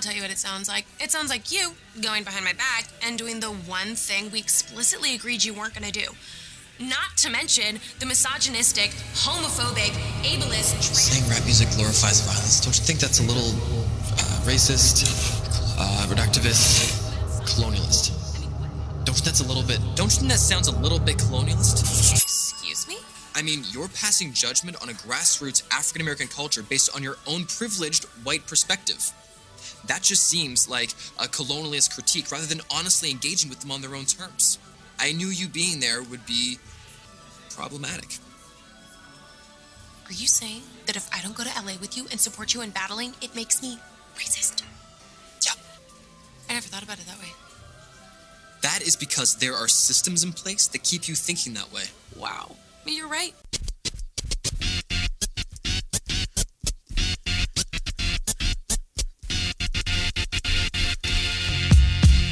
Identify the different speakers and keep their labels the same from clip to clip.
Speaker 1: tell you what it sounds like. It sounds like you going behind my back and doing the one thing we explicitly agreed you weren't going to do. Not to mention the misogynistic, homophobic, ableist. Trans-
Speaker 2: Saying rap music glorifies violence. Don't you think that's a little uh, racist, uh, reductivist, colonialist? Don't you think that's a little bit? Don't you think that sounds a little bit colonialist?
Speaker 1: Excuse me?
Speaker 2: I mean, you're passing judgment on a grassroots African American culture based on your own privileged white perspective. That just seems like a colonialist critique rather than honestly engaging with them on their own terms. I knew you being there would be problematic.
Speaker 1: Are you saying that if I don't go to LA with you and support you in battling, it makes me racist?
Speaker 2: Yep.
Speaker 1: I never thought about it that way.
Speaker 2: That is because there are systems in place that keep you thinking that way.
Speaker 1: Wow. You're right.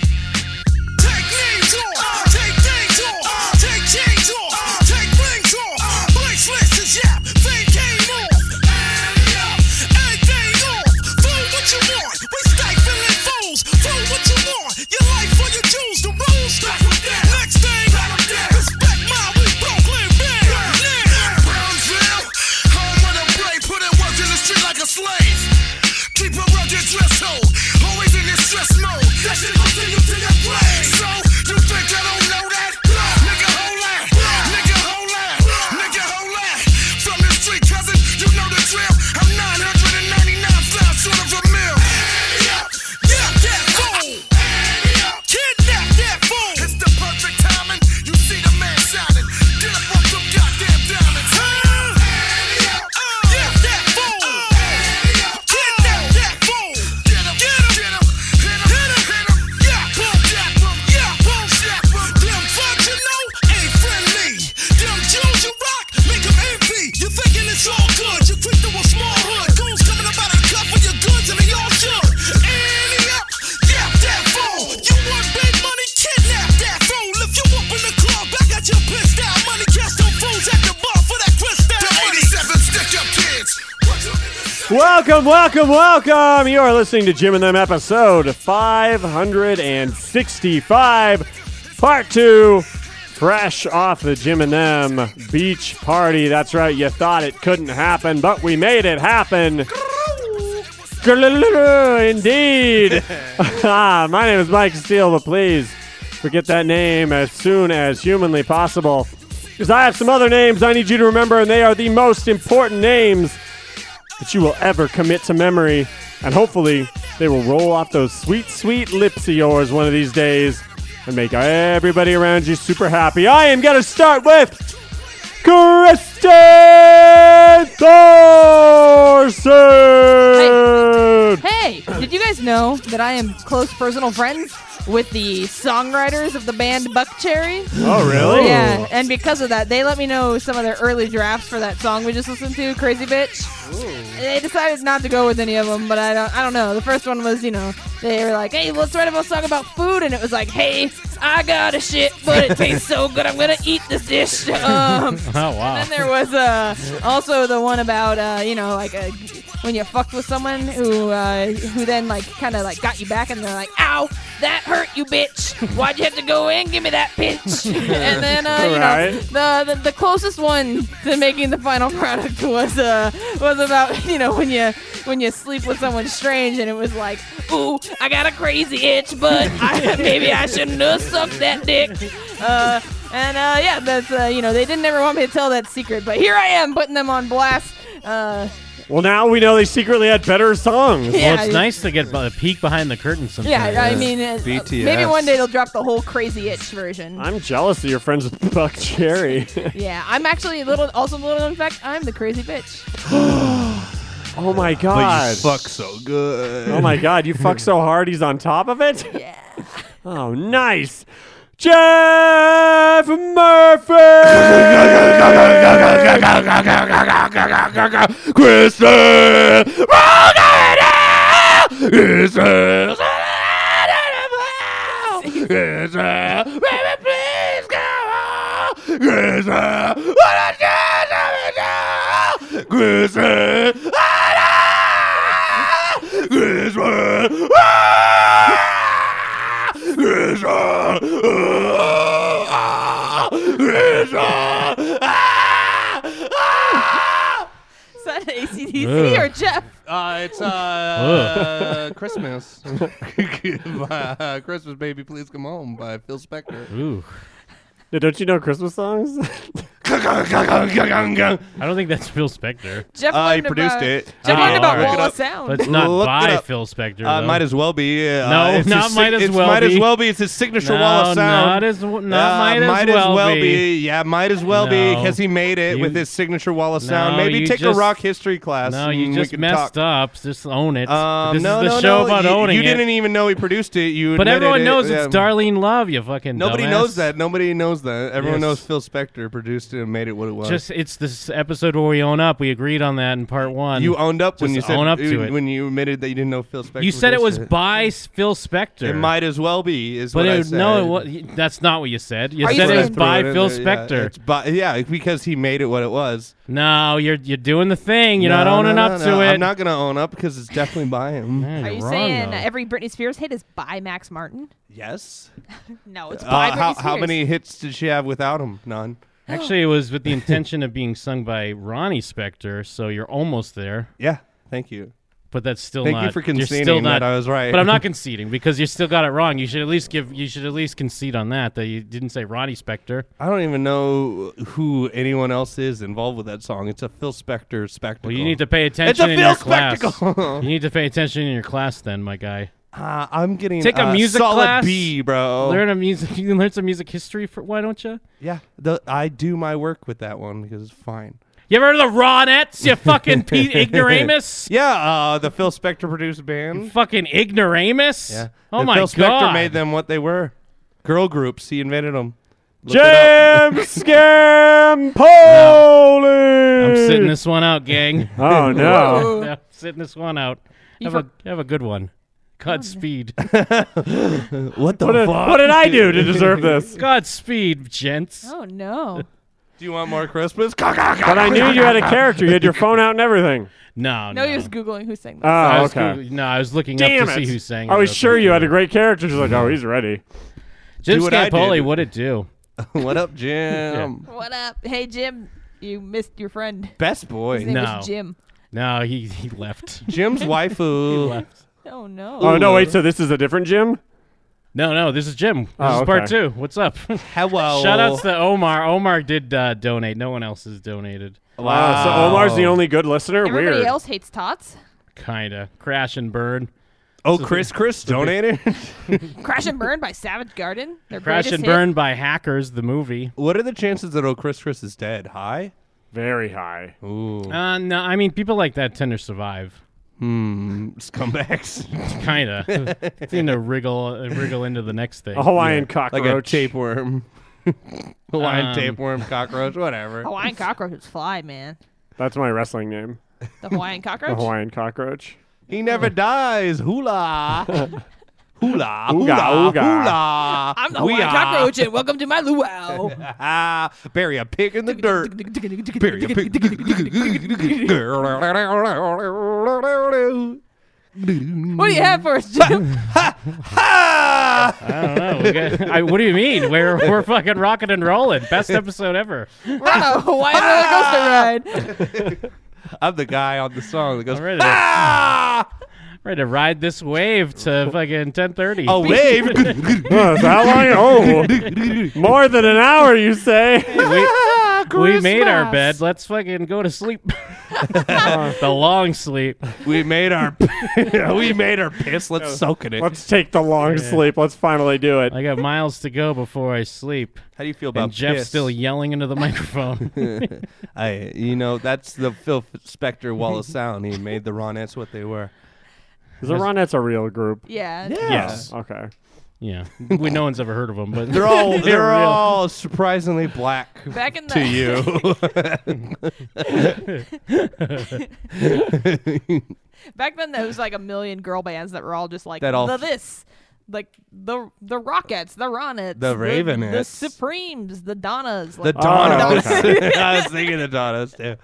Speaker 3: Take names off, take things off, take chains off, take rings off. Place lists yap, fame came off. And yup, anything off. Fool what you want, we stifling fools. Fool what you want, your life for your jewels, the rules. Next thing, respect my we Brooklyn man. Brownsville, home of the brave, put in work in the street like a slave. Keep a rugged dress code, always in this stress mode. That shit continue to your grave. So you think I don't know that? Nigga, hold on, nigga, hold on, nigga, hold on. From the street, cousin, you know the drill. I'm 999 flies short of a mil. Yeah, that fool. Kidnap that fool. It's the perfect timing. You see the man shining. Get up off them goddamn diamonds. Huh? Yeah, that fool. Uh, Kidnap that fool. Get him, get him, get him. Hit him, hit him, hit him. Yeah, boom, jack him. Yeah, boom, jack him. Them thugs you know ain't friendly. Them Jews you rock make them envy. You thinking it's all good. You quick to a small hood. Goons coming up out of cuff for your goods and they all shoot. Annie up. Yeah, that fool. You want big money? Kidnap that fool. If you up in the club, back at your pissed out money. Catch them fools at the bar for that crystal. The 87 stick up kids. What you niggas say?
Speaker 4: Welcome, welcome, welcome. You are listening to Jim and Them episode 565, part two, fresh off the Jim and Them beach party. That's right, you thought it couldn't happen, but we made it happen. Indeed. Ah, My name is Mike Steele, but please forget that name as soon as humanly possible. Because I have some other names I need you to remember, and they are the most important names that you will ever commit to memory. And hopefully, they will roll off those sweet, sweet lips of yours one of these days and make everybody around you super happy. I am going to start with Kristen Thorson.
Speaker 5: Hey, did you guys know that I am close personal friends with the songwriters of the band Buckcherry?
Speaker 4: Oh, really?
Speaker 5: Yeah, and because of that, they let me know some of their early drafts for that song we just listened to, "Crazy Bitch." They decided not to go with any of them, but I don't, I don't know. The first one was, you know, they were like, "Hey, let's write a song about food," and it was like, "Hey, I got a shit, but it tastes so good, I'm gonna eat this dish." Um,
Speaker 6: Oh wow.
Speaker 5: and then there was uh, also the one about uh, you know like uh, when you fucked with someone who uh, who then like kind of like got you back and they're like, "Ow, that hurt you, bitch! Why'd you have to go in? Give me that pinch!" and then uh, you
Speaker 4: Alright.
Speaker 5: know the, the the closest one to making the final product was uh was about you know when you when you sleep with someone strange and it was like, "Ooh, I got a crazy itch, but I, maybe I shouldn't have sucked that dick." uh, and uh, yeah, that's uh, you know they didn't ever want me to tell that secret, but here I am putting them on blast. Uh,
Speaker 4: Well, now we know they secretly had better songs.
Speaker 5: yeah,
Speaker 6: Well, it's nice to get a peek behind the curtain sometimes.
Speaker 5: Yeah, I mean, uh,
Speaker 7: BTS.
Speaker 5: maybe one day they'll drop the whole crazy itch version.
Speaker 4: I'm jealous of your friends with Buck Cherry.
Speaker 5: yeah, I'm actually a little, also a little known fact. I'm the crazy bitch.
Speaker 4: oh my
Speaker 7: But you
Speaker 4: god.
Speaker 7: fuck so good.
Speaker 4: Oh my god, you fuck so hard he's on top of it?
Speaker 5: Yeah.
Speaker 4: Oh nice. Jeff Murphy!
Speaker 7: Kristen Rogan is a- is a- Baby, please go home. Is a- what a chance of it now. Kristen, ah, no. Christmas. Ah! Christmas. Ah! Christmas. Ah!
Speaker 5: Is that ACDC or Jeff?
Speaker 7: Ah! Uh, it's uh, Christmas. By Christmas, baby, please come home by Phil Spector.
Speaker 6: Ooh.
Speaker 4: Yeah, don't you know Christmas songs?
Speaker 6: I don't think that's Phil Spector.
Speaker 5: Jeff
Speaker 8: I
Speaker 5: learned
Speaker 8: Uh, produced
Speaker 5: about-
Speaker 8: it.
Speaker 5: Jeff
Speaker 6: Oh,
Speaker 5: learned about
Speaker 6: alright.
Speaker 5: Wall
Speaker 8: Look
Speaker 5: of
Speaker 8: it
Speaker 5: Sound.
Speaker 6: It's not
Speaker 8: Look it
Speaker 6: by
Speaker 8: up.
Speaker 6: Phil Spector.
Speaker 8: Uh,
Speaker 6: though.
Speaker 8: might as well be. Uh,
Speaker 6: No,
Speaker 8: it's
Speaker 6: not
Speaker 8: his
Speaker 6: might as
Speaker 8: it's
Speaker 6: well
Speaker 8: might as
Speaker 6: be.
Speaker 8: well be. It's his signature
Speaker 6: no,
Speaker 8: wall of sound.
Speaker 6: Not as w- not
Speaker 8: Uh,
Speaker 6: might, as, well be.
Speaker 8: Yeah, might as well be
Speaker 6: No.
Speaker 8: because he made it
Speaker 6: You-
Speaker 8: with his signature wall of sound.
Speaker 6: No,
Speaker 8: Maybe
Speaker 6: you
Speaker 8: take
Speaker 6: just-
Speaker 8: a rock history class.
Speaker 6: No, you
Speaker 8: and
Speaker 6: just
Speaker 8: we can
Speaker 6: messed
Speaker 8: talk.
Speaker 6: up. Just own it.
Speaker 8: Um,
Speaker 6: this
Speaker 8: no,
Speaker 6: is the
Speaker 8: no,
Speaker 6: show
Speaker 8: no.
Speaker 6: about
Speaker 8: you,
Speaker 6: owning
Speaker 8: you
Speaker 6: it.
Speaker 8: didn't even know he produced it. You
Speaker 6: but
Speaker 8: admitted
Speaker 6: everyone
Speaker 8: it.
Speaker 6: knows
Speaker 8: Yeah.
Speaker 6: it's Darlene Love. You fucking
Speaker 8: Nobody
Speaker 6: dumbass.
Speaker 8: knows that. Nobody knows that. Everyone
Speaker 6: Yes.
Speaker 8: knows Phil Spector produced it and made it what it was.
Speaker 6: Just it's this episode where we own up. We agreed on that in part one.
Speaker 8: you owned up when
Speaker 6: just
Speaker 8: you said
Speaker 6: own up to
Speaker 8: when,
Speaker 6: it.
Speaker 8: you admitted that you didn't know Phil Spector.
Speaker 6: You said it was
Speaker 8: produced
Speaker 6: by S- Phil Spector.
Speaker 8: It might as well be. Is
Speaker 6: but
Speaker 8: what I
Speaker 6: it,
Speaker 8: said.
Speaker 6: no, it, wa- y- that's not what you said. You
Speaker 5: Are you
Speaker 6: said it was
Speaker 5: saying-
Speaker 6: by
Speaker 8: Threw it in
Speaker 6: Phil
Speaker 8: there,
Speaker 6: Spector.
Speaker 8: Yeah, it's by, yeah, because he made it what it was.
Speaker 6: no, you're you're doing the thing. You're not
Speaker 8: No, no,
Speaker 6: owning
Speaker 8: no,
Speaker 6: up
Speaker 8: no.
Speaker 6: to it.
Speaker 8: I'm not gonna own up because it's definitely by him.
Speaker 6: Man,
Speaker 5: Are
Speaker 6: you're
Speaker 5: you
Speaker 6: wrong,
Speaker 5: saying
Speaker 6: though.
Speaker 5: every Britney Spears hit is by Max Martin?
Speaker 8: yes.
Speaker 5: No, it's by
Speaker 8: Uh,
Speaker 5: Britney
Speaker 8: how,
Speaker 5: Spears.
Speaker 8: how many hits did she have without him? None.
Speaker 6: Actually, it was with the intention of being sung by Ronnie Spector, so you're almost there.
Speaker 8: Yeah. Thank you.
Speaker 6: But that's still
Speaker 8: Thank
Speaker 6: not.
Speaker 8: you for
Speaker 6: you're
Speaker 8: conceding
Speaker 6: still not,
Speaker 8: that I was right.
Speaker 6: But I'm not conceding because you still got it wrong. You should at least give. You should at least concede on that that you didn't say Ronnie Spector.
Speaker 8: I don't even know who anyone else is involved with that song. It's a Phil Spector spectacle.
Speaker 6: Well, you need to pay attention
Speaker 8: It's a
Speaker 6: in
Speaker 8: Phil
Speaker 6: your
Speaker 8: spectacle.
Speaker 6: class. you need to pay attention in your class, then, my guy.
Speaker 8: Uh, I'm getting
Speaker 6: Take a
Speaker 8: uh,
Speaker 6: music
Speaker 8: solid
Speaker 6: class.
Speaker 8: B, bro.
Speaker 6: Learn a music. You can learn some music history. For why don't you?
Speaker 8: Yeah, the, I do my work with that one because it's fine.
Speaker 6: You ever heard of the Ronettes? You fucking Pete E ignoramus.
Speaker 8: Yeah, uh, the Phil Spector produced band.
Speaker 6: Fucking ignoramus.
Speaker 8: Yeah.
Speaker 6: Oh
Speaker 8: And
Speaker 6: my
Speaker 8: Phil
Speaker 6: god.
Speaker 8: Spector made them what they were. Girl groups. He invented them. Look it up.
Speaker 4: Jam scam Polish.
Speaker 6: I'm sitting this one out, gang.
Speaker 4: Oh no!
Speaker 6: yeah, sitting this one out.
Speaker 5: You Oh,
Speaker 6: Have a have a good one. Godspeed.
Speaker 8: What the
Speaker 4: What did,
Speaker 8: fuck?
Speaker 4: what did I do to deserve this?
Speaker 6: Godspeed, gents.
Speaker 5: Oh no!
Speaker 8: Do you want more Christmas?
Speaker 4: But I knew you had a character. You had your phone out and everything.
Speaker 6: No,
Speaker 5: No,
Speaker 6: no.
Speaker 5: he was googling who sang that.
Speaker 8: Uh,
Speaker 6: I
Speaker 4: Oh,
Speaker 6: was
Speaker 4: okay.
Speaker 6: Googling- no, I was looking
Speaker 4: Damn
Speaker 6: up to
Speaker 4: it!
Speaker 6: see who sang.
Speaker 4: I
Speaker 6: it.
Speaker 4: was
Speaker 6: That's
Speaker 4: sure
Speaker 6: what
Speaker 4: you
Speaker 6: I
Speaker 4: had a
Speaker 6: did.
Speaker 4: great character. She's like, oh, he's ready.
Speaker 6: Jim
Speaker 8: Do what I
Speaker 6: Scampoli,
Speaker 8: did.
Speaker 6: what'd it do?
Speaker 8: what up, Jim?
Speaker 5: what up? Hey Jim, you missed your friend.
Speaker 8: Best
Speaker 5: His
Speaker 8: boy.
Speaker 5: name
Speaker 6: No.
Speaker 5: was Jim.
Speaker 6: No, he he left.
Speaker 8: Jim's waifu.
Speaker 5: Oh no!
Speaker 4: Oh no! Wait, so this is a different Jim?
Speaker 6: No, no, this is Jim. This
Speaker 4: Oh,
Speaker 6: is part
Speaker 4: okay.
Speaker 6: two. What's up?
Speaker 8: Hello.
Speaker 6: Shout outs to Omar. Omar did uh, donate. No one else has donated.
Speaker 4: Wow. Uh, So Omar's the only good listener.
Speaker 5: Everybody
Speaker 4: Weird.
Speaker 5: else hates tots.
Speaker 6: Kinda. Crash and burn.
Speaker 8: Oh, Chris, Chris donated.
Speaker 5: Crash and Burn by Savage Garden. Their
Speaker 6: Crash
Speaker 5: greatest
Speaker 6: and
Speaker 5: hit.
Speaker 6: burn by Hackers, the movie.
Speaker 8: what are the chances that Oh, Chris, Chris is dead? High.
Speaker 4: Very high.
Speaker 8: Ooh.
Speaker 6: Uh, no, I mean people like that tend to survive.
Speaker 8: Scumbags.
Speaker 6: Kinda. they seem to wiggle wriggle into the next thing.
Speaker 4: A Hawaiian cockroach.
Speaker 8: like a tapeworm. Hawaiian
Speaker 6: Um,
Speaker 8: tapeworm, cockroach, whatever.
Speaker 5: Hawaiian cockroaches fly, man.
Speaker 4: That's my wrestling name.
Speaker 5: The Hawaiian
Speaker 4: The
Speaker 5: cockroach.
Speaker 4: Hawaiian cockroach.
Speaker 8: He never dies. Hula. Hula.
Speaker 4: Ooga,
Speaker 8: hula.
Speaker 4: ooga.
Speaker 8: Hula.
Speaker 5: I'm the
Speaker 8: We
Speaker 5: Hawaiian
Speaker 8: are-
Speaker 5: cockroach, and welcome to my luau.
Speaker 8: Ah, bury a pig in the dirt. bury a pig.
Speaker 5: what do you have for us, Jim?
Speaker 8: Ah!
Speaker 6: I don't know. We got- I, what do you mean? We're we're fucking rocking and rolling. Best episode ever.
Speaker 5: We're on a Hawaiian roller
Speaker 8: Ah!
Speaker 5: coaster ride.
Speaker 8: I'm the guy on the song that goes.
Speaker 6: I'm ready to,
Speaker 8: Ah!
Speaker 6: ready to ride this wave to fucking ten thirty.
Speaker 8: A wave.
Speaker 4: Oh, so how long? Oh, more than an hour, you say?
Speaker 8: Ah,
Speaker 6: we made our
Speaker 8: Christmas.
Speaker 6: bed. Let's fucking go to sleep. the long sleep.
Speaker 8: We made our. we made our piss. Let's soak in it.
Speaker 4: Let's take the long sleep. Let's finally do it.
Speaker 6: I got miles to go before I sleep.
Speaker 8: How do you feel about
Speaker 6: And Jeff's
Speaker 8: piss?
Speaker 6: still yelling into the microphone.
Speaker 8: I, you know, that's the Phil Spector wall of sound. He made the Ronettes what they were.
Speaker 4: The Ronettes a real group.
Speaker 5: Yeah.
Speaker 6: Yes.
Speaker 4: Okay.
Speaker 6: yeah, we, no one's ever heard of him, but
Speaker 8: They're all they're,
Speaker 6: real.
Speaker 8: all surprisingly black
Speaker 5: Back in the
Speaker 8: to
Speaker 6: Oh,
Speaker 8: you.
Speaker 5: back then there was like a million girl bands that were all just like
Speaker 8: That all-
Speaker 5: the this, like the the Rockets, the Ronettes,
Speaker 8: The
Speaker 5: the
Speaker 8: Ravenettes.
Speaker 5: Supremes, the Donnas,
Speaker 8: The
Speaker 5: like,
Speaker 8: Donnas. I was thinking the Donnas too.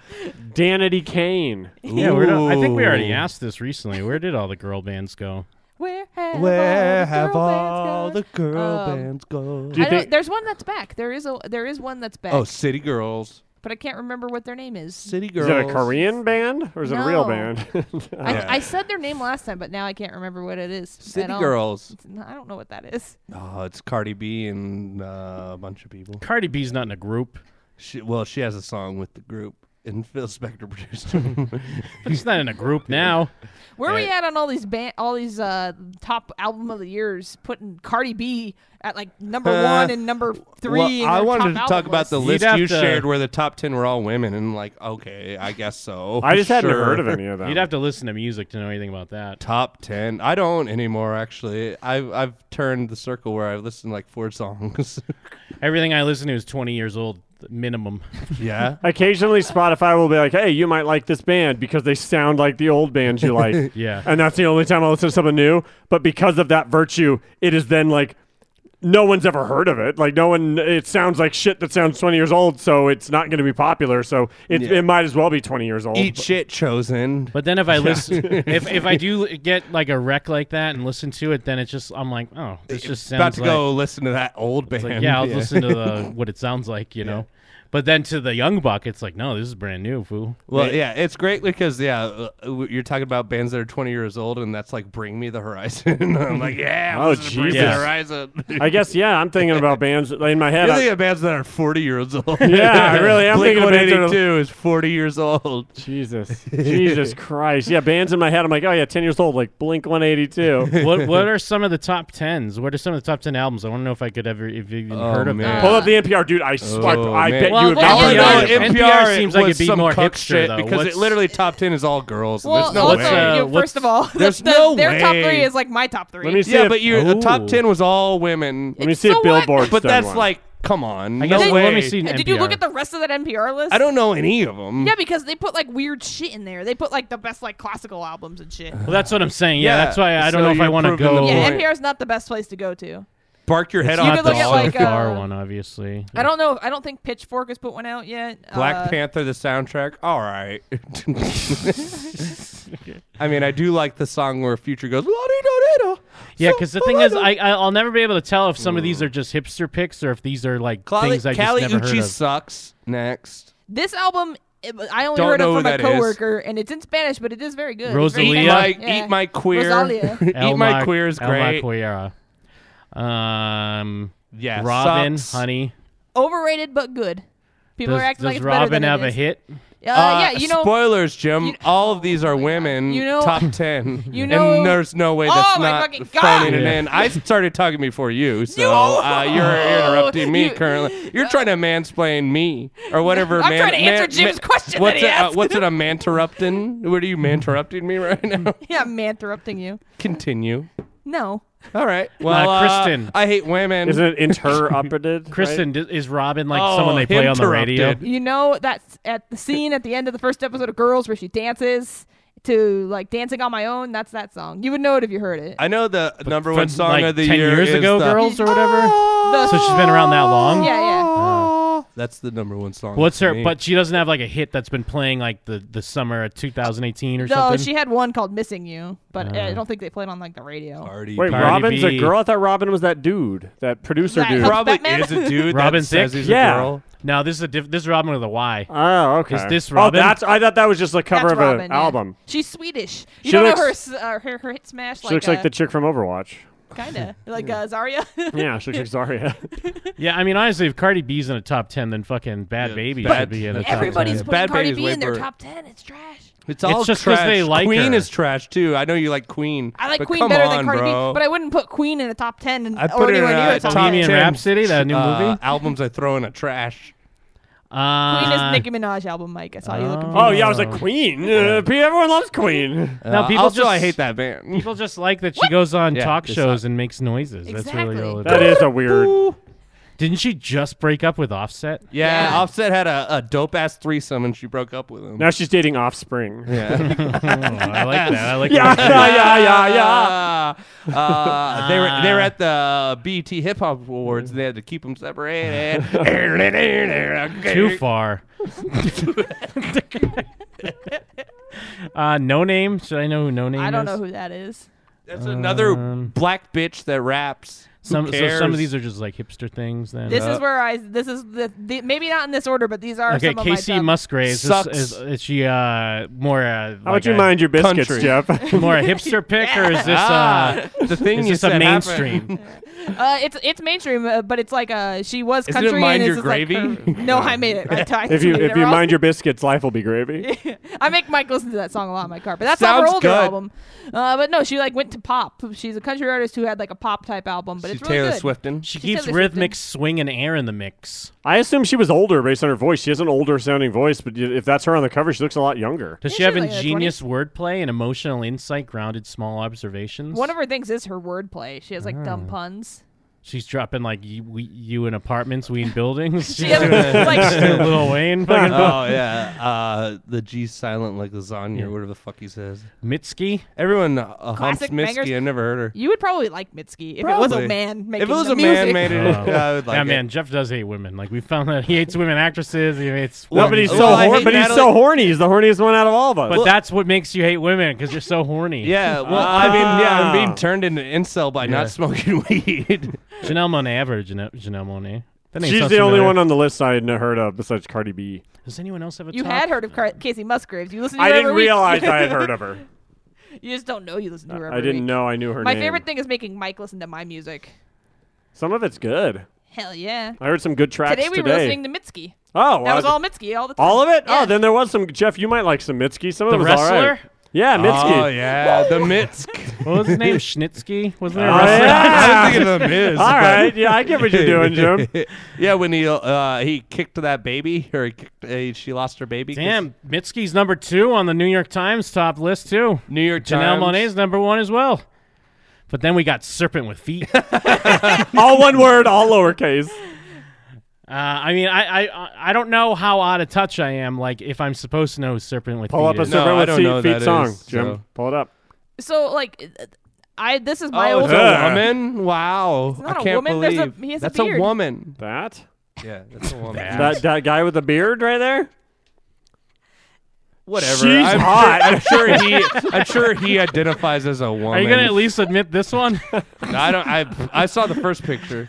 Speaker 4: Danity Kane.
Speaker 6: Yeah, we're not, I think we already
Speaker 8: Ooh.
Speaker 6: asked this recently. Where did all the girl bands go?
Speaker 5: Where have
Speaker 8: Where
Speaker 5: all the
Speaker 8: have
Speaker 5: girl
Speaker 8: all
Speaker 5: bands
Speaker 8: the
Speaker 5: gone?
Speaker 8: girl
Speaker 5: Um,
Speaker 8: bands go?
Speaker 4: Do you
Speaker 5: I don't,
Speaker 4: think-
Speaker 5: there's one that's back. There is a there is one that's back,
Speaker 8: Oh, City Girls.
Speaker 5: but I can't remember what their name is.
Speaker 8: City
Speaker 4: Is
Speaker 8: Girls.
Speaker 4: it a Korean band or is it a real
Speaker 5: No.
Speaker 4: band?
Speaker 5: I,
Speaker 8: Yeah.
Speaker 5: I said their name last time, but now I can't remember what it is. at
Speaker 8: City
Speaker 5: all.
Speaker 8: Girls.
Speaker 5: It's not- I don't know what that is.
Speaker 8: Oh, it's Cardi B and uh, a bunch of people.
Speaker 6: Cardi B's not in a group.
Speaker 8: She, well, she has a song with the group, and Phil Spector produced it.
Speaker 6: But she's not in a group now.
Speaker 5: Where are we
Speaker 8: Yeah.
Speaker 5: at on all these ban- all these uh, top album of the years? Putting Cardi B at like number
Speaker 8: Uh,
Speaker 5: one and number three. in
Speaker 8: well, I
Speaker 5: their
Speaker 8: wanted to
Speaker 5: top
Speaker 8: talk
Speaker 5: album
Speaker 8: about the
Speaker 5: list.
Speaker 6: You'd
Speaker 8: list
Speaker 6: have
Speaker 8: you
Speaker 6: to-
Speaker 8: shared where the top 10 were all women, and like, okay, I guess so.
Speaker 4: I just hadn't
Speaker 8: Sure.
Speaker 4: heard of any of them.
Speaker 6: You'd have to listen to music to know anything about that.
Speaker 8: Top 10. I don't anymore, actually. I've, I've turned the circle where I've listened to like four songs.
Speaker 6: Everything I listen to is 20 years old minimum.
Speaker 8: yeah.
Speaker 4: Occasionally, Spotify will be like, "Hey, you might like this band because they sound like the old bands you like."
Speaker 6: Yeah.
Speaker 4: and that's the only time I listen to something new. But because of that virtue, it is then like no one's ever heard of it. Like no one, it sounds like shit that sounds twenty years old, so it's not going to be popular. So it,
Speaker 8: Yeah.
Speaker 4: it might as well be twenty years old.
Speaker 8: Eat shit, chosen.
Speaker 6: But then if I listen, if if I do l- get like a wreck like that and listen to it, then it's just I'm like, oh, this just
Speaker 8: About
Speaker 6: sounds
Speaker 8: to
Speaker 6: like,
Speaker 8: go listen to that old band.
Speaker 6: it's like, yeah, I'll listen to the what it sounds like, you know. But then to the young buck, it's like, no, this is brand new, fool.
Speaker 8: Well, yeah, it's great because yeah, uh, w- you're talking about bands that are 20 years old, and that's like "Bring Me the Horizon." I'm like, yeah,
Speaker 4: Oh,
Speaker 8: listen to "Bring Me
Speaker 4: Jesus.
Speaker 8: the Horizon.
Speaker 4: I guess yeah. I'm thinking about bands in my head.
Speaker 8: You're
Speaker 4: I-
Speaker 8: thinking of bands that are 40 years old.
Speaker 4: Yeah, I really am
Speaker 8: Blink
Speaker 4: thinking of bands that are-
Speaker 8: 182 is 40 years old.
Speaker 4: Jesus, Jesus Christ! Yeah, bands in my head. I'm like, oh yeah, ten years old, like Blink 182.
Speaker 6: what what are some of the top tens? What are some of the top ten albums? I want to know if I could ever if you've even
Speaker 8: Oh,
Speaker 6: heard of
Speaker 8: man.
Speaker 6: that.
Speaker 4: Pull up the NPR, dude. I swear,
Speaker 8: Oh,
Speaker 4: I
Speaker 8: man.
Speaker 4: bet
Speaker 6: Well,
Speaker 4: you have
Speaker 5: what
Speaker 4: not
Speaker 5: is
Speaker 4: heard
Speaker 5: it?
Speaker 4: of
Speaker 6: Although
Speaker 4: it.
Speaker 6: it- NPR seems like
Speaker 8: was
Speaker 6: it'd be
Speaker 8: some
Speaker 6: more
Speaker 8: cuck
Speaker 6: hipster,
Speaker 8: shit
Speaker 6: though.
Speaker 8: because
Speaker 6: What's-
Speaker 8: it literally top 10 is all girls. and
Speaker 5: Well,
Speaker 8: there's no
Speaker 5: also,
Speaker 8: way.
Speaker 6: uh,
Speaker 5: you know,
Speaker 6: what's-
Speaker 5: first of all, the-
Speaker 8: there's
Speaker 5: the-
Speaker 8: no
Speaker 5: their top
Speaker 8: way.
Speaker 5: three is like my top three.
Speaker 4: Let me see
Speaker 8: yeah,
Speaker 4: if
Speaker 8: but you're, the top
Speaker 6: Ooh.
Speaker 8: 10 was all women.
Speaker 4: let me see
Speaker 5: so
Speaker 4: if
Speaker 5: what?
Speaker 4: Billboard's
Speaker 8: but
Speaker 4: done
Speaker 8: that's
Speaker 4: one.
Speaker 8: like, come on.
Speaker 6: I
Speaker 8: no
Speaker 6: guess
Speaker 8: way.
Speaker 6: let me see.
Speaker 5: Uh, Did you look
Speaker 6: NPR.
Speaker 5: at the rest of that NPR list?
Speaker 8: I don't know any of them.
Speaker 5: Yeah, because they put like weird shit in there. They put like the best like classical albums and shit.
Speaker 6: Well, that's what I'm saying. Yeah,
Speaker 8: Yeah,
Speaker 6: that's why I don't
Speaker 8: so
Speaker 6: know if I
Speaker 8: you're
Speaker 6: want to
Speaker 8: proving the
Speaker 6: go.
Speaker 8: point.
Speaker 5: Yeah,
Speaker 8: Right.
Speaker 5: NPR's not the best place to go to.
Speaker 8: Bark your head
Speaker 5: You
Speaker 8: off,
Speaker 5: could look at,
Speaker 8: dog.
Speaker 5: like, uh,
Speaker 6: Star one, obviously.
Speaker 5: I don't know. I don't think Pitchfork has put one out yet.
Speaker 8: Black
Speaker 5: Uh,
Speaker 8: Panther, the soundtrack. All right. I mean, I do like the song where Future goes, "La-di-da-di-da."
Speaker 6: Yeah,
Speaker 8: So-
Speaker 6: because the thing is, I I- I'll never be able to tell if some of these are just hipster picks or if these are like
Speaker 8: Cali-
Speaker 6: things I
Speaker 8: Kali
Speaker 6: just never
Speaker 8: Uchis
Speaker 6: heard of.
Speaker 8: sucks. Next.
Speaker 5: This album, it- I only
Speaker 8: Don't
Speaker 5: heard it
Speaker 8: know
Speaker 5: from
Speaker 8: who
Speaker 5: a
Speaker 8: that is.
Speaker 5: coworker, and it's in Spanish, but it is very good. It's very
Speaker 6: Rosalia?
Speaker 8: Eat
Speaker 6: Yeah.
Speaker 8: my,
Speaker 5: catchy. Yeah.
Speaker 8: eat my queer.
Speaker 5: Rosalia.
Speaker 8: eat
Speaker 6: El
Speaker 8: my
Speaker 6: Ma-
Speaker 8: queer is
Speaker 6: El Ma
Speaker 8: great.
Speaker 6: Queera. Um,
Speaker 8: Yeah,
Speaker 6: Robin,
Speaker 8: sucks.
Speaker 6: honey.
Speaker 5: Overrated but good. People
Speaker 6: Does,
Speaker 5: are acting
Speaker 6: does
Speaker 5: like it's better
Speaker 6: Robin
Speaker 5: than it
Speaker 6: have a
Speaker 5: is.
Speaker 6: hit?
Speaker 5: Uh,
Speaker 8: Uh,
Speaker 5: yeah, you know.
Speaker 8: spoilers, Jim.
Speaker 5: you-
Speaker 8: all of these are women.
Speaker 5: You know-
Speaker 8: top ten.
Speaker 5: You know-
Speaker 8: and there's no way
Speaker 5: Oh
Speaker 8: that's
Speaker 5: my
Speaker 8: not
Speaker 5: fucking God!
Speaker 8: phoning it
Speaker 6: Yeah.
Speaker 8: in. I started talking before you, so uh, you're interrupting me
Speaker 5: You-
Speaker 8: currently. You're trying to mansplain me or whatever.
Speaker 5: I'm
Speaker 8: man,
Speaker 5: trying to answer
Speaker 8: man-
Speaker 5: Jim's
Speaker 8: man-
Speaker 5: question
Speaker 8: What's
Speaker 5: that he
Speaker 8: it,
Speaker 5: asked.
Speaker 8: Uh, what's it? A manterrupting? What are you manterrupting me right now?
Speaker 5: yeah, I'm interrupting you.
Speaker 8: Continue.
Speaker 5: No.
Speaker 8: All right. Well,
Speaker 6: Uh, Kristen.
Speaker 8: I hate women.
Speaker 4: Isn't it interrupted?
Speaker 6: Kristen, d is Robin like
Speaker 8: Oh,
Speaker 6: someone they play on the radio?
Speaker 8: interrupted.
Speaker 5: You know that's at the scene at the end of the first episode of Girls where she dances to like Dancing on My Own. That's that song. You would know it if you heard it.
Speaker 8: I know the number
Speaker 6: From,
Speaker 8: one song
Speaker 6: like,
Speaker 8: of the
Speaker 6: 10
Speaker 8: year
Speaker 6: years
Speaker 8: is
Speaker 6: ago,
Speaker 8: the, Oh!
Speaker 6: girls or whatever.
Speaker 5: The-
Speaker 6: so she's been around that long.
Speaker 5: yeah, yeah.
Speaker 8: Ah. That's the number one song.
Speaker 6: What's
Speaker 8: for
Speaker 6: her?
Speaker 8: me.
Speaker 6: But she doesn't have like a hit that's been playing like the the summer of 2018 or
Speaker 5: No,
Speaker 6: something.
Speaker 5: she had one called "Missing You," but uh, I don't think they played on like the radio.
Speaker 8: Party
Speaker 4: Wait,
Speaker 6: Cardi
Speaker 4: Robin's
Speaker 6: B.
Speaker 4: a girl. I thought Robin was that dude, that producer
Speaker 5: That-
Speaker 4: dude.
Speaker 5: Rob-
Speaker 8: probably
Speaker 5: Batman?
Speaker 8: is a dude.
Speaker 6: Robin
Speaker 8: that says
Speaker 6: Thicke?
Speaker 8: he's
Speaker 4: Yeah.
Speaker 8: a girl.
Speaker 6: no, this is a diff- this is Robin with a Y.
Speaker 4: oh, okay.
Speaker 6: Is this Robin?
Speaker 4: Oh, that's. I thought that was just a cover
Speaker 5: That's
Speaker 4: of
Speaker 5: Robin,
Speaker 4: an
Speaker 5: yeah.
Speaker 4: album.
Speaker 5: She's Swedish. You
Speaker 4: She
Speaker 5: don't know her,
Speaker 4: looks-
Speaker 5: s- uh, her her hit smash.
Speaker 4: She looks like the chick from Overwatch.
Speaker 5: kind of like uh, Zarya.
Speaker 4: Yeah, she looks like Zarya.
Speaker 6: Yeah, I mean honestly, if Cardi B's in a top ten, then fucking Bad Baby should
Speaker 8: Bad-
Speaker 6: be in a top
Speaker 5: Everybody's
Speaker 8: Yeah.
Speaker 6: ten.
Speaker 5: putting
Speaker 8: Bad
Speaker 5: Cardi
Speaker 8: Baby's
Speaker 5: B
Speaker 8: way
Speaker 5: in their
Speaker 8: better.
Speaker 5: top ten. It's trash.
Speaker 8: It's all
Speaker 6: just 'cause
Speaker 8: trash.
Speaker 6: they like
Speaker 8: Queen
Speaker 6: her.
Speaker 8: is trash too. I know you like Queen.
Speaker 5: I like
Speaker 8: but
Speaker 5: Queen
Speaker 8: come
Speaker 5: better
Speaker 8: on,
Speaker 5: than Cardi
Speaker 8: bro.
Speaker 5: B, but I wouldn't put Queen in a top ten and
Speaker 8: I
Speaker 5: or
Speaker 8: put it uh, in
Speaker 5: anywhere near
Speaker 8: a
Speaker 5: a top,
Speaker 8: top
Speaker 6: Bohemian
Speaker 8: 10
Speaker 6: Rhapsody, that new
Speaker 8: uh,
Speaker 6: movie?
Speaker 8: Albums I throw in a trash.
Speaker 6: Uh,
Speaker 5: Queen is Nicki Minaj album, Mike. I saw you looking.
Speaker 4: oh yeah, I was like Queen. Uh, P- everyone loves Queen.
Speaker 8: Uh,
Speaker 6: people
Speaker 8: also,
Speaker 6: just-
Speaker 8: I hate that band.
Speaker 6: People just like that she goes on
Speaker 8: Yeah,
Speaker 6: talk
Speaker 8: it's
Speaker 6: shows and makes noises. That's
Speaker 5: Exactly.
Speaker 6: really all it
Speaker 4: That
Speaker 6: is.
Speaker 4: is a weird.
Speaker 6: Didn't she just break up with Offset?
Speaker 8: Yeah, Offset had a, a dope ass threesome and she broke up with him.
Speaker 4: Now she's dating Offspring. Yeah,
Speaker 6: Oh, I like that. I like
Speaker 4: yeah,
Speaker 6: that.
Speaker 4: yeah, yeah, yeah.
Speaker 8: Ah, uh, they were they were at the BT Hip Hop Awards and they had to keep them separated.
Speaker 6: Too far. uh, no name. Should I know who no name is?
Speaker 5: I don't know who that is.
Speaker 8: That's another black bitch that raps. Who
Speaker 6: Some so some
Speaker 8: cares?
Speaker 6: of these are just like hipster things. Then
Speaker 5: This is where I. This is the, the maybe not in this order, but these are
Speaker 6: okay.
Speaker 5: some of
Speaker 6: Casey
Speaker 5: my top-
Speaker 6: Musgraves is,
Speaker 8: Sucks.
Speaker 6: is, is she uh, more uh,
Speaker 4: How
Speaker 6: like
Speaker 4: about you
Speaker 6: a-
Speaker 4: mind your biscuits,
Speaker 8: country.
Speaker 4: Jeff?
Speaker 6: more a hipster pick or is this uh,
Speaker 8: Ah, the thing
Speaker 6: is
Speaker 8: you
Speaker 6: this a
Speaker 8: said happened.
Speaker 6: mainstream?
Speaker 5: Uh, it's it's mainstream, uh, but it's like uh, she was
Speaker 8: Isn't it
Speaker 5: country.
Speaker 8: Mind
Speaker 5: and
Speaker 8: Your
Speaker 5: it's just Like
Speaker 8: Gravy?
Speaker 5: her- no, I made it. Right? I
Speaker 4: if you
Speaker 5: made
Speaker 4: if
Speaker 5: it
Speaker 4: you
Speaker 5: wrong.
Speaker 4: mind your biscuits, life will be gravy.
Speaker 5: I make Mike listen to that song a lot in my car, but that's not her
Speaker 8: Sounds
Speaker 5: older
Speaker 8: good.
Speaker 5: album. Uh, but no, she like went to pop. She's a country artist who had like a pop type album, but
Speaker 8: She's
Speaker 5: it's really
Speaker 8: Taylor
Speaker 5: good.
Speaker 8: Swiftin.
Speaker 6: She
Speaker 5: She's
Speaker 6: keeps
Speaker 5: Taylor
Speaker 6: rhythmic
Speaker 5: Swiftin.
Speaker 6: swing and air in the mix.
Speaker 4: I assume she was older based on her voice. She has an older sounding voice, but if that's her on the cover, she looks a lot younger.
Speaker 6: Does
Speaker 5: Yeah,
Speaker 6: she have
Speaker 5: she's like in her
Speaker 6: ingenious wordplay and emotional insight grounded small observations?
Speaker 5: One of her things is her wordplay. She has like dumb
Speaker 8: Oh.
Speaker 5: puns.
Speaker 6: She's dropping like you, we, you in apartments, we in buildings. She's
Speaker 5: She has,
Speaker 6: doing a
Speaker 5: like
Speaker 6: Lil Wayne fucking
Speaker 8: Oh yeah, uh, the G's silent like lasagna, or whatever the fuck he says.
Speaker 6: Mitski.
Speaker 8: Everyone uh, humps
Speaker 5: Classic bangers.
Speaker 8: Miski. I never heard her.
Speaker 5: you would probably like Mitski if it was
Speaker 8: Probably.
Speaker 5: a man making
Speaker 8: If it was
Speaker 5: the
Speaker 8: a man
Speaker 5: music.
Speaker 8: made it,
Speaker 6: Oh.
Speaker 8: yeah, I would like
Speaker 6: yeah,
Speaker 8: it.
Speaker 6: man, Jeff does hate women. Like we found that he hates women actresses. He hates.
Speaker 4: No,
Speaker 6: women.
Speaker 4: but he's so
Speaker 8: Well, I
Speaker 4: hor-
Speaker 8: hate
Speaker 4: but he's so
Speaker 8: Natalie-
Speaker 4: horny. He's the horniest one out of all of us.
Speaker 6: But that's what makes you hate women because you're so horny.
Speaker 8: Yeah, well, I mean, yeah, I'm
Speaker 4: Ah.
Speaker 8: being turned into an incel by
Speaker 6: Yeah.
Speaker 8: not smoking weed.
Speaker 6: Janelle Monae. I've heard of Janelle, Janelle Monae. That name
Speaker 4: She's
Speaker 6: sounds
Speaker 4: the only
Speaker 6: familiar.
Speaker 4: one on the list I hadn't heard of besides Cardi B.
Speaker 6: Does anyone else have a
Speaker 5: You
Speaker 6: top?
Speaker 5: had heard of Car- Casey Musgraves. You listen to
Speaker 4: I
Speaker 5: her
Speaker 4: didn't
Speaker 5: every week.
Speaker 4: realize I had heard of her.
Speaker 5: You just don't know you listen to her every
Speaker 4: I didn't
Speaker 5: week.
Speaker 4: know I knew her
Speaker 5: My
Speaker 4: name.
Speaker 5: favorite thing is making Mike listen to my music.
Speaker 4: Some of it's good.
Speaker 5: Hell yeah.
Speaker 4: I heard some good tracks
Speaker 5: Today we were listening to Mitski.
Speaker 4: oh,
Speaker 5: That was
Speaker 4: wow.
Speaker 5: all Mitski all the time.
Speaker 4: All of it?
Speaker 5: Yeah.
Speaker 4: Oh, then there was some. Jeff, you might like some Mitski. Some of
Speaker 6: The
Speaker 4: it was all
Speaker 6: wrestler?
Speaker 4: right. Yeah, Mitski.
Speaker 8: Oh yeah, the Mitsk.
Speaker 6: What was his name? Schnitzky? Wasn't there?
Speaker 4: Oh,
Speaker 6: a wrestler?
Speaker 4: yeah.
Speaker 8: I was thinking of the Miz.
Speaker 4: All
Speaker 8: but-
Speaker 4: right. Yeah, I get what you're doing, Jim.
Speaker 8: yeah, when he uh, he kicked that baby, or he kicked, uh, she lost her baby. 'cause
Speaker 6: Damn, Mitski's number two on the New York Times top list too.
Speaker 8: New York
Speaker 6: Janelle
Speaker 8: Times.
Speaker 6: Monae's number one as well. But then we got Serpent with Feet.
Speaker 4: All one word, all lowercase.
Speaker 6: Uh, I mean, I, I I don't know how out of touch I am. Like, if I'm supposed to know who Serpent with
Speaker 4: Pull up
Speaker 6: Feet
Speaker 4: a
Speaker 6: is.
Speaker 8: No,
Speaker 4: Serpent
Speaker 8: I don't know
Speaker 4: with
Speaker 8: who
Speaker 4: Feet
Speaker 8: that
Speaker 4: song,
Speaker 8: is,
Speaker 4: Jim.
Speaker 8: so-
Speaker 4: Pull it up.
Speaker 5: So like, I this is my
Speaker 8: Oh,
Speaker 5: old.
Speaker 8: it's a
Speaker 4: Yeah.
Speaker 8: woman! Wow,
Speaker 5: not
Speaker 8: I
Speaker 5: a
Speaker 8: can't
Speaker 5: woman, there's
Speaker 8: believe
Speaker 5: a- he has a
Speaker 8: that's
Speaker 5: beard.
Speaker 8: woman.
Speaker 4: That?
Speaker 8: Yeah, that's a woman.
Speaker 4: That, that guy with the beard right there?
Speaker 8: Whatever.
Speaker 4: She's
Speaker 8: I'm
Speaker 4: hot.
Speaker 8: Sure, I'm sure he. I'm sure he identifies as a woman.
Speaker 6: Are you gonna at least admit this one?
Speaker 8: I don't. I I saw the first picture.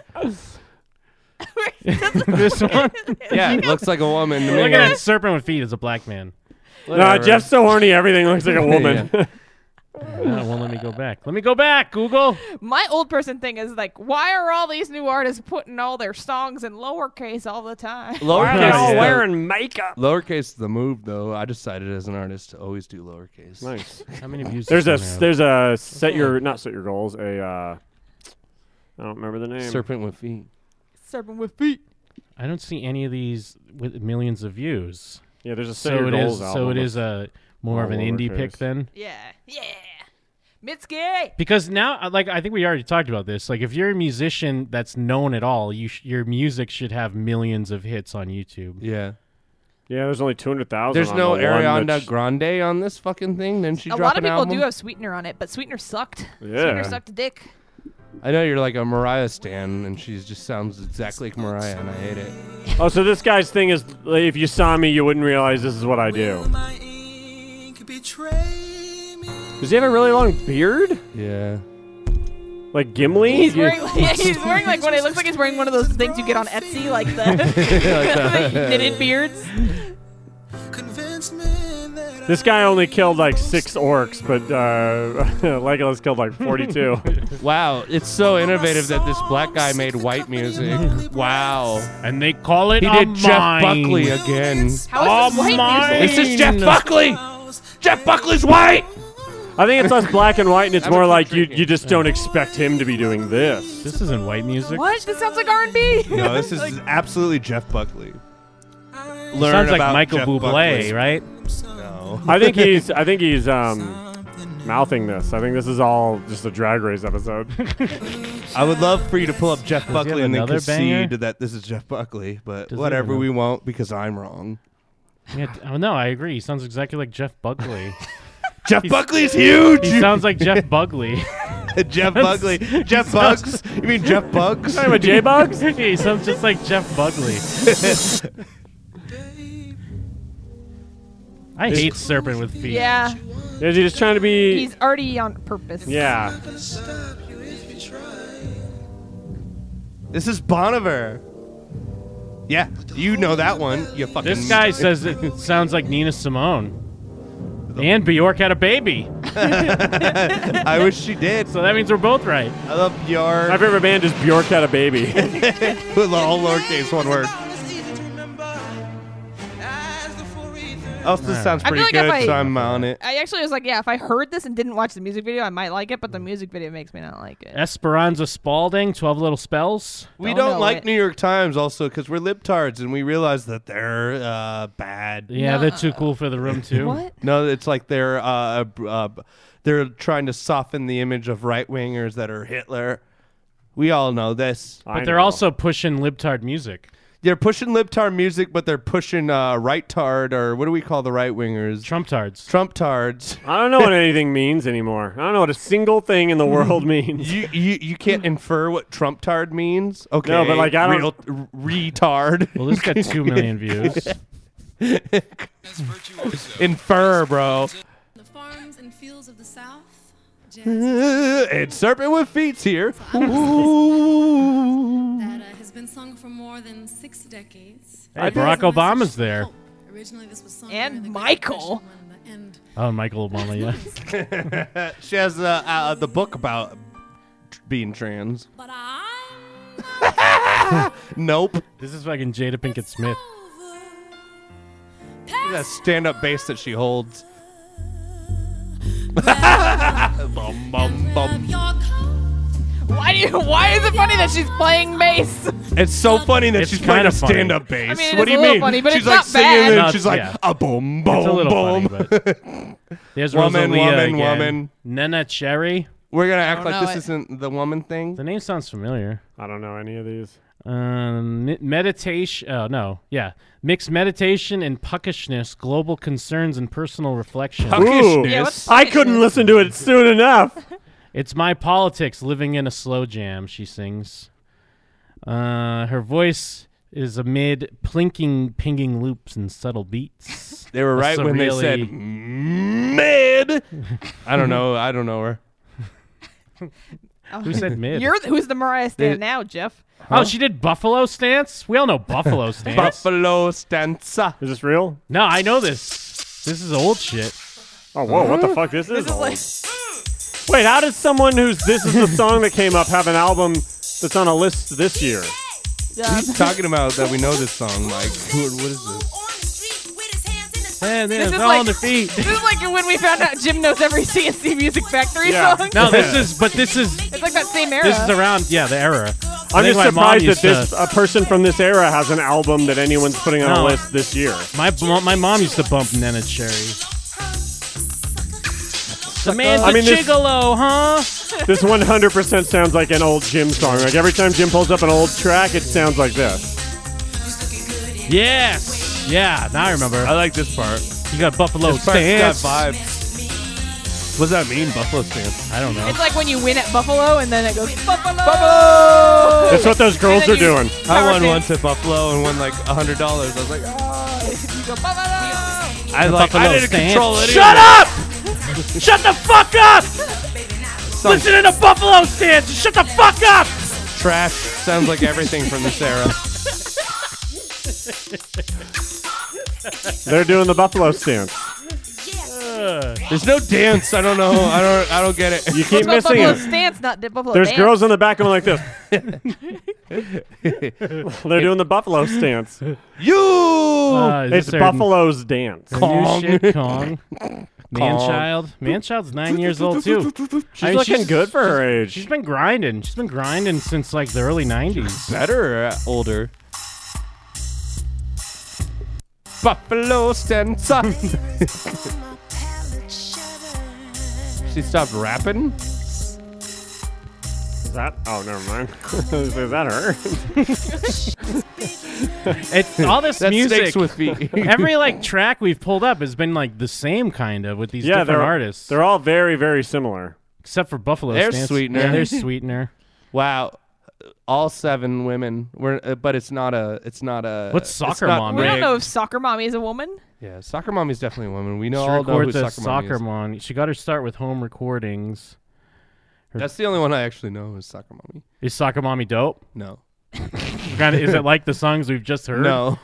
Speaker 6: this one?
Speaker 8: Yeah, it looks like a woman. to me.
Speaker 6: Look at that Serpent with Feet is a black man.
Speaker 4: Nah,
Speaker 8: Whatever.
Speaker 4: Jeff's so horny, everything looks like a woman.
Speaker 6: No, Uh, it won't let me go back. Let me go back, Google.
Speaker 5: My old person thing is like, why are all these new artists putting all their songs in lowercase all the time?
Speaker 4: Why are they all
Speaker 8: Lowercase.
Speaker 4: wearing makeup?
Speaker 8: Lowercase is the move, though. I decided as an artist to always do lowercase.
Speaker 4: Nice.
Speaker 6: How many views?
Speaker 4: There's a
Speaker 6: does this one
Speaker 4: there's a set your not set your goals a uh, I don't remember the name.
Speaker 8: Serpent with E. feet.
Speaker 5: Serpent with feet.
Speaker 6: have? I don't see any of these with millions of views.
Speaker 4: yeah, there's a set
Speaker 6: So
Speaker 4: your
Speaker 6: it
Speaker 4: goals
Speaker 6: is.
Speaker 4: album.
Speaker 6: So it is a more of an
Speaker 4: All
Speaker 6: indie pick
Speaker 4: lowercase.
Speaker 6: then.
Speaker 5: Yeah, yeah. Mitski.
Speaker 6: because now uh, like i think we already talked about this like if you're a musician that's known at all you sh- your music should have millions of hits on youtube
Speaker 8: Yeah.
Speaker 4: yeah. There's only two hundred thousand.
Speaker 8: There's no Ariana
Speaker 4: Grande.
Speaker 8: Grande on this fucking thing. Then she
Speaker 5: A lot
Speaker 8: dropped
Speaker 5: of
Speaker 8: an
Speaker 5: people
Speaker 8: album?
Speaker 5: do have Sweetener on it, but Sweetener sucked.
Speaker 4: Yeah.
Speaker 5: Sweetener sucked a dick.
Speaker 8: I know you're like a Mariah stan, and she just sounds exactly like Mariah, and I hate it.
Speaker 4: Oh, so this guy's thing is like, if you saw me, you wouldn't realize this is what I do.
Speaker 3: My ink betray me.
Speaker 4: Does he have a really long beard?
Speaker 8: Yeah.
Speaker 4: Like Gimli?
Speaker 5: He's
Speaker 4: You-
Speaker 5: wearing, yeah, he's wearing like one. It looks like he's wearing one of those things you get on Etsy, like the, the knitted beards.
Speaker 3: Convince men that
Speaker 4: This guy only killed like six orcs, but uh, Legolas killed like 42.
Speaker 8: Wow, it's so innovative that this black guy made white music. Wow.
Speaker 6: and they call it
Speaker 8: He did Jeff Buckley again.
Speaker 5: How is this white music?
Speaker 8: This is Jeff Buckley! Jeff Buckley's white!
Speaker 4: I think it's less black and white, and it's
Speaker 8: Have a
Speaker 4: more
Speaker 8: quick
Speaker 4: like you,
Speaker 8: drinking.
Speaker 4: you just don't expect him to be doing this.
Speaker 6: this isn't white music
Speaker 5: What? This sounds like R and B.
Speaker 9: No, this is absolutely Jeff Buckley. Learn
Speaker 6: sounds like
Speaker 9: about
Speaker 6: michael
Speaker 9: Jeff
Speaker 6: buble
Speaker 9: Buckley's-
Speaker 6: right
Speaker 9: No.
Speaker 4: I think he's I think he's um mouthing this. I think this is all just a drag race episode.
Speaker 8: I would love for you to pull up Jeff
Speaker 6: have
Speaker 8: Buckley and then
Speaker 6: another
Speaker 8: concede
Speaker 6: banger?
Speaker 8: that this is Jeff Buckley,
Speaker 6: Does
Speaker 8: but
Speaker 6: he have
Speaker 8: whatever, we
Speaker 6: another-
Speaker 8: won't because I'm wrong.
Speaker 6: Yeah, oh, no, I agree. He sounds exactly like Jeff Buckley.
Speaker 8: Jeff Buckley's huge.
Speaker 6: He sounds like Jeff Bugley.
Speaker 8: Jeff Buckley. Jeff Bugs. You mean Jeff Bugs?
Speaker 4: Talking about J Bugs?
Speaker 6: Yeah, he sounds just like Jeff Bugley. I hate serpent with feet.
Speaker 5: Yeah,
Speaker 4: Is he just trying to be?
Speaker 5: he's already on purpose.
Speaker 4: yeah.
Speaker 8: This is Boniver. Yeah, you know that one. You fucking.
Speaker 6: This guy says it sounds like Nina Simone. And Bjork had a baby,
Speaker 8: I wish she did.
Speaker 6: so that means we're both right.
Speaker 8: I love Bjorn.
Speaker 4: My favorite band is Bjork had a baby.
Speaker 8: With all lowercase, one word. Also, this sounds
Speaker 5: I feel
Speaker 8: pretty
Speaker 5: like if
Speaker 8: good,
Speaker 5: I-
Speaker 8: so I'm on it.
Speaker 5: I actually was like, yeah, if I heard this and didn't watch the music video, I might like it, but the music video makes me not like it.
Speaker 6: Esperanza Spalding, Twelve Little Spells.
Speaker 8: We
Speaker 5: Don't
Speaker 8: don't,
Speaker 5: know
Speaker 8: like
Speaker 5: it.
Speaker 8: New York Times also because we're libtards and we realize that they're uh, bad.
Speaker 6: Yeah, they're too cool for the room too.
Speaker 5: What?
Speaker 8: No, it's like they're uh, uh, they're trying to soften the image of right wingers that are Hitler. We all know this.
Speaker 6: But they're also pushing libtard music.
Speaker 8: They're pushing libtard music, but they're pushing uh, right-tard, or what do we call the right wingers?
Speaker 6: Trumptards.
Speaker 8: Trump-tards.
Speaker 4: I don't know what anything means anymore. I don't know what a single thing in the world means.
Speaker 8: You, you you can't infer what Trump-tard means. Okay.
Speaker 4: but, like, I don't-
Speaker 8: Real, retard.
Speaker 6: Well, this got two million views.
Speaker 8: infer, bro.
Speaker 10: The farms and fields of the South.
Speaker 8: and serpent with feet's here.
Speaker 10: that uh, has been sung for more than six decades.
Speaker 6: Hey, Barack Obama's there.
Speaker 10: Originally, this was sung
Speaker 5: And
Speaker 10: during the Great
Speaker 5: Michael.
Speaker 10: Depression when the end-
Speaker 6: Oh, Michael Obama. Yeah.
Speaker 8: She has the uh, the book about tr- being trans.
Speaker 10: But I'm
Speaker 8: Nope.
Speaker 6: This is fucking Jada Pinkett Smith.
Speaker 10: over.
Speaker 8: That stand up bass that she holds. bum,
Speaker 10: Love
Speaker 8: bum, bum.
Speaker 10: your company.
Speaker 5: Why do you? Why is it funny that she's playing bass?
Speaker 8: It's so funny that
Speaker 6: It's
Speaker 8: she's playing
Speaker 6: kinda
Speaker 8: a
Speaker 6: funny.
Speaker 8: stand up bass.
Speaker 5: I mean, it
Speaker 8: what
Speaker 5: is
Speaker 8: do you
Speaker 5: a little
Speaker 8: mean?
Speaker 5: funny, but
Speaker 8: she's
Speaker 5: it's
Speaker 8: like
Speaker 5: not
Speaker 8: singing
Speaker 5: bad.
Speaker 8: and
Speaker 6: Not-
Speaker 8: she's like
Speaker 6: yeah.
Speaker 8: a boom,
Speaker 6: It's a
Speaker 8: boom,
Speaker 6: little
Speaker 8: boom.
Speaker 6: funny, but there's
Speaker 8: Oh, Woman,
Speaker 6: Rosalia
Speaker 8: woman,
Speaker 6: again.
Speaker 8: woman.
Speaker 6: Nena Cherry.
Speaker 8: We're gonna act
Speaker 5: don't
Speaker 8: like
Speaker 5: know
Speaker 8: this
Speaker 5: it.
Speaker 8: is isn't the woman thing.
Speaker 6: The name sounds familiar.
Speaker 4: I don't know any of these.
Speaker 6: Um, me- meditation. Oh no, yeah. Mixed meditation and puckishness, global concerns and personal reflection.
Speaker 5: Yeah, what's-
Speaker 8: Puckishness.
Speaker 4: I couldn't listen to it soon enough.
Speaker 6: It's my politics, living in a slow jam. She sings. Uh, her voice is amid plinking, pinging loops and subtle beats.
Speaker 8: They were right
Speaker 6: A
Speaker 8: when they said
Speaker 6: surreally-
Speaker 8: mid. I don't know. I don't know her.
Speaker 6: Who said mid?
Speaker 5: You're the, who's the Mariah
Speaker 8: They-
Speaker 5: stand now, Jeff?
Speaker 6: Oh, she did Buffalo Stance? We all know Buffalo Stance.
Speaker 8: Buffalo stanza.
Speaker 4: Is this real?
Speaker 6: no, I know this. This is old shit.
Speaker 4: Oh, whoa, what the fuck? This is.
Speaker 5: This is
Speaker 4: old.
Speaker 5: like
Speaker 4: Wait, how does someone who's this is the song that came up have an album that's on a list this year?
Speaker 5: um,
Speaker 8: He's talking about that we know this song, Mike. What, what is this?
Speaker 6: And
Speaker 5: This is
Speaker 6: then fell
Speaker 5: like-
Speaker 6: on the feet.
Speaker 5: this is like when we found out Jim knows every CNC Music Factory
Speaker 4: Yeah.
Speaker 5: song.
Speaker 6: No, this is, but this is,
Speaker 5: It's like that same era.
Speaker 6: this is around, yeah, the era.
Speaker 4: I'm
Speaker 6: think
Speaker 4: just
Speaker 6: my mom
Speaker 4: surprised that
Speaker 6: used
Speaker 4: this
Speaker 6: to-
Speaker 4: a person from this era has an album that anyone's putting on a
Speaker 6: No.
Speaker 4: list this year.
Speaker 6: My b- my mom used to bump Nena Cherry. The man's
Speaker 4: I mean,
Speaker 6: a
Speaker 4: this-
Speaker 6: gigolo, huh?
Speaker 4: This 100% sounds like an old Jim song. Like every time Jim pulls up an old track, it sounds like this.
Speaker 6: Yes. Yeah, now I remember.
Speaker 8: I like this part.
Speaker 6: You got Buffalo
Speaker 8: This part's got
Speaker 6: Stance.
Speaker 8: vibes. Oh, What does that mean, Buffalo stance?
Speaker 6: I don't know.
Speaker 5: It's like when you win at Buffalo and then it goes Buffalo.
Speaker 4: That's what those girls
Speaker 5: then
Speaker 4: are
Speaker 5: you-
Speaker 4: doing.
Speaker 8: I won
Speaker 5: Power
Speaker 8: once at Buffalo and won like a hundred dollars. I was like, "Ah."
Speaker 5: You go Buffalo.
Speaker 8: I like,
Speaker 6: Buffalo
Speaker 8: I didn't
Speaker 6: Stance.
Speaker 8: control it.
Speaker 6: Shut up! Shut the fuck up! Listen to Buffalo Stance. Shut the fuck up!
Speaker 8: Trash sounds like everything from this era.
Speaker 4: They're doing the Buffalo stance.
Speaker 8: There's no dance. I don't know. I don't. I don't get it.
Speaker 4: You keep
Speaker 5: It's called
Speaker 4: missing
Speaker 5: Buffalo
Speaker 4: it.
Speaker 5: Stance, not the Buffalo.
Speaker 4: There's
Speaker 5: Dance.
Speaker 4: girls in the back going like this. They're doing the Buffalo stance.
Speaker 8: You.
Speaker 6: Uh, is
Speaker 4: It's
Speaker 6: this our-
Speaker 4: Buffalo's dance.
Speaker 6: our new
Speaker 8: Kong.
Speaker 6: shit, Kong. Manchild. Manchild's nine years old too.
Speaker 4: She's looking good for her age.
Speaker 6: She's been grinding. She's been grinding since like the early '90s.
Speaker 8: better or uh, older. Buffalo stanza. She stopped rapping?
Speaker 4: Is that? Oh, never mind. Is that her?
Speaker 6: It's all this
Speaker 8: That
Speaker 6: music.
Speaker 8: sticks with me.
Speaker 6: Every like track we've pulled up has been like the same kind of with these
Speaker 4: yeah,
Speaker 6: different
Speaker 4: they're
Speaker 6: artists,
Speaker 4: They're all very, very similar.
Speaker 6: except for Buffalo.
Speaker 8: They're
Speaker 6: Stance.
Speaker 8: Sweetener.
Speaker 6: Yeah, they're sweetener.
Speaker 8: Wow. All seven women. We're, uh, but it's not a. It's not a.
Speaker 6: What's
Speaker 8: it's
Speaker 6: Soccer
Speaker 8: not
Speaker 6: Mom?
Speaker 5: We don't
Speaker 8: rigged.
Speaker 5: know if soccer mommy is a woman.
Speaker 8: Yeah, soccer mommy's definitely a woman. We know
Speaker 6: She
Speaker 8: all know who
Speaker 6: records
Speaker 8: soccer,
Speaker 6: a
Speaker 8: mommy
Speaker 6: soccer
Speaker 8: is.
Speaker 6: mom. She got her start with home recordings.
Speaker 8: That's the only one I actually know is soccer mommy.
Speaker 6: Is soccer mommy dope?
Speaker 8: No,
Speaker 6: Kind of, is it like the songs we've just heard?
Speaker 8: no,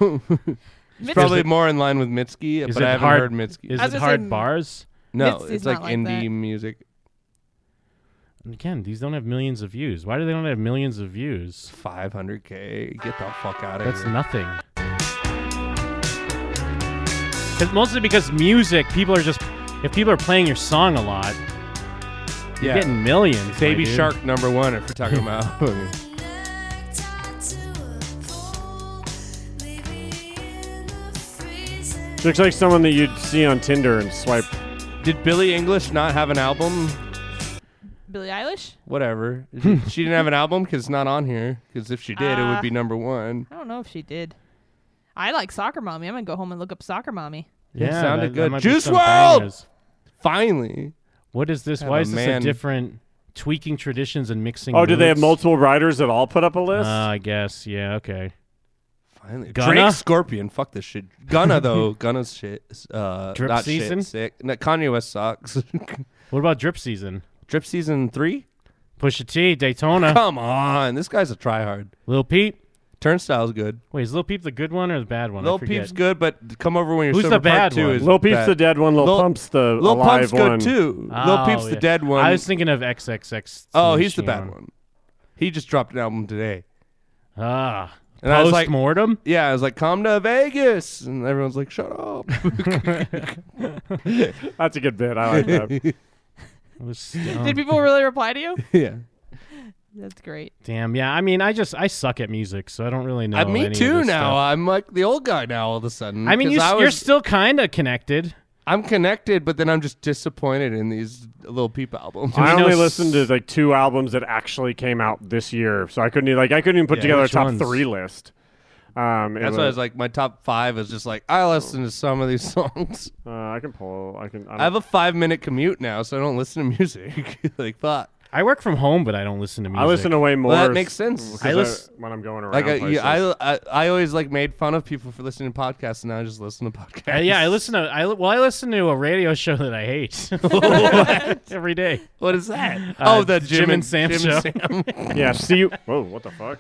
Speaker 5: Mitzi-
Speaker 8: probably more in line with Mitski,
Speaker 6: Is
Speaker 8: but I
Speaker 6: it
Speaker 8: haven't
Speaker 6: hard-
Speaker 8: heard Mitski.
Speaker 6: Is
Speaker 5: I was
Speaker 6: it
Speaker 5: gonna
Speaker 6: hard
Speaker 5: say-
Speaker 6: bars?
Speaker 8: no,
Speaker 5: Mitski's
Speaker 8: it's like
Speaker 5: not like
Speaker 8: indie
Speaker 5: that.
Speaker 8: music.
Speaker 6: And Again, these don't have millions of views. Why do they don't have millions of views?
Speaker 8: 500k. Get the fuck out of
Speaker 6: That's
Speaker 8: here.
Speaker 6: nothing. 'Cause- mostly because music, people are just if people are playing your song a lot,
Speaker 8: yeah.
Speaker 6: you're getting millions. my
Speaker 8: Baby
Speaker 6: dude.
Speaker 8: Shark number one, if we're talking about.
Speaker 4: She looks like someone that you'd see on Tinder and swipe.
Speaker 8: Did Billie English not have an album?
Speaker 5: Billie Eilish?
Speaker 8: Whatever. she didn't have an album because it's not on here. Because if she did, it would
Speaker 5: Uh,
Speaker 8: be number one.
Speaker 5: I don't know if she did. I like soccer mommy. I'm gonna go home and look up soccer mommy.
Speaker 6: Yeah,
Speaker 8: It sounded
Speaker 6: that- that
Speaker 8: good.
Speaker 6: might be
Speaker 8: Juice
Speaker 6: some
Speaker 8: WRLD!
Speaker 6: bangers.
Speaker 8: Finally.
Speaker 6: What is this?
Speaker 8: Have
Speaker 6: Why
Speaker 8: a
Speaker 6: is this
Speaker 8: man.
Speaker 6: a different tweaking traditions and mixing?
Speaker 4: Oh, do they have
Speaker 6: moods?
Speaker 4: multiple writers that all put up a
Speaker 6: Uh,
Speaker 4: list?
Speaker 6: I guess. Yeah. Okay.
Speaker 8: Finally,
Speaker 6: Gunna?
Speaker 8: Drake Scorpion. Fuck this shit. Gunna though. Gunna's shit. is, Uh,
Speaker 6: Drip
Speaker 8: not
Speaker 6: season?
Speaker 8: Shit, sick. No, Kanye West sucks.
Speaker 6: What about drip season?
Speaker 8: Drip season three.
Speaker 6: Pusha T, Daytona,
Speaker 8: Come on, this guy's a tryhard.
Speaker 6: Lil Peep.
Speaker 8: Turnstile's good.
Speaker 6: Wait, is Lil Peep the good one or the bad one? I
Speaker 8: Lil
Speaker 6: forget.
Speaker 8: Peep's good, but come over when you're
Speaker 6: Who's
Speaker 8: sober
Speaker 6: the bad
Speaker 8: part two
Speaker 6: one?
Speaker 8: Is
Speaker 4: Lil Peep's
Speaker 8: bad.
Speaker 4: the dead one. Lil,
Speaker 8: Lil-
Speaker 4: Pump's the
Speaker 8: Lil
Speaker 4: alive
Speaker 8: Pump's
Speaker 4: one.
Speaker 8: good too.
Speaker 6: Oh,
Speaker 8: Lil Peep's
Speaker 6: yeah.
Speaker 8: the dead one.
Speaker 6: I was thinking of XXX.
Speaker 8: oh, he's the bad
Speaker 6: Tentacion.
Speaker 8: one. He just dropped an album today.
Speaker 6: Ah,
Speaker 8: And I was
Speaker 6: post
Speaker 8: like-
Speaker 6: mortem.
Speaker 8: Yeah, I was like, "Come to Vegas," and everyone's like, "Shut up."
Speaker 4: That's a good bit. I like that. Um.
Speaker 6: oh,
Speaker 5: Did people really reply to you?
Speaker 8: yeah,
Speaker 5: That's great.
Speaker 6: Damn. Yeah. I mean, I just I suck at music, so I don't really know.
Speaker 8: Uh, me
Speaker 6: any of
Speaker 8: too.
Speaker 6: this
Speaker 8: Now
Speaker 6: stuff.
Speaker 8: I'm like the old guy now. All of a sudden,
Speaker 6: I mean,
Speaker 8: 'cause
Speaker 6: you, s-
Speaker 8: was,
Speaker 6: you're still kind of connected.
Speaker 8: I'm connected, but then I'm just disappointed in these little peep albums.
Speaker 4: I
Speaker 6: know
Speaker 4: only
Speaker 6: s-
Speaker 4: listened to like two albums that actually came out this year, so I couldn't even, like I couldn't even put
Speaker 6: Yeah,
Speaker 4: together a
Speaker 6: which
Speaker 4: top
Speaker 6: ones?
Speaker 4: three list. Um, it
Speaker 8: That's why I was like, my top five is just like I listen to some of these songs.
Speaker 4: uh, I can pull. I can. I,
Speaker 8: I have a five minute commute now, so I don't listen to music. like fuck,
Speaker 6: I work from home, but I don't listen to music.
Speaker 4: I listen to way more.
Speaker 8: well that
Speaker 4: s-
Speaker 8: makes sense.
Speaker 4: 'cause
Speaker 6: I lis-
Speaker 4: when I'm going around.
Speaker 8: Like uh, I,
Speaker 4: places.
Speaker 8: yeah, I, I, I always like made fun of people for listening to podcasts, and now I just listen to podcasts.
Speaker 6: Uh, yeah, I listen to I li- well, I listen to a radio show that I hate every day.
Speaker 8: What is that?
Speaker 6: Uh,
Speaker 8: oh, the Jim,
Speaker 6: Jim and Sam
Speaker 8: Jim
Speaker 6: show.
Speaker 8: And Sam.
Speaker 4: yeah. See. Whoa. What the fuck?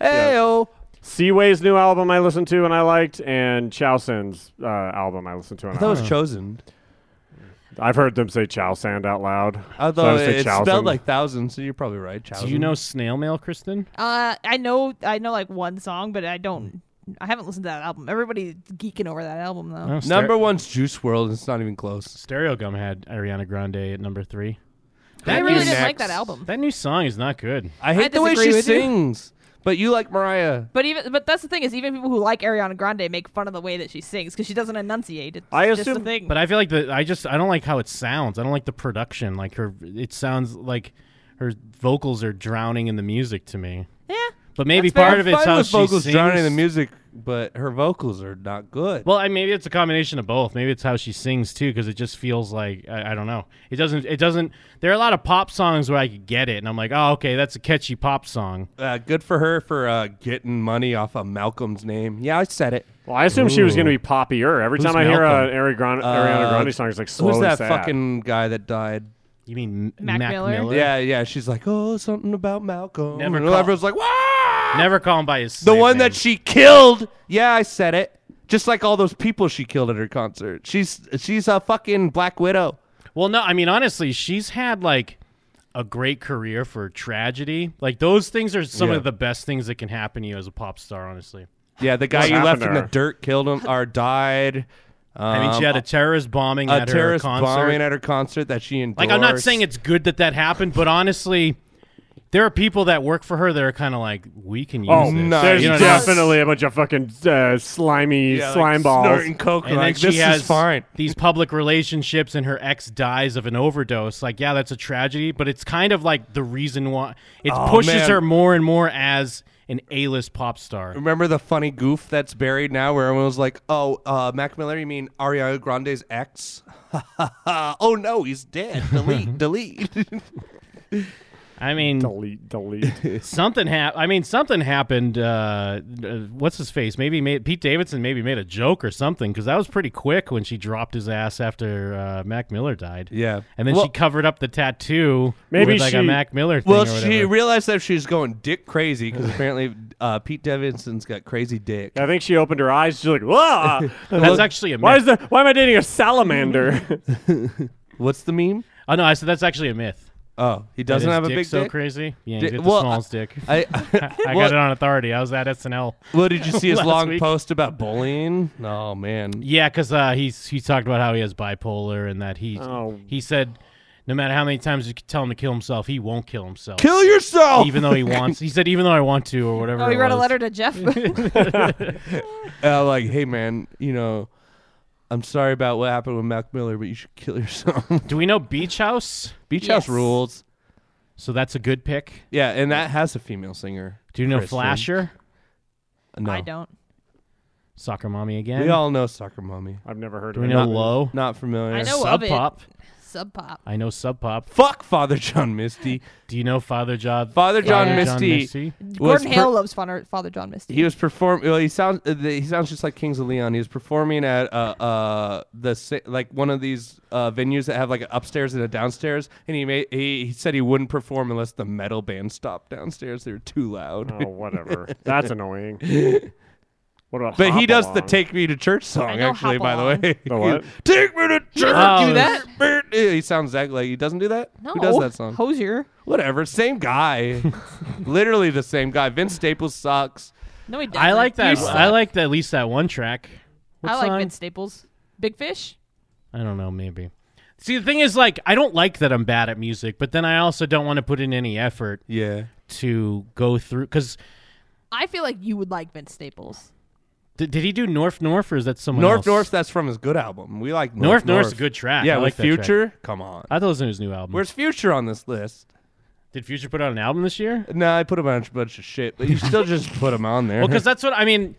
Speaker 8: Heyo.
Speaker 4: Seaway's new album I listened to and I liked, and Chowsand's uh, album I listened to and
Speaker 8: I
Speaker 4: I,
Speaker 8: thought it was
Speaker 4: liked.
Speaker 8: chosen.
Speaker 4: I've heard them say Chowsand out loud.
Speaker 8: I
Speaker 4: So I
Speaker 8: thought
Speaker 4: would say
Speaker 8: it,
Speaker 4: Chowsand.
Speaker 8: spelled like thousand, so you're probably right. Chowsand.
Speaker 6: Do you know snail mail, Kristen?
Speaker 5: Uh, I know, I know, like one song, but I
Speaker 8: Mm.
Speaker 5: don't. I haven't listened to that album. Everybody's geeking over that album though.
Speaker 6: Oh, Stere-
Speaker 8: Number one's Juice World, and it's not even close.
Speaker 6: Stereo Gum had Ariana Grande at number three.
Speaker 5: I
Speaker 6: That
Speaker 5: really
Speaker 6: new-
Speaker 5: didn't like
Speaker 8: next.
Speaker 5: that album.
Speaker 6: That new song is not good.
Speaker 8: I hate the way
Speaker 5: disagree
Speaker 8: she
Speaker 5: with you.
Speaker 8: sings, but you like Mariah.
Speaker 5: But even, but that's the thing is, even people who like Ariana Grande make fun of the way that she sings because she doesn't enunciate. It's
Speaker 4: I
Speaker 5: just a
Speaker 4: assume-
Speaker 5: thing.
Speaker 6: But I feel like the I just I don't like how it sounds. I don't like the production. Like her, it sounds like her vocals are drowning in the music to me.
Speaker 5: yeah,
Speaker 6: But maybe
Speaker 5: That's fair.
Speaker 6: part of it's
Speaker 8: fine
Speaker 6: how
Speaker 8: with
Speaker 6: she
Speaker 8: vocals
Speaker 6: sings.
Speaker 8: drowning in the music, but her vocals are not good.
Speaker 6: Well, I, maybe it's a combination of both. Maybe it's how she sings too, because it just feels like I, I don't know. It doesn't. It doesn't. There are a lot of pop songs where I could get it, and I'm like, oh, okay, that's a catchy pop song.
Speaker 8: uh, good for her for uh, getting money off of Malcolm's name. Yeah, I said it.
Speaker 4: Well, I assume she was going to be poppier. Every
Speaker 6: Who's
Speaker 4: time I hear
Speaker 6: Malcolm?
Speaker 4: an Ari Gran- Ariana
Speaker 8: Uh,
Speaker 4: Grande song, it's like slow
Speaker 8: Who's
Speaker 4: and
Speaker 8: that
Speaker 4: sad.
Speaker 8: fucking guy that died?
Speaker 6: You mean M-
Speaker 5: Mac Miller?
Speaker 8: Yeah, yeah. She's like, oh, something about Malcolm.
Speaker 6: Never
Speaker 8: and
Speaker 6: call-
Speaker 8: everyone's like, wow.
Speaker 6: Never call him by his.
Speaker 8: the
Speaker 6: slave
Speaker 8: one
Speaker 6: name.
Speaker 8: that she killed. Yeah, I said it. Just like all those people she killed at her concert. She's she's a fucking Black Widow.
Speaker 6: Well, no, I mean honestly, she's had like a great career for tragedy. Like those things are some
Speaker 8: Yeah.
Speaker 6: of the best things that can happen to you as a pop star. Honestly,
Speaker 8: Yeah, the guy
Speaker 4: What
Speaker 8: you left
Speaker 4: happened
Speaker 8: in
Speaker 4: to
Speaker 8: the
Speaker 4: her?
Speaker 8: dirt killed him or died.
Speaker 6: I mean she had a terrorist bombing
Speaker 8: Um, a
Speaker 6: at
Speaker 8: terrorist
Speaker 6: her concert.
Speaker 8: bombing at her concert that she endorsed.
Speaker 6: like I'm not saying it's good that that happened, but honestly, there are people that work for her that are kind of like, we can use
Speaker 4: Oh,
Speaker 6: this.
Speaker 4: there's
Speaker 6: You know what I mean?
Speaker 4: definitely a bunch of fucking uh, slimy
Speaker 8: Yeah, like
Speaker 4: slime balls.
Speaker 8: snorting coke,
Speaker 6: And
Speaker 8: like,
Speaker 6: then she
Speaker 8: this is
Speaker 6: has
Speaker 8: fine.
Speaker 6: these public relationships, and her ex dies of an overdose. Like, yeah, that's a tragedy, but it's kind of like the reason why it
Speaker 8: Oh,
Speaker 6: pushes
Speaker 8: man.
Speaker 6: her more and more as an A-list pop star.
Speaker 8: Remember the funny goof that's buried now where everyone was like, oh, uh, Mac Miller, you mean Ariana Grande's ex? oh, no, he's dead. Delete, delete.
Speaker 6: I mean,
Speaker 4: Delete, delete.
Speaker 6: something happened. I mean, something happened. Uh, uh, what's his face? Maybe made Pete Davidson maybe made a joke or something because that was pretty quick when she dropped his ass after uh, Mac Miller died.
Speaker 8: Yeah.
Speaker 6: and then
Speaker 8: Well-
Speaker 6: she covered up the tattoo
Speaker 4: Maybe
Speaker 6: with like a
Speaker 4: she-
Speaker 6: Mac Miller. Thing
Speaker 8: well,
Speaker 6: or
Speaker 8: she
Speaker 6: whatever.
Speaker 8: realized that she's going dick crazy because apparently uh, Pete Davidson's got crazy dick.
Speaker 4: I think she opened her eyes. She's like, "Whoa!
Speaker 6: that's actually a myth.
Speaker 4: why is the why am I dating a salamander?"
Speaker 8: What's the meme?
Speaker 6: oh no, I said that's actually a myth.
Speaker 8: Oh, he
Speaker 6: That
Speaker 8: doesn't
Speaker 6: his
Speaker 8: have a
Speaker 6: dick's
Speaker 8: big
Speaker 6: so
Speaker 8: dick.
Speaker 6: crazy. Yeah,
Speaker 8: Di-
Speaker 6: he's got the
Speaker 8: well,
Speaker 6: smallest dick.
Speaker 8: I,
Speaker 6: I
Speaker 8: well,
Speaker 6: got it on authority. I was at SNL.
Speaker 8: well, did you see his
Speaker 6: last
Speaker 8: long
Speaker 6: week.
Speaker 8: post about bullying? Oh man,
Speaker 6: Yeah, because uh, he's he talked about how he has bipolar and that he
Speaker 4: Oh.
Speaker 6: he said no matter how many times you tell him to kill himself, he won't kill himself.
Speaker 8: kill yourself.
Speaker 6: even though he wants. He said, even though I want to, or whatever.
Speaker 5: Oh, he
Speaker 6: it
Speaker 5: wrote a
Speaker 6: was.
Speaker 5: letter to Jeff.
Speaker 8: Uh, like, hey man, you know, I'm sorry about what happened with Mac Miller, but you should kill yourself.
Speaker 6: Do we know Beach House?
Speaker 8: Beach House
Speaker 5: Yes.
Speaker 8: rules.
Speaker 6: So that's a good pick.
Speaker 8: Yeah, and that has a female singer.
Speaker 6: Do you know
Speaker 8: Kristen.
Speaker 6: Flasher?
Speaker 8: No,
Speaker 5: I don't.
Speaker 6: Soccer Mommy again.
Speaker 8: We all know Soccer Mommy.
Speaker 4: I've never heard
Speaker 6: Do
Speaker 4: of
Speaker 6: we
Speaker 4: it.
Speaker 6: know Low?
Speaker 8: Not familiar.
Speaker 5: I know of
Speaker 6: Sub
Speaker 5: it.
Speaker 6: Pop.
Speaker 5: Sub Pop.
Speaker 6: I know Sub Pop.
Speaker 8: Fuck Father John Misty.
Speaker 6: Do you know Father John?
Speaker 8: Father John
Speaker 5: Yeah.
Speaker 8: Misty. was
Speaker 5: Gordon
Speaker 8: per-
Speaker 5: Hale loves Father, Father John Misty.
Speaker 8: He was perform. Well, he sounds. uh, the- He sounds just like Kings of Leon. He was performing at uh, uh the si- like one of these uh, venues that have like an upstairs and a downstairs. And he made he, he said he wouldn't perform unless the metal band stopped downstairs. They were too loud.
Speaker 4: Oh, whatever. That's annoying. What about?
Speaker 8: But he does the
Speaker 4: Hop-along?
Speaker 8: "Take Me to Church" song.
Speaker 5: know
Speaker 8: Actually,
Speaker 5: Hop
Speaker 8: by the
Speaker 5: Along.
Speaker 8: way,
Speaker 4: The what?
Speaker 8: "Take Me to Church."
Speaker 5: doesn't do that.
Speaker 8: Yeah, He sounds exactly like he doesn't do that.
Speaker 5: no.
Speaker 8: Who does that song?
Speaker 5: Hosier.
Speaker 8: Whatever. Same guy. Literally the same guy. Vince Staples sucks.
Speaker 5: No, he doesn't.
Speaker 6: I like that.
Speaker 5: You suck.
Speaker 6: I like that, at least that one track. What
Speaker 5: I like
Speaker 6: song?
Speaker 5: Vince Staples. Big Fish.
Speaker 6: I don't know. Maybe. See, the thing is, like, I don't like that I'm bad at music, but then I also don't want to put in any effort
Speaker 8: Yeah.
Speaker 6: to go through. Because
Speaker 5: I feel like you would like Vince Staples.
Speaker 6: did, did he do North North or is that someone
Speaker 8: North
Speaker 6: else?
Speaker 8: North, that's from his good album. We like
Speaker 6: North
Speaker 8: North
Speaker 6: North's a good track.
Speaker 8: Yeah,
Speaker 6: I like
Speaker 8: with
Speaker 6: that track.
Speaker 8: Future. Come on.
Speaker 6: I thought it was in his new album.
Speaker 8: Where's Future on this list?
Speaker 6: Did Future put out an album this year?
Speaker 8: No, I put a bunch, bunch of shit, but you still just put him on there.
Speaker 6: Well, because that's what I mean.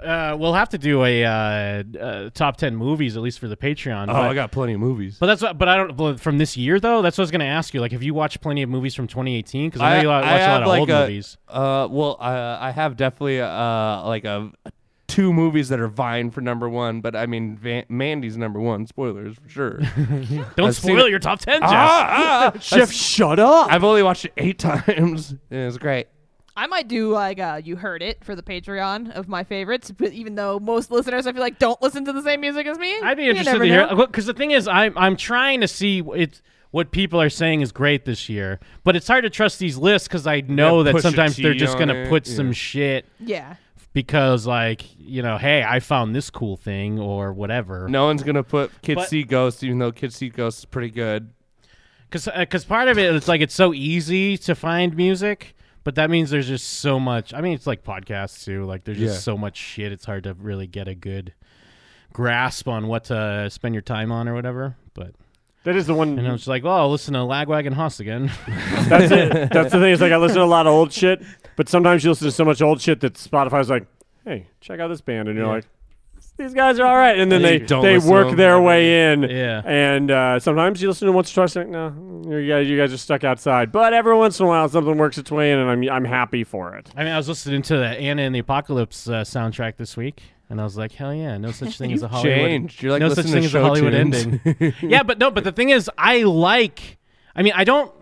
Speaker 6: Uh, we'll have to do a uh, uh, top ten movies at least for the Patreon.
Speaker 8: oh,
Speaker 6: but,
Speaker 8: I got plenty of movies.
Speaker 6: but that's what. But I don't. well, From this year though, that's what I was going to ask you. Like, have you watched plenty of movies from 2018? Because I know you lo- watch a lot
Speaker 8: have
Speaker 6: of
Speaker 8: like
Speaker 6: old
Speaker 8: a-
Speaker 6: movies.
Speaker 8: Uh, well, uh, I have definitely uh like a two movies that are vying for number one, but I mean Van- Mandy's number one. Spoilers for sure.
Speaker 6: Don't
Speaker 8: I've seen
Speaker 6: spoil
Speaker 8: it.
Speaker 6: your top ten, Jeff.
Speaker 8: ah, ah,
Speaker 4: Jeff, shut up.
Speaker 8: I've only watched it eight times. Yeah, it's great.
Speaker 5: I might do like uh, you heard it for the Patreon of my favorites, but even though most listeners, I feel like don't listen to the same music as me.
Speaker 6: I'd be
Speaker 5: You
Speaker 6: interested
Speaker 5: never
Speaker 6: to hear
Speaker 5: know.
Speaker 6: because the thing is, I'm I'm trying to see it. What people are saying is great this year, but it's hard to trust these lists because I know that
Speaker 8: Pusha
Speaker 6: sometimes
Speaker 8: T
Speaker 6: they're just
Speaker 8: on
Speaker 6: going to
Speaker 8: it,
Speaker 6: put
Speaker 8: yeah.
Speaker 6: some shit
Speaker 5: Yeah,
Speaker 6: because, like, you know, hey, I found this cool thing or whatever.
Speaker 8: No one's gonna put Kids
Speaker 6: But-
Speaker 8: See Ghosts, even though Kids See Ghosts is pretty good.
Speaker 6: because because uh, part of it it's like it's so easy to find music but that means there's just so much i mean it's like podcasts too like there's just
Speaker 8: Yeah.
Speaker 6: so much shit it's hard to really get a good grasp on what to spend your time on or whatever but
Speaker 4: That is the one.
Speaker 8: Mm-hmm.
Speaker 6: and i'm just like well I'll listen to lagwagon hoss again
Speaker 4: That's it. That's the thing. It's like I listen to a lot of old shit, but sometimes you listen to so much old shit that Spotify's like, "Hey, check out this band," and you're like, "These guys are all right." And then
Speaker 8: And
Speaker 4: they
Speaker 8: you don't
Speaker 4: they
Speaker 8: listen to
Speaker 4: work
Speaker 8: them.
Speaker 4: their way in.
Speaker 6: Yeah.
Speaker 4: And uh, sometimes you listen to once or twice, and like, "No, you guys, you guys are stuck outside." But every once in a while, something works its way in, and I'm I'm happy for it.
Speaker 6: i mean i was listening to the anna and the apocalypse uh, soundtrack this week and i was like hell yeah no such thing as a hollywood
Speaker 8: changed. You're like
Speaker 6: no such thing
Speaker 8: listening to
Speaker 6: as a
Speaker 8: show
Speaker 6: hollywood
Speaker 8: tunes.
Speaker 6: ending yeah but no but the thing is i like i mean i don't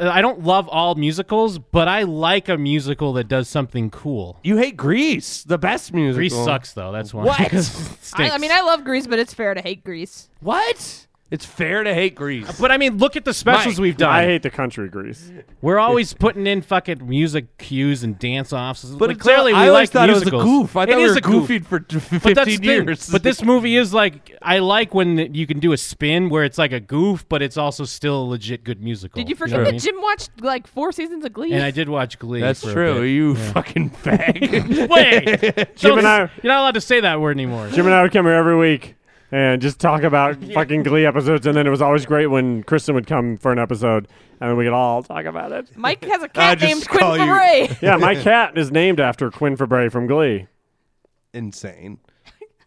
Speaker 6: uh, I don't love all musicals, but I like a musical that does something cool.
Speaker 8: You hate Grease, the best musical.
Speaker 6: Grease sucks though. That's why.
Speaker 8: What?
Speaker 6: It
Speaker 5: I,
Speaker 6: stinks.
Speaker 5: I mean, I love Grease, but it's fair to hate Grease.
Speaker 8: What? It's fair to hate Grease.
Speaker 6: But I mean, look at the specials
Speaker 8: Mike,
Speaker 6: we've done.
Speaker 4: I hate the country Grease.
Speaker 6: We're always putting in fucking music cues and dance offs. But
Speaker 8: it's
Speaker 6: clearly,
Speaker 8: a-
Speaker 6: we
Speaker 8: I always
Speaker 6: like
Speaker 8: thought
Speaker 6: musicals.
Speaker 8: it was a goof. I
Speaker 6: It
Speaker 8: thought we
Speaker 6: is
Speaker 8: were
Speaker 6: a goof.
Speaker 8: goofied for t-
Speaker 6: But that's the
Speaker 8: 15
Speaker 6: thing.
Speaker 8: years.
Speaker 6: But this movie is like I like when you can do a spin where it's like a goof, but it's also still a legit good musical.
Speaker 5: Did you
Speaker 6: know
Speaker 5: forget
Speaker 6: what I
Speaker 5: that
Speaker 6: mean?
Speaker 5: Jim watched like four seasons of Glee?
Speaker 6: And I did watch Glee.
Speaker 8: That's
Speaker 6: for a
Speaker 8: true.
Speaker 6: bit.
Speaker 8: You fucking fag.
Speaker 6: Wait,
Speaker 4: Jim
Speaker 6: don't-
Speaker 4: and I-
Speaker 6: you're not allowed to say that word anymore.
Speaker 4: Jim and I would come here every week and just talk about fucking Glee episodes, and then it was always great when Kristen would come for an episode, and we could all talk about it.
Speaker 5: Mike has a
Speaker 9: I
Speaker 5: cat
Speaker 9: just
Speaker 5: named Quinn
Speaker 9: call you-
Speaker 5: Beret.
Speaker 4: Yeah, my cat is named after Quinn Fabray from Glee.
Speaker 9: Insane.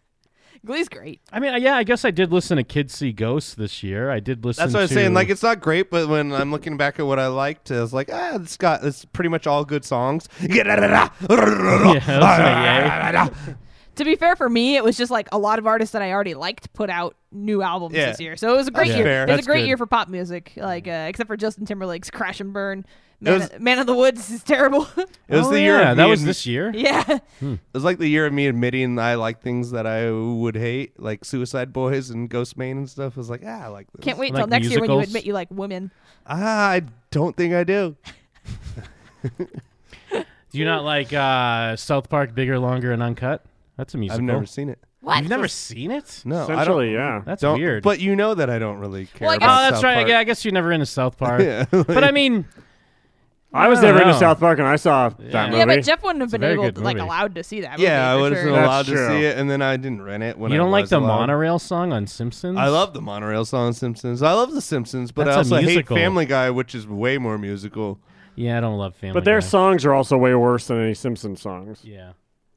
Speaker 5: Glee's great.
Speaker 6: I mean, yeah, I guess I did listen to Kids See Ghosts this year. I did listen.
Speaker 9: That's what I was
Speaker 6: to-
Speaker 9: saying. Like, it's not great, but when I'm looking back at what I liked, I was like, ah, it's got it's pretty much all good songs.
Speaker 6: Yeah,
Speaker 5: To be fair, for me, it was just like a lot of artists that I already liked put out new albums
Speaker 9: Yeah.
Speaker 5: this year, so it was a great
Speaker 9: That's
Speaker 5: year.
Speaker 9: fair.
Speaker 5: It was
Speaker 9: That's
Speaker 5: a great
Speaker 9: good.
Speaker 5: year for pop music, like uh, except for Justin Timberlake's "Crash and Burn." Man,
Speaker 9: was-
Speaker 5: Man of the Woods is terrible.
Speaker 9: It was
Speaker 6: Oh,
Speaker 9: the year.
Speaker 6: yeah,
Speaker 9: of
Speaker 6: that
Speaker 9: me
Speaker 6: was
Speaker 9: and-
Speaker 6: this year.
Speaker 5: yeah,
Speaker 9: It was like the year of me admitting I like things that I would hate, like Suicide Boys and Ghost Main and stuff. I was like, ah, I like this.
Speaker 5: can't wait
Speaker 6: Like
Speaker 5: till next year when you
Speaker 6: musicals.
Speaker 5: admit you like women.
Speaker 9: Ah, I don't think I do.
Speaker 6: Do you not like uh, South Park Bigger, Longer, and Uncut? That's a musical.
Speaker 9: I've never seen it.
Speaker 5: What?
Speaker 6: You've never seen it?
Speaker 9: No, I don't.
Speaker 4: Essentially, yeah.
Speaker 6: Oh, That's
Speaker 9: don't-
Speaker 6: weird.
Speaker 9: But you know that I don't really care.
Speaker 5: Well, I
Speaker 6: oh,
Speaker 5: guess-
Speaker 9: about
Speaker 6: that's
Speaker 9: South
Speaker 6: right.
Speaker 9: Park.
Speaker 6: Yeah, I guess you're never into South Park.
Speaker 9: Yeah, like-
Speaker 6: but I mean,
Speaker 4: I was
Speaker 6: I
Speaker 4: never
Speaker 6: don't
Speaker 4: into
Speaker 6: know.
Speaker 4: South Park, and I saw that movie.
Speaker 5: Yeah, but Jeff wouldn't have
Speaker 6: It's a
Speaker 5: been
Speaker 6: very
Speaker 5: able,
Speaker 6: good
Speaker 5: to, like,
Speaker 6: movie.
Speaker 5: allowed to see that.
Speaker 9: Yeah, I
Speaker 5: movie,
Speaker 9: would
Speaker 5: for
Speaker 9: have
Speaker 5: sure.
Speaker 9: been allowed
Speaker 4: That's
Speaker 9: to see
Speaker 4: true.
Speaker 9: it, and then I didn't rent it. When I
Speaker 6: you don't like
Speaker 9: was
Speaker 6: the
Speaker 9: allowed.
Speaker 6: monorail song on Simpsons?
Speaker 9: I love the monorail song Simpsons. I love the Simpsons, but
Speaker 6: That's
Speaker 9: I
Speaker 6: a
Speaker 9: also hate
Speaker 6: musical.
Speaker 9: Family Guy, which is way more musical.
Speaker 6: Yeah, I don't love Family.
Speaker 4: But their
Speaker 6: Guy.
Speaker 4: songs are also way worse than any Simpsons songs.
Speaker 6: Yeah,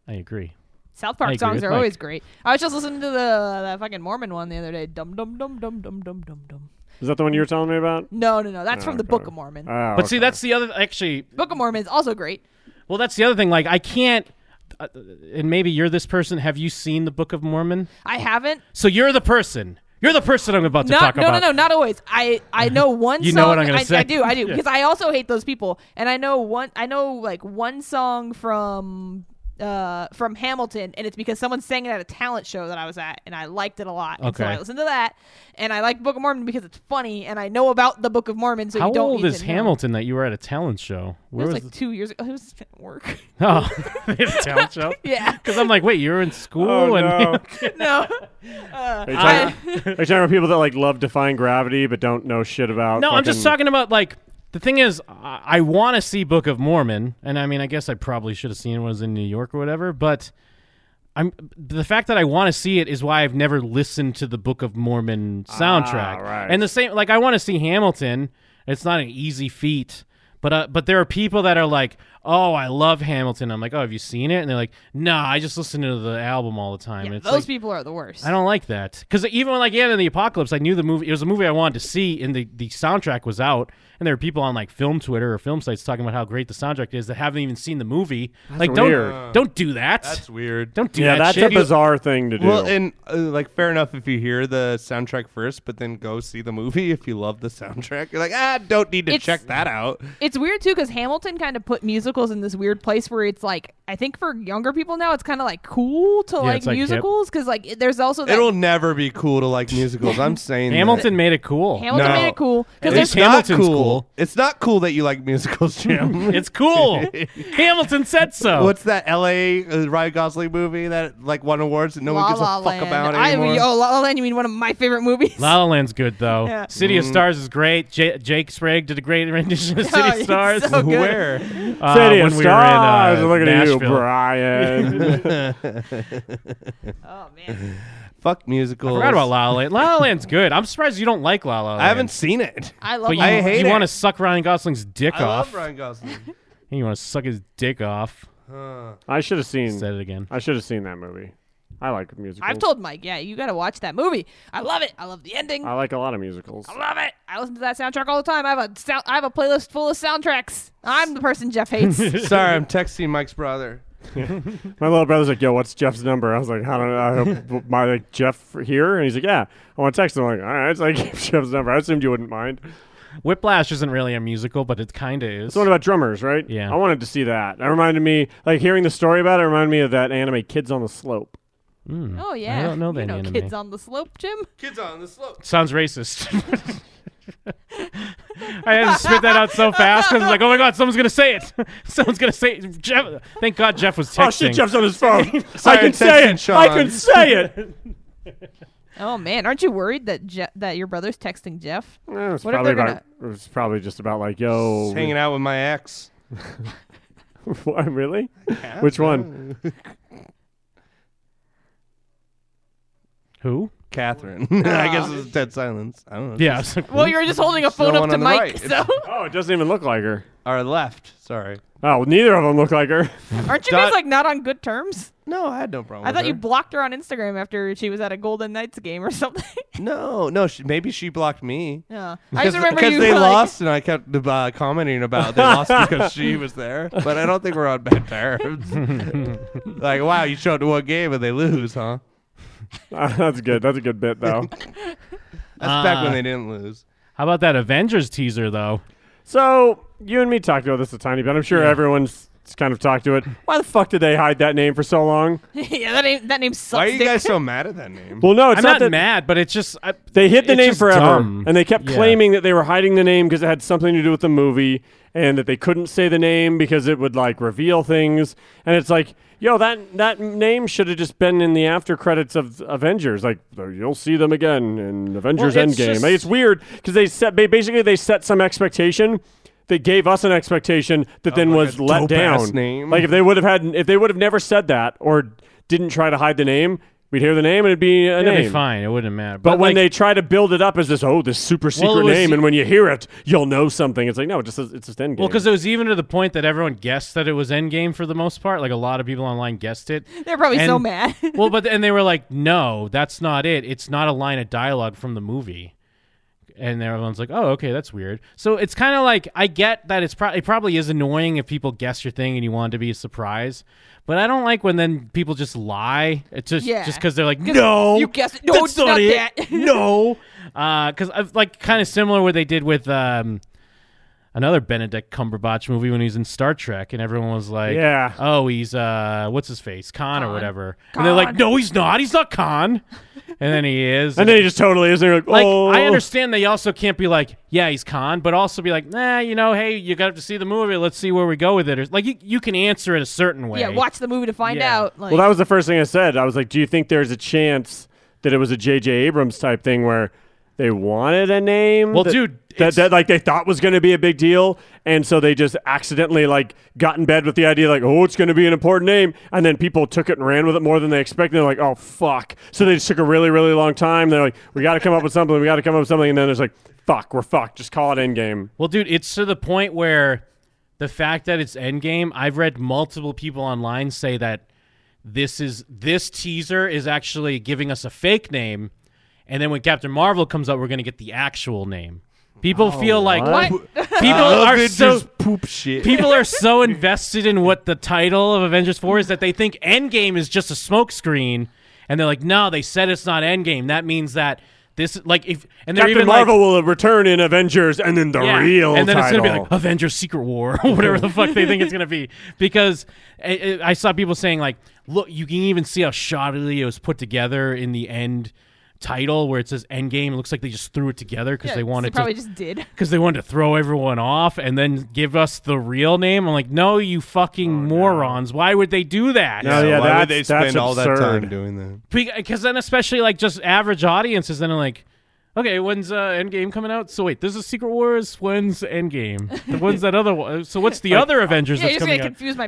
Speaker 6: I agree.
Speaker 5: South
Speaker 6: I
Speaker 5: Park
Speaker 6: agree
Speaker 5: songs
Speaker 6: with
Speaker 5: are
Speaker 6: Mike.
Speaker 5: always great. I was just listening to the that fucking Mormon one the other day. Dum dum dum dum dum dum dum dum.
Speaker 4: Is that the one you were telling me about?
Speaker 5: No, no, no. That's from the
Speaker 4: okay.
Speaker 5: Book of Mormon.
Speaker 4: Oh,
Speaker 6: But see,
Speaker 4: okay.
Speaker 6: that's the other. Actually,
Speaker 5: Book of Mormon is also great.
Speaker 6: well, that's the other thing. Like, I can't. Uh, and maybe you're this person. Have you seen the Book of Mormon?
Speaker 5: I haven't.
Speaker 6: So you're the person. You're the person I'm about to
Speaker 5: Not,
Speaker 6: talk
Speaker 5: no,
Speaker 6: about.
Speaker 5: no, no, not always. I I know one.
Speaker 6: You
Speaker 5: song,
Speaker 6: know what I'm gonna
Speaker 5: I,
Speaker 6: say.
Speaker 5: I do, I do, because I also hate those people. And I know one. I know like one song from uh from Hamilton, and it's because someone sang it at a talent show that I was at, and I liked it a lot. And so
Speaker 6: Okay.
Speaker 5: I listened to that, and I like Book of Mormon because it's funny, and I know about the Book of Mormon. So
Speaker 6: How
Speaker 5: you don't
Speaker 6: old
Speaker 5: need
Speaker 6: is
Speaker 5: to know.
Speaker 6: Hamilton that you were at a talent show?
Speaker 5: It
Speaker 6: Where
Speaker 5: was
Speaker 6: was,
Speaker 5: like two years ago. It was just at work.
Speaker 6: the- oh, they had a talent show?
Speaker 5: yeah.
Speaker 6: Because I'm like, wait, you were in school
Speaker 4: Oh,
Speaker 6: and
Speaker 4: no.
Speaker 5: No.
Speaker 4: Are you, talking, are you talking about people that like love defying gravity but don't know shit about?
Speaker 6: No, I'm just
Speaker 4: fucking-
Speaker 6: talking about like the thing is, I, I want to see Book of Mormon, and I mean, I guess I probably should have seen it when I was in New York or whatever. But I'm the fact that I want to see it is why I've never listened to the Book of Mormon soundtrack.
Speaker 4: Ah, right.
Speaker 6: And the same, like I want to see Hamilton. It's not an easy feat. But, uh, but there are people that are like, oh, I love Hamilton. I'm like, oh, have you seen it? And they're like, nah, I just listen to the album all the time. and
Speaker 5: Yeah,
Speaker 6: it's
Speaker 5: those
Speaker 6: like-
Speaker 5: people are the worst.
Speaker 6: I don't like that because even when like yeah, in the apocalypse, I knew the movie. It was a movie I wanted to see, and the the soundtrack was out, and there were people on like film Twitter or film sites talking about how great the soundtrack is that haven't even seen the movie. like
Speaker 4: weird.
Speaker 6: don't don't do that.
Speaker 9: Uh, That's weird.
Speaker 6: don't do
Speaker 4: Yeah,
Speaker 6: that.
Speaker 4: that's
Speaker 6: shit.
Speaker 4: a bizarre thing to do.
Speaker 9: Well, and uh, like, fair enough if you hear the soundtrack first, but then go see the movie if you love the soundtrack. You're like, ah, don't need to
Speaker 5: It's-
Speaker 9: check that out.
Speaker 5: It's weird too because Hamilton kind of put musicals in this weird place where it's like I think for younger people now it's kind of like cool to like
Speaker 6: it's, like, hip.
Speaker 5: musicals because like it- there's also that
Speaker 9: It'll never be cool to like musicals. I'm saying that.
Speaker 6: Hamilton made it cool.
Speaker 5: Hamilton
Speaker 9: No.
Speaker 5: made it cool because there's
Speaker 6: least
Speaker 9: It's not
Speaker 6: Hamilton's
Speaker 9: cool.
Speaker 6: cool.
Speaker 9: It's not cool that you like musicals, Jim.
Speaker 6: It's cool. Hamilton said so.
Speaker 9: What's that L.A. Uh, Ryan Gosling movie that like won awards that no
Speaker 5: La
Speaker 9: one gives
Speaker 5: La
Speaker 9: a fuck
Speaker 5: Land.
Speaker 9: about
Speaker 5: I,
Speaker 9: anymore?
Speaker 5: oh, La La Land, you mean one of my favorite movies?
Speaker 6: La La Land's good though.
Speaker 5: Yeah.
Speaker 6: City
Speaker 4: Mm.
Speaker 6: of Stars is great. J- Jake Sprague did a great rendition of City
Speaker 5: it's
Speaker 6: of Stars.
Speaker 5: Oh, so good.
Speaker 9: Where?
Speaker 6: Uh,
Speaker 4: City
Speaker 6: when
Speaker 4: of
Speaker 6: we
Speaker 4: Stars.
Speaker 6: were in uh,
Speaker 4: Look at you,
Speaker 6: Nashville.
Speaker 4: Brian.
Speaker 5: Oh man,
Speaker 9: Fuck musicals.
Speaker 6: I forgot about La La Land. La La Land's good. I'm surprised you don't like La La Land.
Speaker 9: I haven't seen it.
Speaker 5: I love.
Speaker 6: But you,
Speaker 5: La La
Speaker 9: I hate
Speaker 6: you
Speaker 9: it.
Speaker 6: want to suck Ryan Gosling's dick
Speaker 9: I
Speaker 6: off.
Speaker 9: love Ryan Gosling.
Speaker 6: And you want to suck his dick off.
Speaker 4: I should have seen.
Speaker 6: Said it again.
Speaker 4: I should have seen that movie. I like musicals.
Speaker 5: I've told Mike, yeah, you got to watch that movie. I love it. I love the ending.
Speaker 4: I like a lot of musicals.
Speaker 5: I love it. I listen to that soundtrack all the time. I have a sound, I have a playlist full of soundtracks. I'm the person Jeff hates.
Speaker 9: Sorry, I'm texting Mike's brother.
Speaker 4: My little brother's like, "Yo, what's Jeff's number?" I was like, "I don't know." My like Jeff here, and he's like, "Yeah." I want to text him. I'm like, "All right." It's like Jeff's number. I assumed you wouldn't mind.
Speaker 6: Whiplash isn't really a musical, but it kind of is.
Speaker 4: It's the one about drummers, right?
Speaker 6: Yeah.
Speaker 4: I wanted to see that. That reminded me, like hearing the story about it, reminded me of that anime Kids on the Slope.
Speaker 5: Oh yeah,
Speaker 6: don't know
Speaker 5: you
Speaker 6: that
Speaker 5: know,
Speaker 6: anime.
Speaker 5: kids on the slope, Jim.
Speaker 9: Kids on the slope.
Speaker 6: Sounds racist. I had to spit that out so fast because I was like, oh my god, someone's gonna say it. someone's gonna say it. Jeff. Thank God Jeff was texting.
Speaker 4: Oh shit, Jeff's on his phone. I
Speaker 9: Sorry,
Speaker 4: can say it.
Speaker 9: texting,
Speaker 4: I
Speaker 9: Sean.
Speaker 4: can say it.
Speaker 5: Oh man, aren't you worried that Je- that your brother's texting Jeff?
Speaker 4: It's
Speaker 5: What if
Speaker 4: probably
Speaker 5: probably they're about-
Speaker 4: about. It's probably just about like yo.
Speaker 9: Just hanging out with my ex.
Speaker 4: What, really? Which one?
Speaker 6: Who?
Speaker 9: Catherine. I guess
Speaker 5: Ah.
Speaker 9: it's dead silence. I don't know.
Speaker 6: Yeah. I was like,
Speaker 5: Well, you were just holding a
Speaker 9: There's no
Speaker 5: phone up
Speaker 9: one
Speaker 5: to
Speaker 9: on the
Speaker 5: Mike.
Speaker 9: right.
Speaker 5: So
Speaker 4: Oh, it doesn't even look like her.
Speaker 9: Our left. Sorry.
Speaker 4: Oh, well, neither of them look like her.
Speaker 5: aren't you guys like not on good terms?
Speaker 9: No, I had no problem.
Speaker 5: I
Speaker 9: with
Speaker 5: thought you
Speaker 9: her.
Speaker 5: blocked her on Instagram after she was at a Golden Knights game or something.
Speaker 9: No, no. She, maybe she blocked me.
Speaker 5: yeah, I just remember
Speaker 9: because
Speaker 5: you
Speaker 9: they
Speaker 5: were like,
Speaker 9: lost, and I kept uh, commenting about they lost because she was there. But I don't think we're on bad terms. like, wow, you showed up to one game and they lose, huh?
Speaker 4: Uh, that's good. That's a good bit though.
Speaker 9: That's back
Speaker 6: Ah.
Speaker 5: Uh,
Speaker 9: when they didn't lose.
Speaker 6: How about that Avengers teaser though?
Speaker 4: So you and me talked about this a tiny bit. I'm sure everyone's kind of talked to it. Why the fuck did they hide that name for so long?
Speaker 5: yeah, that name that name sucks.
Speaker 9: Why are you
Speaker 5: dick.
Speaker 9: guys so mad at that name?
Speaker 4: Well, no, it's
Speaker 6: I'm
Speaker 4: not,
Speaker 6: not,
Speaker 4: that
Speaker 6: mad, but it's just I,
Speaker 4: they hid the
Speaker 6: it's
Speaker 4: name
Speaker 6: just
Speaker 4: forever,
Speaker 6: dumb.
Speaker 4: and they kept
Speaker 6: Yeah.
Speaker 4: claiming that they were hiding the name because it had something to do with the movie, and that they couldn't say the name because it would like reveal things. And it's like, yo, that that name should have just been in the after credits of Avengers. Like, you'll see them again in Avengers
Speaker 6: Well, it's
Speaker 4: Endgame.
Speaker 6: just-
Speaker 4: Like, it's weird because they set ba- basically they set some expectation. that gave us an expectation that then
Speaker 9: like
Speaker 4: was
Speaker 9: a
Speaker 4: let
Speaker 9: dope-ass
Speaker 4: down.
Speaker 9: name.
Speaker 4: Like if they would have had, if they would have never said that or didn't try to hide the name, we'd hear the name and it'd be a
Speaker 6: it'd
Speaker 4: name.
Speaker 6: be fine. It wouldn't matter.
Speaker 4: But, when
Speaker 6: like,
Speaker 4: they try to build it up as this, oh, this super secret
Speaker 6: it was-
Speaker 4: name, and when you hear it, you'll know something. It's like no, it just it's just Endgame.
Speaker 6: Well, because it was even to the point that everyone guessed that it was Endgame for the most part. Like a lot of people online guessed it.
Speaker 5: They're probably so
Speaker 6: And-
Speaker 5: mad.
Speaker 6: well, but and they were like, "No, that's not it. It's not a line of dialogue from the movie." And everyone's like, "Oh, okay, that's weird." So it's kind of like I get that it's pro- it probably is annoying if people guess your thing and you want it to be a surprise, but I don't like when then people just lie. It's just
Speaker 5: Yeah.
Speaker 6: just because they're like, "No,
Speaker 5: you guessed it. No,
Speaker 6: that's
Speaker 5: it's not
Speaker 6: it.
Speaker 5: that."
Speaker 6: no, because I've like kind of similar what they did with. Um, Another Benedict Cumberbatch movie when he was in Star Trek, and everyone was like,
Speaker 4: Yeah.
Speaker 6: oh, he's uh, what's his face, Khan, or whatever," and they're like, "No, he's not. He's not Khan," and then he is.
Speaker 4: and then he just totally is. They're like,
Speaker 6: like
Speaker 4: oh,
Speaker 6: I understand they also can't be like, "Yeah, he's Khan," but also be like, "Nah, you know, hey, you got to see the movie. Let's see where we go with it." Or, like you, you can answer it a certain way.
Speaker 5: yeah, watch the movie to find
Speaker 6: Yeah.
Speaker 5: out. Like,
Speaker 4: Well, that was the first thing I said. I was like, do you think there's a chance that it was a J.J. Abrams type thing where they wanted a name?
Speaker 6: Well,
Speaker 4: that-
Speaker 6: dude,
Speaker 4: that,
Speaker 6: it's-
Speaker 4: that like they thought was going to be a big deal, and so they just accidentally like got in bed with the idea like, oh, it's going to be an important name, and then people took it and ran with it more than they expected. They're like, oh fuck! So they just took a really really long time. They're like, we got to come up with something. We got to come up with something, and then it's like, fuck, we're fucked. Just call it Endgame.
Speaker 6: Well, dude, it's to the point where the fact that it's Endgame, I've read multiple people online say that this is this teaser is actually giving us a fake name, and then when Captain Marvel comes up, we're gonna get the actual name. People
Speaker 4: Oh,
Speaker 6: feel like people are so
Speaker 9: just poop shit.
Speaker 6: people are so invested in what the title of Avengers Four is that they think Endgame is just a smokescreen, and they're like, no, they said it's not Endgame. That means that this like if and they're
Speaker 4: Captain
Speaker 6: even
Speaker 4: Marvel will
Speaker 6: like,
Speaker 4: return in Avengers, and then the
Speaker 6: yeah.
Speaker 4: real
Speaker 6: and then
Speaker 4: title.
Speaker 6: it's gonna be like Avengers Secret War or whatever the fuck they think it's gonna be because I, I I saw people saying like look you can even see how shoddily it was put together in the end title where it says Endgame it looks like they just threw it together because
Speaker 5: Yeah,
Speaker 6: they wanted
Speaker 5: probably
Speaker 6: to
Speaker 5: just did.
Speaker 6: because they wanted to throw everyone off and then give us the real name I'm like no you fucking morons why would they do that
Speaker 4: Oh, No, Oh, yeah,
Speaker 9: Why would
Speaker 4: that's-
Speaker 9: they
Speaker 4: that's
Speaker 9: spend all that
Speaker 4: absurd.
Speaker 9: time doing that?
Speaker 6: because then especially like just average audiences then are like okay when's uh, endgame coming out so wait this is secret wars when's endgame the when's that other one so what's the other avengers
Speaker 5: Yeah, you're
Speaker 6: that's
Speaker 5: just gonna
Speaker 6: coming out
Speaker 5: confuse my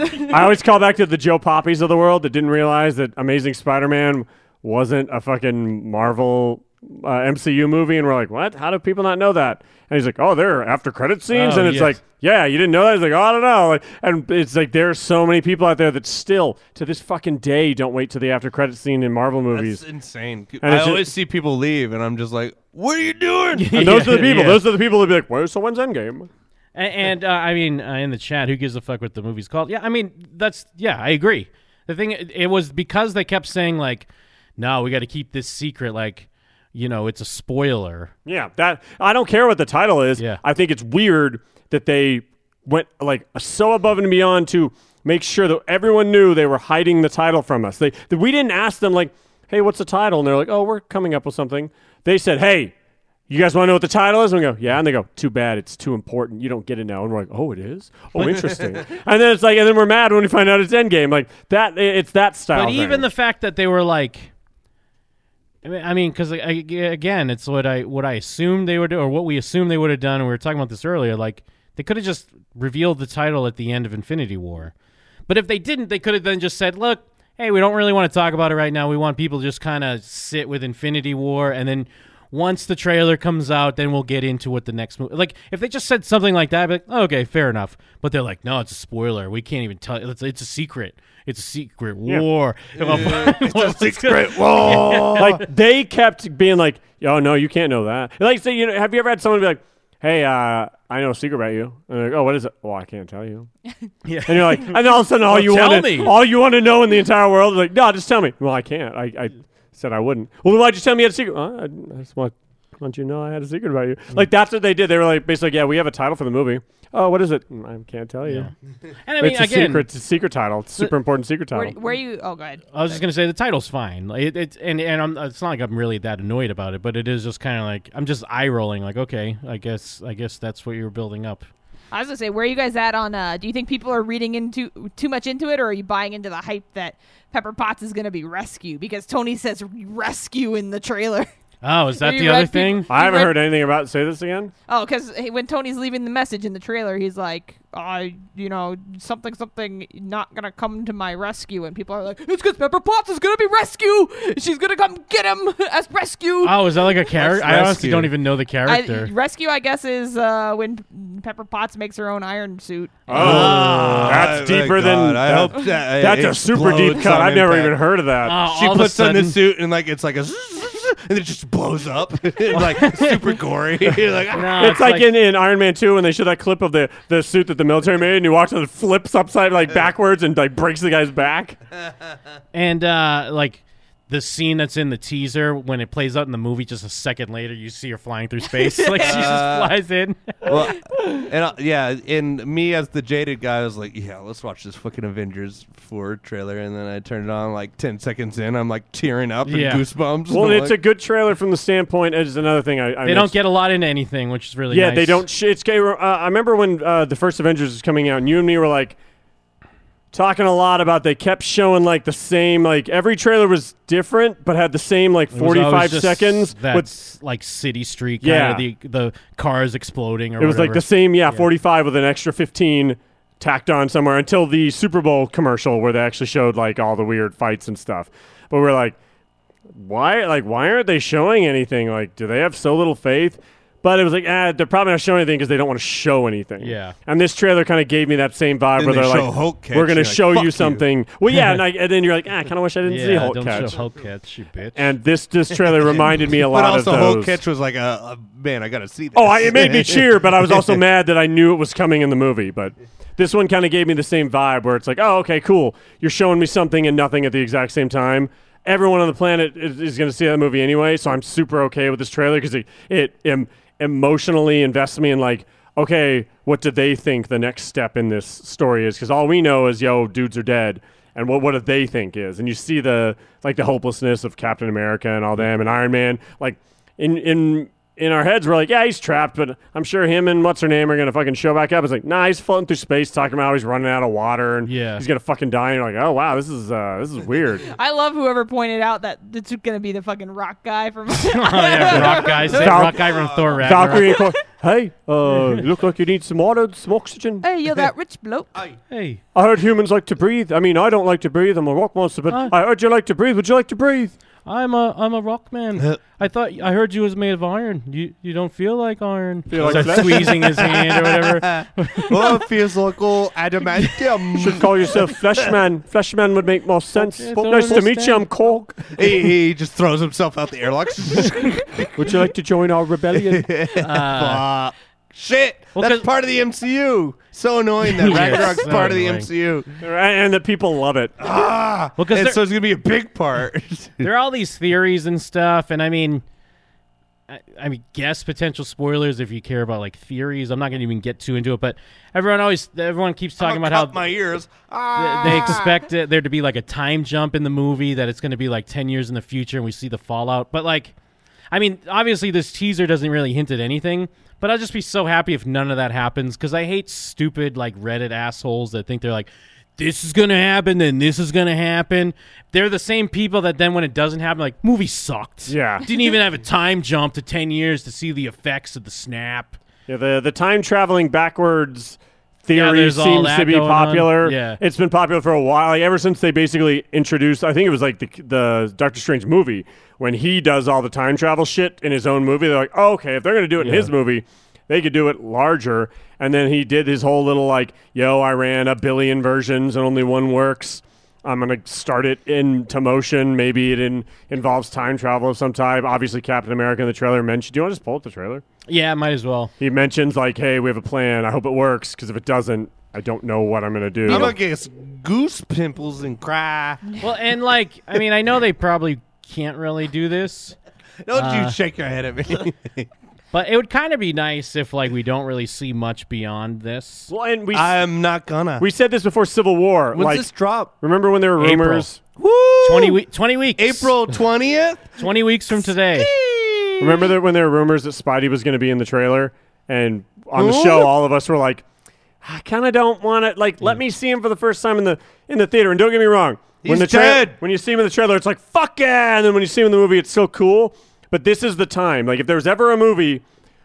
Speaker 4: I always call back to the Joe Poppies of the world that didn't realize that Amazing Spider-Man wasn't a fucking Marvel uh, MCU movie, and we're like, what? How do people not know that? And he's like, oh, there are after credit scenes,
Speaker 6: Oh,
Speaker 4: and it's
Speaker 6: yes.
Speaker 4: like, yeah, you didn't know that. He's like, oh, I don't know, like, and it's like there are so many people out there that still to this fucking day don't wait to the after credit scene in Marvel movies.
Speaker 9: That's insane.
Speaker 4: And
Speaker 9: I
Speaker 4: it's ju-
Speaker 9: always see people leave, and I'm just like, "What are you doing?"
Speaker 4: and those are the people.
Speaker 6: Yeah.
Speaker 4: Those are the people that be like, "Where? So when's Endgame?"
Speaker 6: A- and, uh, i mean uh, in the chat who gives a fuck what the movie's called yeah i mean that's yeah i agree the thing it, it was because they kept saying like no we got to keep this secret like you know it's a spoiler
Speaker 4: Yeah, that I don't care what the title is.
Speaker 6: Yeah.
Speaker 4: I think it's weird that they went like so above and beyond to make sure that everyone knew they were hiding the title from us. They that we didn't ask them like, "Hey, what's the title?" And they're like, "Oh, we're coming up with something." They said, "Hey, you guys want to know what the title is?" And we go, "Yeah." And they go, "Too bad, it's too important. You don't get it now." And we're like, "Oh, it is. Oh, interesting." and then it's like, and then we're mad when we find out it's Endgame. Like that, it's that style.
Speaker 6: But even
Speaker 4: thing.
Speaker 6: the fact that they were like, I mean- I mean, because again, it's what I what I assumed they would do, or what we assumed they would have done. And we were talking about this earlier. Like they could have just revealed the title at the end of Infinity War, but if they didn't, they could have then just said, "Look, hey, we don't really want to talk about it right now. We want people to just kind of sit with Infinity War, and then." Once the trailer comes out, then we'll get into what the next movie. Like, if they just said something like that, I'd be like, "Oh, okay, fair enough. But they're like, no, it's a spoiler. We can't even tell. It's, it's a secret. It's a secret war. it's a secret
Speaker 4: like they kept being like, "Oh no, you can't know that." Like, say, you know, have you ever had someone be like, "Hey, uh, I know a secret about you," and they're like, "Oh, what is it?" Well, I can't tell you.
Speaker 6: Yeah.
Speaker 4: And you're like, and then all of a sudden, all you
Speaker 6: tell
Speaker 4: want
Speaker 6: me.
Speaker 4: to, all you want to know in the entire world is like, "No, just tell me." Well, I can't. I, I said I wouldn't. Well, then why'd you tell me you had a secret? "Well, I, I just want. Want you to know I had a secret about you? Like that's what they did. They were like basically, yeah, we have a title for the movie. Oh, what is it? "Mm, I can't tell you.
Speaker 6: And I mean,
Speaker 4: it's a
Speaker 6: again,
Speaker 4: secret. It's a secret title. It's a super important secret
Speaker 5: Where,
Speaker 4: title.
Speaker 5: where
Speaker 9: Um,
Speaker 5: you? Oh, go ahead.
Speaker 6: I was just gonna say the title's fine. Like, It, it, and and I'm, it's not like I'm really that annoyed about it, but it is just kind of like I'm just eye rolling. Like, okay, I guess I guess that's what you're building up.
Speaker 5: I was gonna say, where are you guys at on? Uh, do you think people are reading into too much into it, or are you buying into the hype that Pepper Potts is gonna be rescue because Tony says rescue in the trailer?
Speaker 6: Oh, is that
Speaker 5: You
Speaker 6: the
Speaker 5: read
Speaker 6: other
Speaker 5: peop-
Speaker 6: thing?
Speaker 4: I haven't
Speaker 5: read-
Speaker 4: heard anything about. Say this again.
Speaker 5: Oh, because when Tony's leaving the message in the trailer, he's like, "I, you know, something, something, not gonna come to my rescue," and people are like, "It's because Pepper Potts is gonna be rescue. She's gonna come get him as rescue."
Speaker 6: Oh, is that like a character? I honestly
Speaker 8: rescue.
Speaker 6: don't even know the
Speaker 5: I-
Speaker 6: character.
Speaker 5: rescue, I guess, is uh, when Pepper Potts makes her own iron suit.
Speaker 4: Oh, That's
Speaker 9: Oh,
Speaker 4: deeper than.
Speaker 8: Oh, I
Speaker 4: that-
Speaker 8: hope that
Speaker 4: That's a super deep cut. I've never even heard of that.
Speaker 6: Oh,
Speaker 8: She
Speaker 6: all of a
Speaker 8: puts on
Speaker 6: sudden-
Speaker 8: this suit and like it's like a and it just blows up like super gory. You're like "Ah."
Speaker 6: No,
Speaker 4: it's, like, in, in Iron Man 2 when they show that clip of the, the suit that the military made and he walks and flips upside like backwards and like breaks the guy's back.
Speaker 6: and uh, like the scene that's in the teaser when it plays out in the movie. Just a second later, you see her flying through space. like she
Speaker 8: Uh,
Speaker 6: just flies in.
Speaker 8: well, and uh, yeah, and me as the jaded guy was like, yeah, let's watch this fucking Avengers four trailer, and then I turned it on like ten seconds in, I'm like tearing up
Speaker 6: Yeah.
Speaker 8: and goosebumps.
Speaker 4: Well,
Speaker 8: I'm
Speaker 4: it's a
Speaker 8: like,
Speaker 4: good trailer from the standpoint. It's another thing I, I
Speaker 6: they don't
Speaker 4: mentioned.
Speaker 6: get a lot into anything, which is really
Speaker 4: Yeah,
Speaker 6: nice.
Speaker 4: they don't. Sh- it's gay. Uh, I remember when uh, the first Avengers was coming out, and you and me were like talking a lot about they kept showing like the same like every trailer was different but had the same like
Speaker 6: It was always
Speaker 4: 45
Speaker 6: just
Speaker 4: seconds with
Speaker 6: That's like city street.
Speaker 4: Yeah.
Speaker 6: Yeah, the the cars exploding. Or
Speaker 4: It was like
Speaker 6: whatever.
Speaker 4: the same, yeah, 45 with an extra 15 tacked on somewhere until the Super Bowl commercial where they actually showed like all the weird fights and stuff. But we're like, why? Like, why aren't they showing anything? Like, do they have so little faith? But it was like, ah, they're probably not showing anything because they don't want to show anything.
Speaker 6: Yeah.
Speaker 4: And this trailer kind of gave me that same vibe
Speaker 8: Then
Speaker 4: where
Speaker 8: they
Speaker 4: they're
Speaker 8: show
Speaker 4: like,
Speaker 8: Hulk catch,
Speaker 4: we're going to
Speaker 8: you're like,
Speaker 4: show
Speaker 8: "Fuck
Speaker 4: you
Speaker 8: you."
Speaker 4: something. Well, yeah. and, I, and then you're like, ah, I kind of wish I didn't see
Speaker 6: Yeah,
Speaker 4: Hulk
Speaker 6: don't
Speaker 4: catch.
Speaker 6: show Hulk catch, you bitch.
Speaker 4: and this this trailer reminded me a lot
Speaker 8: but also
Speaker 4: of those.
Speaker 8: whole catch was like a, a man. I gotta see this.
Speaker 4: Oh, I, it made me cheer, but I was also mad that I knew it was coming in the movie. But this one kind of gave me the same vibe where it's like, oh, okay, cool. You're showing me something and nothing at the exact same time. Everyone on the planet is, is going to see that movie anyway, so I'm super okay with this trailer because it, it em- emotionally invests me in like, okay, what do they think the next step in this story is? Because all we know is, yo, dudes are dead. And what, what do they think is? And you see the like the hopelessness of Captain America and all them and Iron Man. Like in in in our heads, we're like, yeah, he's trapped, but I'm sure him and what's her name are gonna fucking show back up. It's like, nah, he's floating through space, talking about how he's running out of water and
Speaker 6: Yeah.
Speaker 4: he's gonna fucking die. And you're like, oh wow, this is uh, this is weird.
Speaker 5: I love whoever pointed out that it's gonna be the fucking rock guy from.
Speaker 6: oh yeah, rock guy, same
Speaker 4: Val-
Speaker 6: rock guy from Thor Ragnarok.
Speaker 4: Valkyrie, and Cor- hey, uh, you look like you need some water, some oxygen.
Speaker 5: hey, you're that rich bloke.
Speaker 6: Hey,
Speaker 4: I heard humans like to breathe. I mean, I don't like to breathe. I'm a rock monster, but
Speaker 6: Huh?
Speaker 4: I heard you like to breathe. Would you like to breathe?
Speaker 6: I'm a I'm a rock man. I thought I heard you was made of iron. You you don't feel like iron.
Speaker 4: Feel like
Speaker 6: Starts
Speaker 4: flesh.
Speaker 6: squeezing his hand or whatever.
Speaker 8: oh, physical adamantium.
Speaker 4: Should call yourself Fleshman. Fleshman would make more sense.
Speaker 6: Okay, I don't
Speaker 4: nice to meet you.
Speaker 6: understand.
Speaker 4: I'm Korg.
Speaker 8: he, he just throws himself out the airlock.
Speaker 4: Would you like to join our rebellion?
Speaker 8: Fuck. Shit,
Speaker 6: Well,
Speaker 8: that's
Speaker 6: 'cause-
Speaker 8: part of the MCU. So annoying that
Speaker 6: Yes,
Speaker 8: Ragnarok's
Speaker 6: so
Speaker 8: part of the
Speaker 6: annoying.
Speaker 8: MCU.
Speaker 4: and the people love it.
Speaker 8: Ah,
Speaker 6: Well, 'cause
Speaker 8: and
Speaker 6: they're-
Speaker 8: so it's gonna be a big part.
Speaker 6: there are all these theories and stuff, and I mean, I, I mean, guess potential spoilers if you care about like theories. I'm not going to even get too into it, but everyone always everyone keeps talking about how
Speaker 9: Cut my ears. Ah,
Speaker 6: th- they expect it, there to be like a time jump in the movie that it's going to be like 10 years in the future and we see the fallout but like i mean obviously this teaser doesn't really hint at anything but i'll just be so happy if none of that happens because i hate stupid like reddit assholes that think they're like this is going to happen then this is going to happen they're the same people that then when it doesn't happen like movie sucked
Speaker 4: Yeah.
Speaker 6: didn't even have a time jump to 10 years to see the effects of the snap
Speaker 4: Yeah, the the time traveling backwards theory
Speaker 6: there's all
Speaker 4: seems
Speaker 6: that
Speaker 4: to be
Speaker 6: going on.
Speaker 4: popular.
Speaker 6: Yeah.
Speaker 4: It's been popular for a while. Like, ever since they basically introduced, I think it was like the the Doctor Strange movie when he does all the time travel shit in his own movie. They're like, oh, okay, if they're gonna do it in his movie. They could do it larger, and then he did his whole little like, "Yo, I ran a billion versions, and only one works." I'm gonna start it into motion. Maybe it in, involves time travel of some type. Obviously, Captain America in the trailer mentioned. Do you want to just pull up the trailer?
Speaker 6: yeah might as well
Speaker 4: he mentions like, "Hey, we have a plan. I hope it works because if it doesn't, I don't know what I'm gonna do."
Speaker 9: I'm gonna get goose pimples and cry.
Speaker 6: well and like i mean i know they probably can't really do this
Speaker 9: Don't
Speaker 6: Uh,
Speaker 9: you shake your head at me.
Speaker 6: But it would kind of be nice if like we don't really see much beyond this.
Speaker 4: well, and we
Speaker 9: I'm not gonna.
Speaker 4: we said this before Civil War.
Speaker 9: When's
Speaker 4: like,
Speaker 9: this drop?
Speaker 4: remember when there were
Speaker 6: April.
Speaker 4: rumors?
Speaker 9: Woo!
Speaker 6: 20 we- 20 weeks.
Speaker 9: April Oh, 20th?
Speaker 6: 20 weeks from today.
Speaker 4: Remember that when there were rumors that Spidey was gonna be in the trailer, and on the
Speaker 9: Ooh.
Speaker 4: show, all of us were like, "I kind of don't want it. Like, let me see him for the first time in the in the theater." And don't get me wrong, when
Speaker 9: He's
Speaker 4: the tra-
Speaker 9: dead.
Speaker 4: when you see him in the trailer, it's like, "Fuck yeah!" And then when you see him in the movie, it's so cool. But this is the time. Like, if there was ever a movie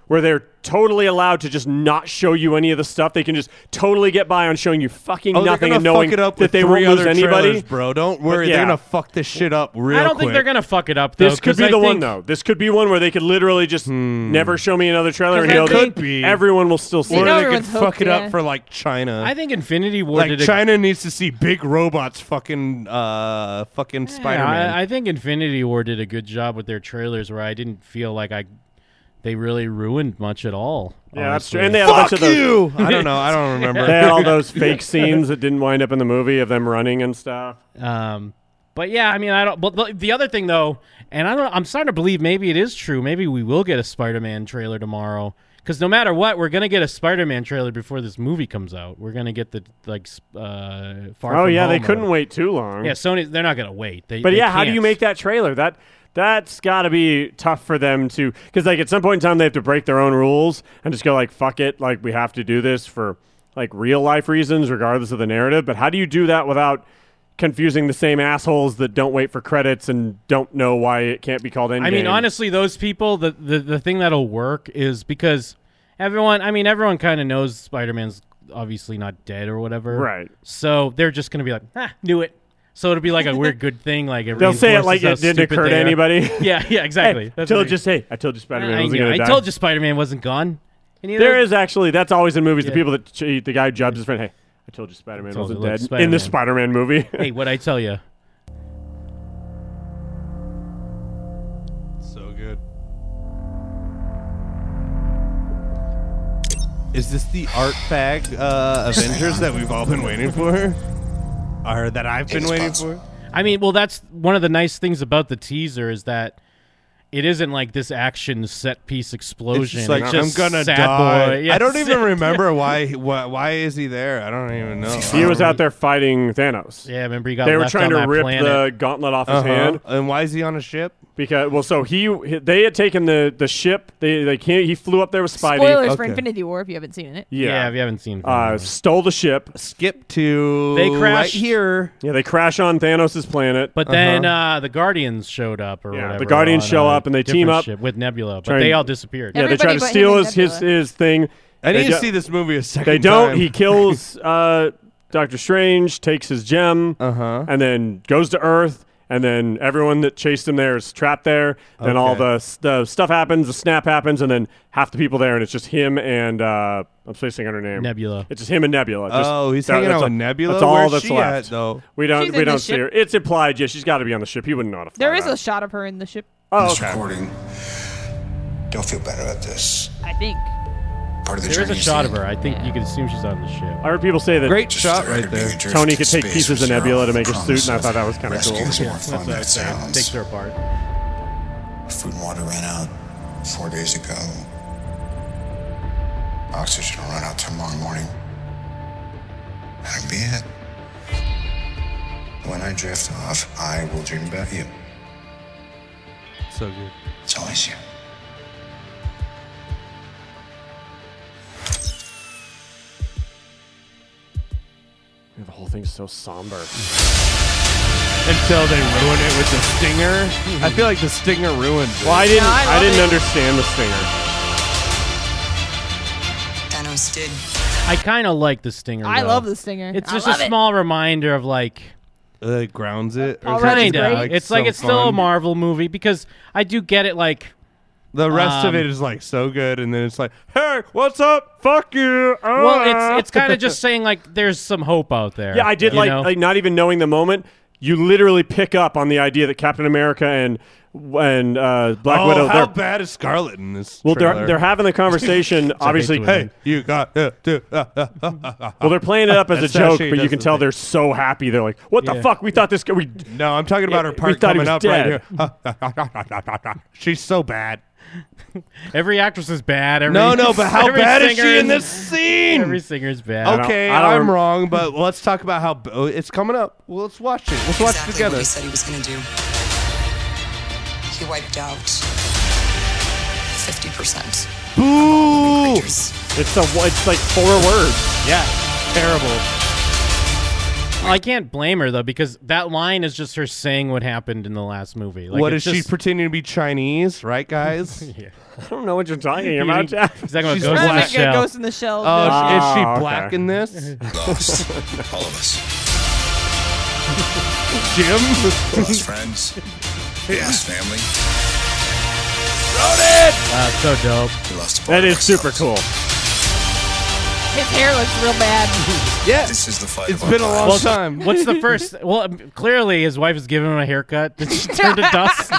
Speaker 4: where they're totally allowed to just not show you any of the stuff. They can just totally get by on showing you fucking
Speaker 9: Oh, they're
Speaker 4: nothing
Speaker 9: gonna
Speaker 4: and knowing
Speaker 9: fuck it up
Speaker 4: that
Speaker 9: with
Speaker 4: they
Speaker 9: three
Speaker 4: won't lose
Speaker 9: other
Speaker 4: anybody.
Speaker 9: trailers, bro. Don't worry,
Speaker 4: yeah.
Speaker 9: they're gonna fuck this shit up real
Speaker 6: I don't
Speaker 9: quick.
Speaker 6: think they're going to fuck it up though.
Speaker 4: This could
Speaker 6: 'cause
Speaker 4: be
Speaker 6: I
Speaker 4: the one
Speaker 6: think-
Speaker 4: though. This could be one where they could literally just
Speaker 9: Hmm.
Speaker 4: never show me another trailer and
Speaker 6: Because I
Speaker 4: know
Speaker 6: think-
Speaker 4: that
Speaker 9: Could be.
Speaker 4: everyone will still see
Speaker 5: You
Speaker 9: Or
Speaker 4: it.
Speaker 5: know
Speaker 9: they could
Speaker 5: everyone's hooked,
Speaker 9: fuck it
Speaker 5: yeah.
Speaker 9: up for like China.
Speaker 6: I think Infinity War
Speaker 9: like
Speaker 6: did a
Speaker 9: China needs to see big robots fucking uh fucking
Speaker 6: Yeah,
Speaker 9: Spider-Man.
Speaker 6: I, I think Infinity War did a good job with their trailers where I didn't feel like I they really ruined much at all.
Speaker 4: Yeah, that's
Speaker 6: honestly.
Speaker 4: true. And they had a bunch
Speaker 9: fuck
Speaker 4: of those.
Speaker 9: you. I don't know. I don't remember.
Speaker 4: They had all those fake scenes that didn't wind up in the movie of them running and stuff.
Speaker 6: Um, but yeah, I mean, I don't. But the, the other thing though, and I don't. I'm starting to believe maybe it is true. Maybe we will get a Spider-Man trailer tomorrow. Because no matter what, we're gonna get a Spider-Man trailer before this movie comes out. We're gonna get the like sp- uh, far.
Speaker 4: Oh
Speaker 6: From
Speaker 4: yeah, they
Speaker 6: Home or-
Speaker 4: couldn't wait too long.
Speaker 6: Yeah, Sony. They're not gonna wait. They,
Speaker 4: But
Speaker 6: they
Speaker 4: yeah, how do
Speaker 6: can't.
Speaker 4: you make that trailer? That that's got to be tough for them to because like at some point in time they have to break their own rules and just go like fuck it, like we have to do this for like real life reasons, regardless of the narrative. But how do you do that without confusing the same assholes that don't wait for credits and don't know why it can't be called Endgame?
Speaker 6: I mean, honestly, those people. The, the the thing that'll work is because everyone. I mean, everyone kind of knows Spider-Man's obviously not dead or whatever.
Speaker 4: Right.
Speaker 6: So they're just gonna be like, ah, knew it. So it'll be like a weird good thing. Like it
Speaker 4: they'll say it
Speaker 6: reinforces
Speaker 4: like
Speaker 6: how
Speaker 4: it didn't
Speaker 6: stupid
Speaker 4: occur to
Speaker 6: they are.
Speaker 4: anybody.
Speaker 6: Yeah, yeah, exactly.
Speaker 4: I
Speaker 6: That's
Speaker 4: told
Speaker 6: what
Speaker 4: you, just hey, I told you
Speaker 6: I,
Speaker 4: Spider-Man
Speaker 6: I,
Speaker 4: wasn't
Speaker 6: knew.
Speaker 4: going
Speaker 6: I
Speaker 4: to die.
Speaker 6: told you Spider-Man wasn't gone. And he
Speaker 4: There
Speaker 6: doesn't-
Speaker 4: is actually that's always in movies
Speaker 6: Yeah.
Speaker 4: the people that cheat, the guy jubs his friend. Hey, I told you Spider-Man
Speaker 6: told you,
Speaker 4: wasn't
Speaker 6: look,
Speaker 4: dead in the Spider-Man movie.
Speaker 6: Hey, what I tell you?
Speaker 9: so good. Is this the art fag uh, Avengers that we've all been waiting for? Or that I've been waiting for?
Speaker 6: I mean, well, that's one of the nice things about the teaser is that it isn't like this action set piece explosion.
Speaker 9: It's just like
Speaker 6: just
Speaker 9: I'm gonna
Speaker 6: sad
Speaker 9: die.
Speaker 6: boy. Yeah,
Speaker 9: I don't even
Speaker 6: sad-
Speaker 9: remember why, why. Why is he there? I don't even know.
Speaker 4: he was out there fighting Thanos.
Speaker 6: Yeah, remember he got
Speaker 4: they were
Speaker 6: left
Speaker 4: trying
Speaker 6: on
Speaker 4: to
Speaker 6: that
Speaker 4: rip
Speaker 6: planet.
Speaker 4: the gauntlet off his
Speaker 9: Uh-huh.
Speaker 4: hand
Speaker 9: And why is he on a ship?
Speaker 4: because well, so he they had taken the the ship. They they can't, he flew up there with Spidey. Uh,
Speaker 5: Spoilers for
Speaker 9: Okay.
Speaker 5: Infinity War if you haven't seen it.
Speaker 6: yeah.
Speaker 4: Yeah,
Speaker 6: if you haven't seen.
Speaker 4: uh, stole the ship.
Speaker 9: Skip to
Speaker 6: They crashed-
Speaker 9: right here.
Speaker 4: Yeah, they crash on Thanos' planet.
Speaker 6: but then uh, the Guardians showed up, or
Speaker 4: Uh-huh. Yeah, the
Speaker 6: whatever.
Speaker 4: Guardians
Speaker 6: on
Speaker 4: show
Speaker 6: a
Speaker 4: up and they
Speaker 6: different
Speaker 4: team up.
Speaker 6: ship with Nebula, but
Speaker 4: Trying-
Speaker 6: they all disappeared.
Speaker 4: yeah, they try
Speaker 5: Everybody
Speaker 4: to
Speaker 5: but him
Speaker 4: steal
Speaker 5: and
Speaker 4: his, his
Speaker 5: Nebula.
Speaker 4: his thing.
Speaker 9: I
Speaker 4: They
Speaker 9: need
Speaker 4: ju-
Speaker 9: to see this movie a second
Speaker 4: They don't.
Speaker 9: time.
Speaker 4: He kills uh, Doctor Strange, takes his gem,
Speaker 9: Uh-huh.
Speaker 4: and then goes to Earth. And then everyone that chased him there is trapped there. Then all
Speaker 9: Okay.
Speaker 4: the s- the stuff happens, the snap happens, and then half the people there, and it's just him and uh, I'm spacing on her name.
Speaker 6: Nebula.
Speaker 4: It's just him and Nebula. Just-
Speaker 9: Oh, he's
Speaker 4: that-
Speaker 9: hanging
Speaker 4: that's
Speaker 9: out
Speaker 4: all-
Speaker 9: with Nebula.
Speaker 4: That's all
Speaker 9: Where's
Speaker 4: that's
Speaker 9: she
Speaker 4: left.
Speaker 9: at, though?
Speaker 4: We don't
Speaker 5: She's
Speaker 4: we
Speaker 5: in the
Speaker 4: don't see
Speaker 5: ship.
Speaker 4: her. It's implied. Yeah, she's got to be on the ship. He wouldn't know how to fly
Speaker 5: There is
Speaker 4: that.
Speaker 5: a shot of her in the ship,
Speaker 4: Oh,
Speaker 11: This
Speaker 4: okay.
Speaker 11: recording. Don't feel better at this.
Speaker 5: I think.
Speaker 11: Part of the
Speaker 6: There is a
Speaker 11: journey
Speaker 6: shot
Speaker 11: the
Speaker 6: of her. I think you can assume she's on the ship.
Speaker 4: I heard people say that
Speaker 9: Great
Speaker 11: Just
Speaker 9: shot
Speaker 11: the
Speaker 9: right
Speaker 11: record being
Speaker 9: there.
Speaker 11: adrift
Speaker 4: Tony
Speaker 11: in
Speaker 4: could take
Speaker 11: space
Speaker 4: pieces
Speaker 11: with
Speaker 4: of Nebula
Speaker 11: zero
Speaker 4: to make a
Speaker 11: promise
Speaker 4: suit, and I thought that was kinda
Speaker 11: rescue
Speaker 4: cool.
Speaker 11: is more fun than it
Speaker 6: Takes
Speaker 11: sounds.
Speaker 6: her apart.
Speaker 11: Food and water ran out. four days ago. Oxygen will run out tomorrow morning. That'll be it. When I drift off, I will dream about you.
Speaker 8: So good.
Speaker 11: It's always you.
Speaker 4: The whole thing's so somber.
Speaker 8: Until they ruin it with the stinger. I feel like the stinger ruined it.
Speaker 4: Well, I didn't.
Speaker 5: No, I
Speaker 4: I,
Speaker 5: love
Speaker 4: didn't
Speaker 5: it.
Speaker 4: understand the stinger.
Speaker 12: Thanos did.
Speaker 6: I kind of like the stinger.
Speaker 5: I
Speaker 6: though.
Speaker 5: love the stinger.
Speaker 6: It's
Speaker 5: I
Speaker 6: just
Speaker 5: love
Speaker 6: a
Speaker 5: it.
Speaker 6: small reminder of like
Speaker 8: Uh, grounds it. or
Speaker 5: Alright,
Speaker 8: something.
Speaker 5: it's great.
Speaker 6: kinda. It's like
Speaker 8: so
Speaker 6: it's still a
Speaker 8: fun.
Speaker 6: Marvel movie because I do get it. Like
Speaker 8: The rest of
Speaker 6: Um,
Speaker 8: it is like so good, and then it's like, hey, what's up? Fuck you.
Speaker 6: well,
Speaker 8: Ah.
Speaker 6: it's it's kind of just saying like there's some hope out there.
Speaker 4: Yeah, I did
Speaker 6: you
Speaker 4: like
Speaker 6: know?
Speaker 4: like not even knowing the moment. You literally pick up on the idea that Captain America and and uh, Black
Speaker 8: oh,
Speaker 4: Widow.
Speaker 8: How
Speaker 4: they're,
Speaker 8: bad is Scarlet in this?
Speaker 4: well,
Speaker 8: trailer?
Speaker 4: they're they're having the conversation. obviously,
Speaker 6: the way
Speaker 8: Hey, you got to do. uh, uh, uh, uh, uh.
Speaker 4: well, they're playing it up as a
Speaker 8: That's how
Speaker 4: joke,
Speaker 8: she
Speaker 4: but you
Speaker 8: does
Speaker 4: can
Speaker 8: the
Speaker 4: tell
Speaker 8: thing.
Speaker 4: they're so happy. They're like, "What the
Speaker 6: Yeah.
Speaker 4: fuck? We thought this guy we."
Speaker 8: No, I'm talking about her
Speaker 4: We
Speaker 8: part
Speaker 4: thought he was
Speaker 8: coming up
Speaker 4: dead.
Speaker 8: right here. She's so bad.
Speaker 6: Every actress is bad. Every,
Speaker 8: No, no, but how
Speaker 6: every
Speaker 8: bad is
Speaker 6: singer
Speaker 8: she in this scene?
Speaker 6: Every singer's bad.
Speaker 4: don't-
Speaker 8: okay,
Speaker 4: I don't
Speaker 8: I'm
Speaker 4: rem-
Speaker 8: wrong, but let's talk about how b- oh, it's coming up. Well, let's watch it. Let's watch
Speaker 12: exactly
Speaker 8: it together.
Speaker 12: what he said he was going to do. He wiped out 50%.
Speaker 8: Boo!
Speaker 12: Creatures.
Speaker 4: It's a it's like four words.
Speaker 8: Yeah, terrible.
Speaker 6: I can't blame her though because that line is just her saying what happened in the last movie. Like,
Speaker 8: what is
Speaker 6: it's
Speaker 8: she
Speaker 6: just-
Speaker 8: pretending to be Chinese? Right, guys? Oh,
Speaker 4: I don't know what you're talking about, Jack.
Speaker 6: She's talking about
Speaker 8: She's
Speaker 6: Ghost
Speaker 5: Trying
Speaker 6: in
Speaker 5: to
Speaker 6: the
Speaker 5: make a
Speaker 6: Shell.
Speaker 5: Ghost in the Shell.
Speaker 8: Oh, is she
Speaker 4: okay.
Speaker 8: black in this?
Speaker 11: Lost. All of us.
Speaker 8: Jim?
Speaker 11: Lost friends. We Lost family.
Speaker 6: Wow, it's so dope.
Speaker 11: We lost a part
Speaker 4: That
Speaker 11: of
Speaker 4: is super
Speaker 11: ourselves.
Speaker 4: cool.
Speaker 5: His hair looks real bad.
Speaker 8: Yeah.
Speaker 11: This is the fight.
Speaker 8: It's
Speaker 11: of our
Speaker 8: been a
Speaker 11: lives.
Speaker 8: long time.
Speaker 6: What's the first? Well, um, clearly his wife is giving him a haircut. Did she turn to dust?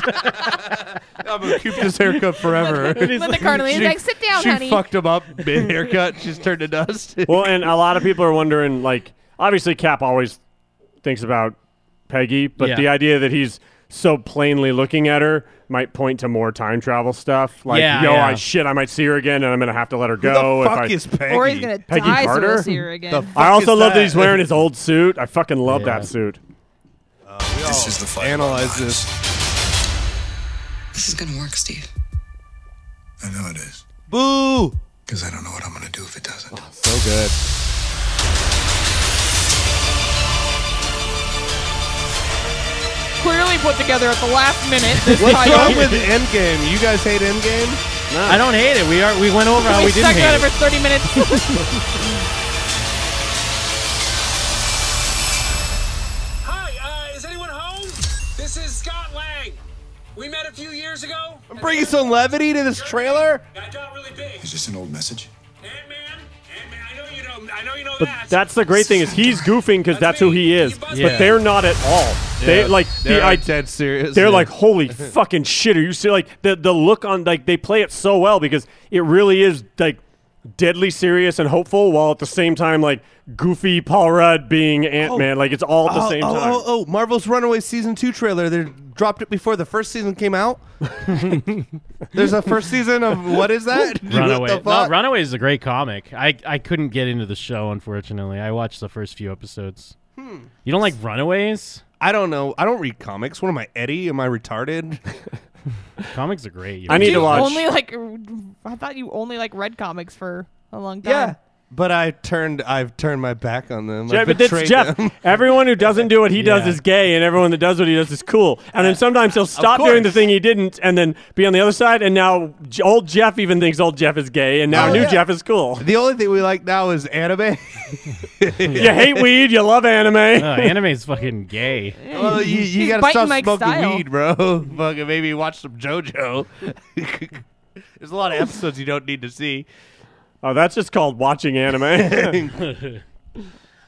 Speaker 8: I'm gonna keep this haircut forever.
Speaker 5: But the Carnelian's
Speaker 8: She-
Speaker 5: like, sit down,
Speaker 8: she
Speaker 5: honey.
Speaker 8: fucked him up mid haircut. She's turned to dust.
Speaker 4: Well, and a lot of people are wondering, like, obviously Cap always thinks about Peggy, but
Speaker 6: Yeah.
Speaker 4: the idea that he's so plainly looking at her might point to more time travel stuff. Like,
Speaker 6: Yeah,
Speaker 4: yo,
Speaker 6: yeah.
Speaker 4: I shit, I might see her again, and I'm gonna have to let her
Speaker 8: Who
Speaker 4: go.
Speaker 8: the
Speaker 4: if
Speaker 8: fuck
Speaker 4: I,
Speaker 8: is Peggy?
Speaker 5: Or he's gonna
Speaker 4: Peggy
Speaker 5: die so
Speaker 4: Carter?
Speaker 5: we'll see her again.
Speaker 8: The
Speaker 4: I
Speaker 8: fuck
Speaker 4: also
Speaker 8: is
Speaker 4: love that? he's
Speaker 8: that?
Speaker 4: wearing his old suit. I fucking love
Speaker 6: Yeah.
Speaker 4: that suit.
Speaker 11: This is the fight. of our
Speaker 8: analyze this.
Speaker 11: lives.
Speaker 12: This is going to work, Steve.
Speaker 11: I know it is.
Speaker 8: Boo!
Speaker 11: Because I don't know what I'm going to do if it doesn't.
Speaker 8: So good.
Speaker 5: Clearly put together at the last minute. This
Speaker 8: What's
Speaker 5: title.
Speaker 8: wrong with Endgame? You guys hate Endgame?
Speaker 6: I don't hate it. We are. We went over how we,
Speaker 5: we
Speaker 6: didn't
Speaker 5: stuck on
Speaker 6: hate
Speaker 5: it for
Speaker 6: it.
Speaker 5: 30 minutes.
Speaker 3: Hi, uh, is anyone home? This is Scott Lang. We met a few years ago.
Speaker 8: I'm bringing some levity to this trailer.
Speaker 3: I got really big.
Speaker 11: Is this an old message?
Speaker 3: Ant Man, Ant Man. I know you know. I know you know
Speaker 4: But
Speaker 3: that.
Speaker 4: that's the great thing is he's goofing because that's who he is. But
Speaker 6: Yeah.
Speaker 4: they're not at all. They like the
Speaker 8: they're
Speaker 4: I,
Speaker 8: dead serious.
Speaker 4: They're
Speaker 8: Yeah.
Speaker 4: like, holy fucking shit! Are you see like the the look on like they play it so well because it really is like deadly serious and hopeful while at the same time like goofy Paul Rudd being Ant Man. like it's all at the
Speaker 8: oh,
Speaker 4: same
Speaker 8: oh,
Speaker 4: time.
Speaker 8: Oh, oh, Marvel's Runaway season two trailer. They dropped it before the first season came out. There's a first season of what is that? What
Speaker 6: Runaway.
Speaker 8: the
Speaker 6: No,
Speaker 8: fuck?
Speaker 6: Runaway is a great comic. I I couldn't get into the show unfortunately. I watched the first few episodes.
Speaker 8: Hmm.
Speaker 6: You don't like Runaways?
Speaker 8: I don't know. I don't read comics. What am I, Eddie? Am I retarded?
Speaker 6: Comics are great. you
Speaker 4: I need
Speaker 5: you
Speaker 4: to watch.
Speaker 5: only like, I thought you only like read comics for a long time.
Speaker 8: yeah. But I turned. I've turned my back on them. I
Speaker 4: Yeah, but that's
Speaker 8: betrayed
Speaker 4: Jeff.
Speaker 8: them.
Speaker 4: Everyone who doesn't do what he does
Speaker 6: Yeah.
Speaker 4: is gay, and everyone that does what he does is cool. And then sometimes he'll stop doing the
Speaker 8: course.
Speaker 4: thing he didn't, and then be on the other side. And now J- old Jeff even thinks old Jeff is gay, and now
Speaker 8: Oh,
Speaker 4: new
Speaker 8: yeah.
Speaker 4: Jeff is cool.
Speaker 8: The only thing we like now is anime.
Speaker 4: you hate weed, you love anime.
Speaker 6: Uh, anime's fucking gay.
Speaker 8: well, you, you
Speaker 5: He's
Speaker 8: gotta
Speaker 5: biting
Speaker 8: stop
Speaker 5: my
Speaker 8: smoking
Speaker 5: style.
Speaker 8: weed, bro. Fucking maybe watch some JoJo. There's a lot of episodes you don't need to see.
Speaker 4: oh, that's just called watching anime.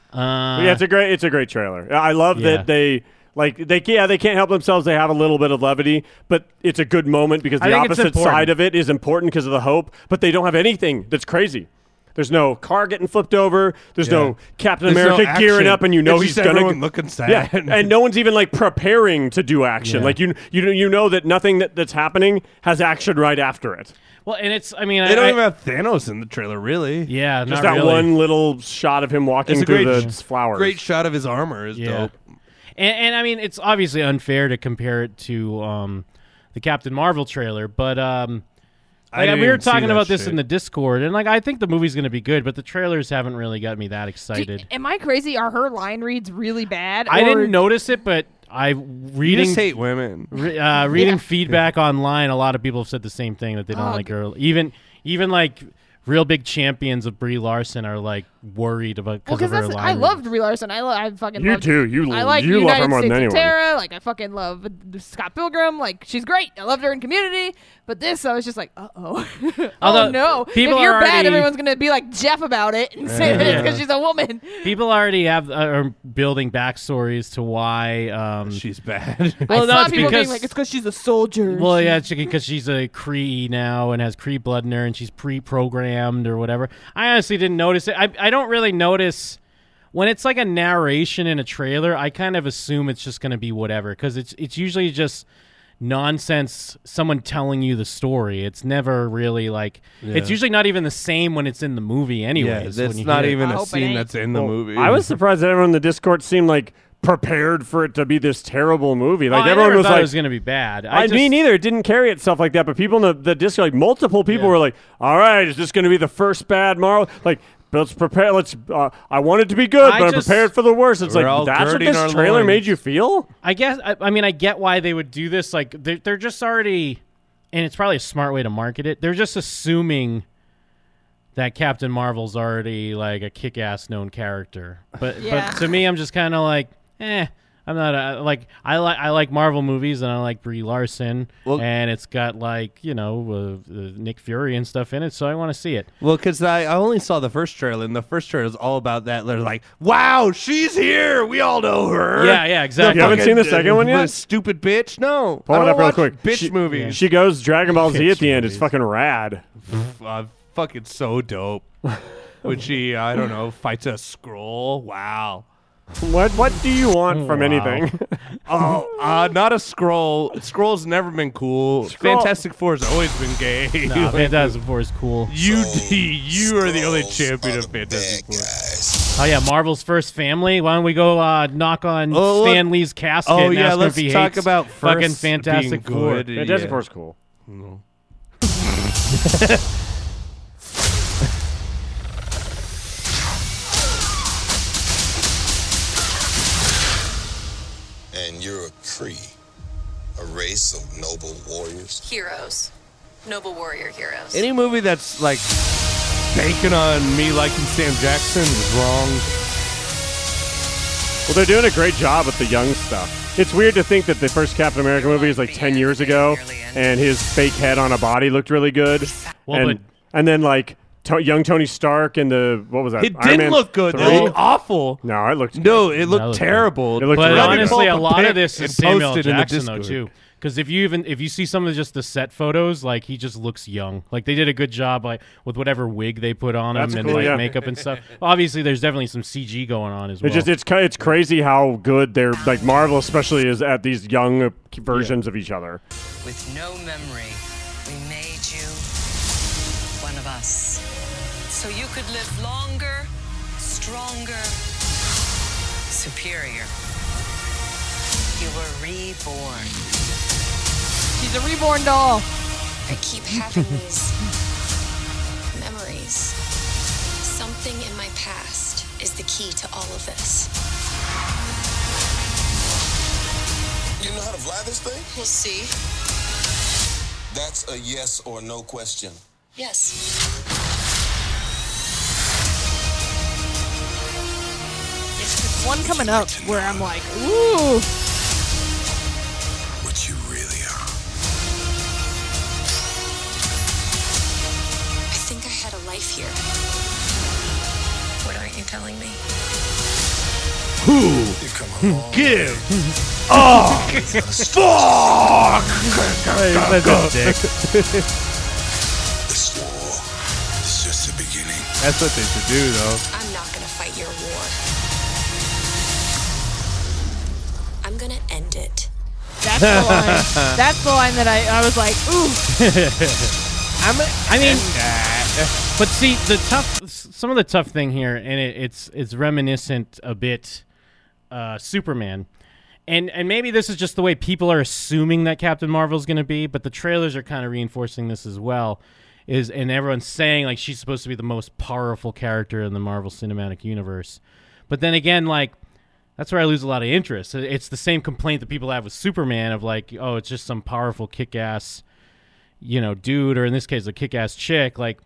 Speaker 6: Uh,
Speaker 4: But yeah, it's a great it's a great trailer. I love
Speaker 6: Yeah.
Speaker 4: that they like they yeah they can't help themselves. They have a little bit of levity, but it's a good moment because
Speaker 6: I
Speaker 4: the
Speaker 6: think it's
Speaker 4: opposite
Speaker 6: important.
Speaker 4: side of it is important because of the hope. But they don't have anything that's crazy. There's no car getting flipped over. There's
Speaker 8: Yeah.
Speaker 4: no Captain
Speaker 8: There's no
Speaker 4: America gearing
Speaker 8: action.
Speaker 4: up, and you know
Speaker 8: It's
Speaker 4: he's
Speaker 8: just
Speaker 4: gonna
Speaker 8: everyone looking sad.
Speaker 4: Yeah, and no one's even like preparing to do action.
Speaker 6: Yeah.
Speaker 4: Like you, you, you know that nothing that, that's happening has action right after it.
Speaker 6: Well, and it's. I mean,
Speaker 8: They
Speaker 6: I,
Speaker 8: don't
Speaker 6: I-
Speaker 8: even have Thanos in the trailer, really.
Speaker 6: Yeah,
Speaker 4: Just
Speaker 6: not
Speaker 4: that
Speaker 6: really.
Speaker 4: one little shot of him walking
Speaker 8: It's a
Speaker 4: through
Speaker 8: great
Speaker 4: the
Speaker 8: sh-
Speaker 4: flowers.
Speaker 8: Great shot of his armor is dope.
Speaker 6: And, and I mean, it's obviously unfair to compare it to um, the Captain Marvel trailer, but um,
Speaker 8: I
Speaker 6: like,
Speaker 8: didn't
Speaker 6: we were
Speaker 8: even see
Speaker 6: talking
Speaker 8: that
Speaker 6: about this
Speaker 8: shit.
Speaker 6: in the Discord, and like I think the movie's going to be good, but the trailers haven't really got me that excited.
Speaker 5: Am I crazy? Are her line reads really bad?
Speaker 6: I
Speaker 5: or-
Speaker 6: didn't notice it, but I reading
Speaker 8: just hate women.
Speaker 6: Re, uh, reading
Speaker 8: Yeah.
Speaker 6: feedback online, a lot of people have said the same thing that they don't
Speaker 8: Oh,
Speaker 6: like her. Even even like real big champions of Brie Larson are like worried about
Speaker 5: Well,
Speaker 6: because
Speaker 5: because
Speaker 6: of her
Speaker 5: that's
Speaker 6: line.
Speaker 5: I love Brie Larson. I, lo- I fucking
Speaker 6: You
Speaker 5: loved-
Speaker 6: do. You-
Speaker 5: I like
Speaker 6: you
Speaker 5: United
Speaker 6: love her more than
Speaker 5: States of
Speaker 6: anyone.
Speaker 5: Terra. Like I fucking love Scott Pilgrim. Like she's great. I loved her in Community. But this, I was just like, uh oh, oh
Speaker 6: Although,
Speaker 5: no.
Speaker 6: people
Speaker 5: if you're
Speaker 6: are
Speaker 5: bad,
Speaker 6: already-
Speaker 5: everyone's gonna be like Jeff about it and say that it's because
Speaker 6: Yeah.
Speaker 5: she's a woman.
Speaker 6: People already have uh, are building backstories to why um,
Speaker 8: she's bad.
Speaker 5: I
Speaker 6: Well, no,
Speaker 5: saw
Speaker 6: it's
Speaker 5: people
Speaker 6: because
Speaker 5: being like, it's because she's a soldier.
Speaker 6: well,
Speaker 5: She-
Speaker 6: yeah, because she's a Cree now and has Cree blood in her, and she's pre-programmed or whatever. I honestly didn't notice it. I I don't really notice when it's like a narration in a trailer. I kind of assume it's just going to be whatever because it's it's usually just nonsense. Someone telling you the story. It's never really like it's
Speaker 8: Yeah.
Speaker 6: usually not even the same when it's in the movie. Anyways,
Speaker 8: yeah,
Speaker 6: when
Speaker 8: it's
Speaker 6: you
Speaker 8: not
Speaker 6: hear it.
Speaker 8: even a scene that's in the
Speaker 4: Well,
Speaker 8: movie.
Speaker 4: I was surprised that everyone in the Discord seemed like prepared for it to be this terrible movie. Like
Speaker 6: Oh, I
Speaker 4: everyone
Speaker 6: never
Speaker 4: was
Speaker 6: thought
Speaker 4: like,
Speaker 6: it was going to be bad.
Speaker 4: I,
Speaker 6: just,
Speaker 4: mean, neither. It didn't carry itself like that. But people in the, the Discord, like multiple people, were like, "All right, is this going to be the first bad Marvel?" Like, let's prepare. Let's. Uh, I want it to be good,
Speaker 6: I
Speaker 4: but I'm
Speaker 6: just-
Speaker 4: prepared for the worst. It's
Speaker 8: We're
Speaker 4: like
Speaker 8: all
Speaker 4: that's what
Speaker 8: girding our
Speaker 4: this trailer
Speaker 8: loins.
Speaker 4: made you feel.
Speaker 6: I guess I, I mean I get why they would do this. Like they're, they're just already, and it's probably a smart way to market it. They're just assuming that Captain Marvel's already like a kick-ass known character. But
Speaker 5: Yeah.
Speaker 6: but to me, I'm just kind of like, eh. I'm not a, like I like I like Marvel movies and I like Brie Larson and it's got like you know uh, uh, Nick Fury and stuff in it, so I want to see it.
Speaker 8: Well, because I, I only saw the first trailer, and the first trailer is all about that. They're like, "Wow, she's here. We all know her."
Speaker 6: Yeah, yeah,
Speaker 8: Er, The
Speaker 6: exactly. You haven't
Speaker 8: fucking-
Speaker 6: seen the second one yet?
Speaker 8: the Stupid bitch. No,
Speaker 4: Pull
Speaker 8: I
Speaker 4: it
Speaker 8: don't
Speaker 4: up real
Speaker 8: watch
Speaker 4: quick.
Speaker 8: Bitch
Speaker 4: she,
Speaker 8: movie.
Speaker 4: She goes Dragon Ball Z
Speaker 8: Bitch
Speaker 4: at the end. It's
Speaker 8: movies.
Speaker 4: fucking rad.
Speaker 8: uh, fucking so dope. when she, I don't know, fights a scroll. Wow.
Speaker 4: What what do you want from anything?
Speaker 8: oh, uh, not a scroll. Scroll's never been cool.
Speaker 4: Skrull-
Speaker 8: Fantastic Four's always been gay.
Speaker 6: Nah, Fantastic Four is cool.
Speaker 8: You, you are the only champion of Fantastic Four.
Speaker 6: Oh yeah, Marvel's first family. Why don't we go uh, knock on
Speaker 8: Oh, look-
Speaker 6: Stan Lee's casket?
Speaker 8: Oh,
Speaker 6: and
Speaker 8: yeah,
Speaker 6: ask him
Speaker 8: let's
Speaker 6: if he
Speaker 8: talk
Speaker 6: hates
Speaker 8: about
Speaker 6: fucking
Speaker 8: first being
Speaker 6: Fantastic Four.
Speaker 8: good,
Speaker 4: Fantastic
Speaker 8: yeah.
Speaker 4: Four's cool.
Speaker 8: No.
Speaker 11: And you're a Cree, a race of noble warriors.
Speaker 13: Heroes. Noble warrior heroes.
Speaker 8: Any movie that's like banking on me liking Sam Jackson is wrong.
Speaker 4: Well, they're doing a great job with the young stuff. It's weird to think that the first Captain America movie is like 10 years ago, and his fake head on a body looked really good.
Speaker 6: Well,
Speaker 4: and, and then, like, to- young Tony Stark and the, what was that?
Speaker 8: It
Speaker 4: Iron
Speaker 8: didn't
Speaker 4: Man
Speaker 8: look good. It
Speaker 4: 3?
Speaker 8: looked awful.
Speaker 4: No, it looked
Speaker 8: No, it looked
Speaker 6: That looked
Speaker 8: terrible.
Speaker 4: It looked
Speaker 6: but
Speaker 4: really
Speaker 6: honestly,
Speaker 4: bad.
Speaker 6: a lot of this
Speaker 8: and
Speaker 6: is Samuel
Speaker 8: posted in the
Speaker 6: Jackson though
Speaker 8: Discord.
Speaker 6: too. Because if you even if you see some of just the set photos, like he just looks young. Like they did a good job, like with whatever wig they put on
Speaker 4: That's
Speaker 6: him and
Speaker 4: cool,
Speaker 6: like
Speaker 4: yeah.
Speaker 6: makeup and stuff. Obviously, there's definitely some CG going on as well.
Speaker 4: It's just it's ki- it's crazy how good they're like Marvel especially is at these young uh, versions of each other.
Speaker 13: With no memory, we made you one of us. So you could live longer, stronger, superior. You were reborn.
Speaker 5: she's a reborn doll.
Speaker 13: I keep having these memories. Something in my past is the key to all of this.
Speaker 11: You know how to fly this thing? We'll see. That's a yes or no question.
Speaker 13: Yes.
Speaker 5: There's one coming up where I'm like, ooh.
Speaker 11: What you really are.
Speaker 13: I think I had a life here. What aren't you telling me?
Speaker 3: Who give a fuck?
Speaker 11: This war is just the beginning.
Speaker 8: That's what they should do, though.
Speaker 1: I'm not gonna fight your war. I'm gonna end it.
Speaker 5: That's the line. That's the line that I, I was like, ooh.
Speaker 6: I'm I mean, uh, but see the tough, some of the tough thing here, and it, it's it's reminiscent a bit, uh, Superman, and and maybe this is just the way people are assuming that Captain Marvel's going to be, but the trailers are kind of reinforcing this as well. Is and everyone's saying like she's supposed to be the most powerful character in the Marvel Cinematic Universe, but then again, like that's where I lose a lot of interest. It's the same complaint that people have with Superman of like, oh, it's just some powerful kick-ass, you know, dude, or in this case, a kick-ass chick. Like,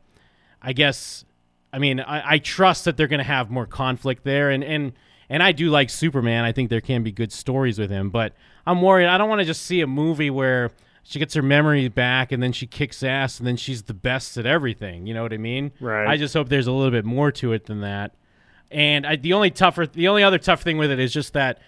Speaker 6: I guess, I mean, I, I trust that they're going to have more conflict there, and and and I do like Superman. I think there can be good stories with him, but I'm worried. I don't want to just see a movie where she gets her memory back and then she kicks ass and then she's the best at everything. You know what I mean?
Speaker 4: Right.
Speaker 6: I just hope there's a little bit more to it than that. And I, the only tougher, the only other tough thing with it is just that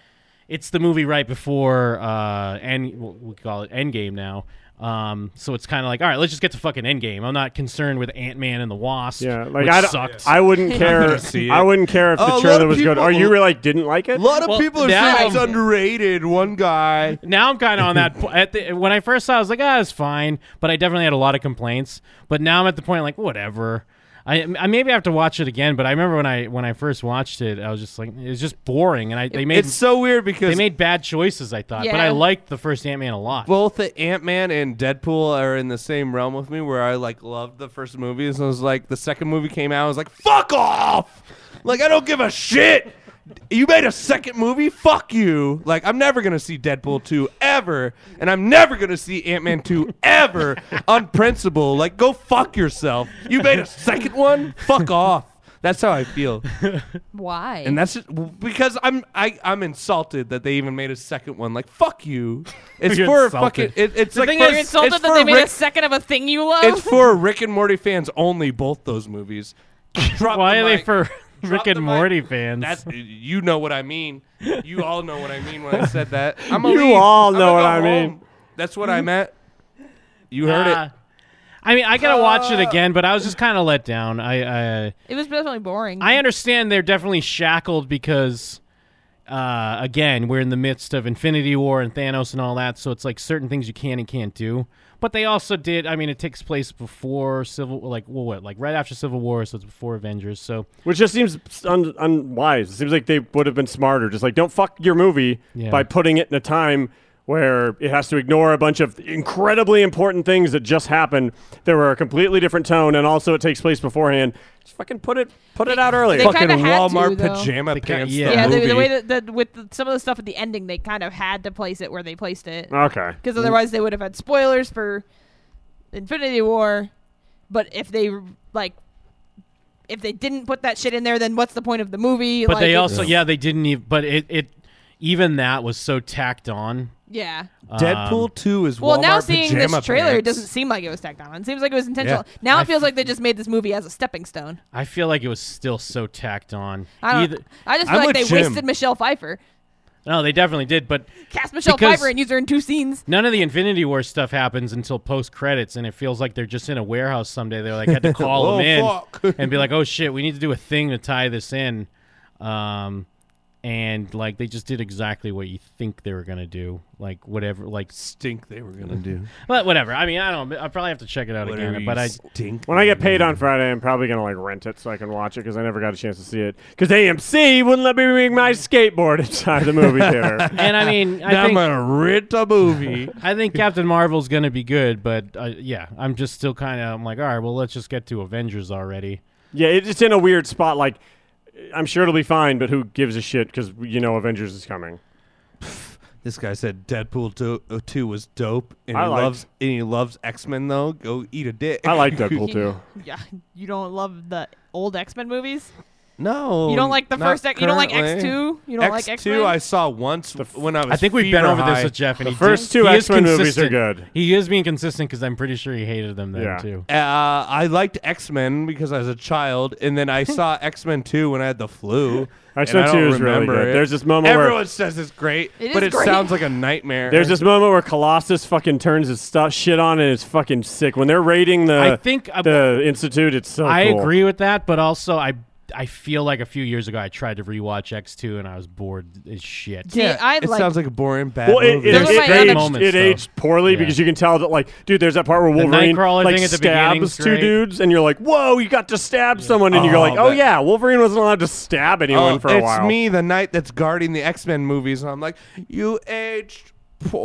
Speaker 6: it's the movie right before uh, end. We call it Endgame now. Um, so it's kind of like, all right, let's just get to fucking Endgame. I'm not concerned with Ant Man and the Wasp.
Speaker 4: Yeah,
Speaker 6: which
Speaker 4: like I,
Speaker 6: sucked.
Speaker 4: don't, I wouldn't care. I wouldn't care if
Speaker 8: Oh, a
Speaker 4: the
Speaker 8: lot
Speaker 4: trailer
Speaker 8: of
Speaker 4: was good.
Speaker 8: people-
Speaker 4: Are you really, like didn't like it?
Speaker 8: A lot of
Speaker 6: Well,
Speaker 8: people are
Speaker 6: that-
Speaker 8: saying it's underrated. One guy.
Speaker 6: Now I'm kind of on that. po- At the, when I first saw, it, I was like, ah, it's fine. But I definitely had a lot of complaints. But now I'm at the point like, whatever. I, I maybe have to watch it again. But I remember when I when I first watched it, I was just like, it's just boring. And I they made
Speaker 8: it's so weird because
Speaker 6: they made bad choices. I thought, but I
Speaker 8: Yeah.
Speaker 6: liked the first Ant Man a lot.
Speaker 8: both the Ant Man and Deadpool are in the same realm with me, where I like loved the first movies, and I was like, the second movie came out, I was like, fuck off, like I don't give a shit. You made a second movie, fuck you. Like I'm never gonna see Deadpool two ever, and I'm never gonna see Ant Man two ever on principle. Like go fuck yourself. You made a second one, fuck off. That's how I feel.
Speaker 5: Why?
Speaker 8: And that's just, because I'm I, I'm insulted that they even made a second one. Like fuck you. It's
Speaker 6: You're
Speaker 8: for
Speaker 6: insulted.
Speaker 8: fucking. It, it's
Speaker 5: the
Speaker 8: like
Speaker 5: thing
Speaker 8: for,
Speaker 5: is, you're insulted
Speaker 8: it's
Speaker 5: that
Speaker 8: for
Speaker 5: they made
Speaker 8: Rick,
Speaker 5: a second of a thing you love.
Speaker 8: It's for Rick and Morty fans only. Both those movies. Drop
Speaker 6: Why
Speaker 8: the
Speaker 6: are they
Speaker 8: mic.
Speaker 6: for Rick
Speaker 8: Drop
Speaker 6: and
Speaker 8: the mic.
Speaker 6: Morty fans?
Speaker 8: That's you know what I mean. You all know what I mean when I said that. I'm a
Speaker 4: You
Speaker 8: leave.
Speaker 4: all
Speaker 8: I'm
Speaker 4: know
Speaker 8: gonna
Speaker 4: what
Speaker 8: go
Speaker 4: I mean.
Speaker 8: home. That's what I meant. You heard
Speaker 6: Uh, I mean, I gotta watch it again, but I was just kind of let down. I, I
Speaker 5: it was definitely boring.
Speaker 6: I understand they're definitely shackled because, uh, again, we're in the midst of Infinity War and Thanos and all that, so it's like certain things you can and can't do. But they also did. I mean, it takes place before Civil, like well, what, like right after Civil War, so it's before Avengers. So
Speaker 4: Which just seems un- unwise. It seems like they would have been smarter. Just like don't fuck your movie
Speaker 6: Yeah.
Speaker 4: by putting it in a time where it has to ignore a bunch of incredibly important things that just happened. There were a completely different tone, and also it takes place beforehand. Just fucking put it put it out early.
Speaker 5: they Fucking kinda had to, Walmart though.
Speaker 8: pajama pants
Speaker 5: yeah, the, the way that the, with the, some of the stuff at the ending, they kind of had to place it where they placed it.
Speaker 4: Okay.
Speaker 5: Because otherwise, they would have had spoilers for Infinity War. But if they like, if they didn't put that shit in there, then what's the point of the movie?
Speaker 6: but
Speaker 5: Like,
Speaker 6: they
Speaker 5: it-
Speaker 6: also, yeah, they didn't even. But it, it even that was so tacked on.
Speaker 5: yeah.
Speaker 8: it. Deadpool
Speaker 6: Um,
Speaker 8: two is
Speaker 5: Well,
Speaker 8: Walmart
Speaker 5: now seeing this
Speaker 8: pajama
Speaker 5: trailer, it
Speaker 8: pants.
Speaker 5: doesn't seem like it was tacked on. It seems like it was intentional.
Speaker 6: Yeah.
Speaker 5: Now
Speaker 6: I
Speaker 5: it feels like they just made this movie as a stepping stone.
Speaker 6: I feel like it was still so tacked on.
Speaker 5: I don't.
Speaker 6: Either-
Speaker 5: I just
Speaker 6: I'm
Speaker 5: feel like
Speaker 6: with
Speaker 5: they
Speaker 6: Jim.
Speaker 5: wasted Michelle Pfeiffer.
Speaker 6: No, they definitely did, but
Speaker 5: Cast Michelle
Speaker 6: Because-
Speaker 5: Pfeiffer and use her in two scenes.
Speaker 6: None of the Infinity War stuff happens until post credits, and it feels like they're just in a warehouse someday. They like had to call
Speaker 8: Oh,
Speaker 6: them in
Speaker 8: fuck.
Speaker 6: and be like, "Oh shit, we need to do a thing to tie this in," um, and like they just did exactly what you think they were gonna do, like whatever, like
Speaker 8: stink they were gonna do.
Speaker 6: But whatever. I mean, I don't. I probably have to check it out
Speaker 8: Whatever
Speaker 6: again,
Speaker 8: you
Speaker 6: but I
Speaker 8: stink.
Speaker 4: When I get paid on Friday, I'm probably gonna like rent it so I can watch it because I never got a chance to see it because AMC wouldn't let me bring my skateboard inside the movie theater.
Speaker 6: And I mean, I
Speaker 8: Now I'm
Speaker 6: think
Speaker 8: gonna rent a movie.
Speaker 6: I think Captain Marvel's gonna be good, but uh, yeah, I'm just still kind of. I'm like, all right, well, let's just get to Avengers already.
Speaker 4: Yeah, it's just in a weird spot. Like, I'm sure it'll be fine, but who gives a shit? Because you know Avengers is coming.
Speaker 8: This guy said Deadpool do- uh, two was dope, and
Speaker 4: I
Speaker 8: he
Speaker 4: liked-
Speaker 8: loves and he loves X Men though. Go eat a dick.
Speaker 4: I like Deadpool too.
Speaker 5: Yeah, you don't love the old X Men movies.
Speaker 8: No,
Speaker 5: You don't like the
Speaker 8: Oh, not
Speaker 5: first X- you don't like
Speaker 8: currently.
Speaker 5: X2? You don't like
Speaker 8: X2
Speaker 5: X-Men?
Speaker 8: I saw once when I was.
Speaker 6: I think we've been
Speaker 8: fever
Speaker 6: over this
Speaker 8: high.
Speaker 6: with Jeff. And
Speaker 8: The
Speaker 6: he
Speaker 8: first
Speaker 6: did-
Speaker 8: two
Speaker 6: he is
Speaker 8: X-Men movies
Speaker 6: consistent.
Speaker 8: are good.
Speaker 6: He is being consistent because I'm pretty sure he hated them then
Speaker 8: Yeah.
Speaker 6: too.
Speaker 8: Uh, I liked X Men because I was a child, and then I saw X Men Two when I had the flu.
Speaker 4: X-Men
Speaker 8: and I don't
Speaker 4: 2 is really
Speaker 8: remember
Speaker 4: good.
Speaker 8: it.
Speaker 4: There's this moment where-
Speaker 8: everyone says it's great,
Speaker 4: It
Speaker 8: but
Speaker 4: is
Speaker 8: it
Speaker 4: great.
Speaker 8: sounds like a nightmare.
Speaker 4: There's this moment where Colossus fucking turns his stuff shit on and it's fucking sick. When they're raiding the
Speaker 6: I think-
Speaker 4: the institute, it's so
Speaker 6: I
Speaker 4: cool.
Speaker 6: agree with that, but also I I feel like a few years ago I tried to rewatch X two and I was bored as shit.
Speaker 5: See, Yeah, I it like- sounds
Speaker 8: like a boring bad
Speaker 4: Well, it, it,
Speaker 6: There's
Speaker 4: it
Speaker 6: great
Speaker 4: aged,
Speaker 6: moments,
Speaker 4: it
Speaker 6: though.
Speaker 4: aged poorly because you can tell that, like, dude, there's that part where
Speaker 6: The
Speaker 4: Wolverine
Speaker 6: Nightcrawler
Speaker 4: like
Speaker 6: thing at the
Speaker 4: stabs
Speaker 6: beginning's
Speaker 4: two
Speaker 6: great.
Speaker 4: dudes, and you're like, whoa, you got to stab someone, and you go
Speaker 8: Oh,
Speaker 4: like, oh
Speaker 8: that-
Speaker 4: yeah, Wolverine wasn't allowed to stab anyone
Speaker 8: Oh,
Speaker 4: for a
Speaker 8: it's
Speaker 4: while.
Speaker 8: me, the knight that's guarding the X Men movies, and I'm like, you aged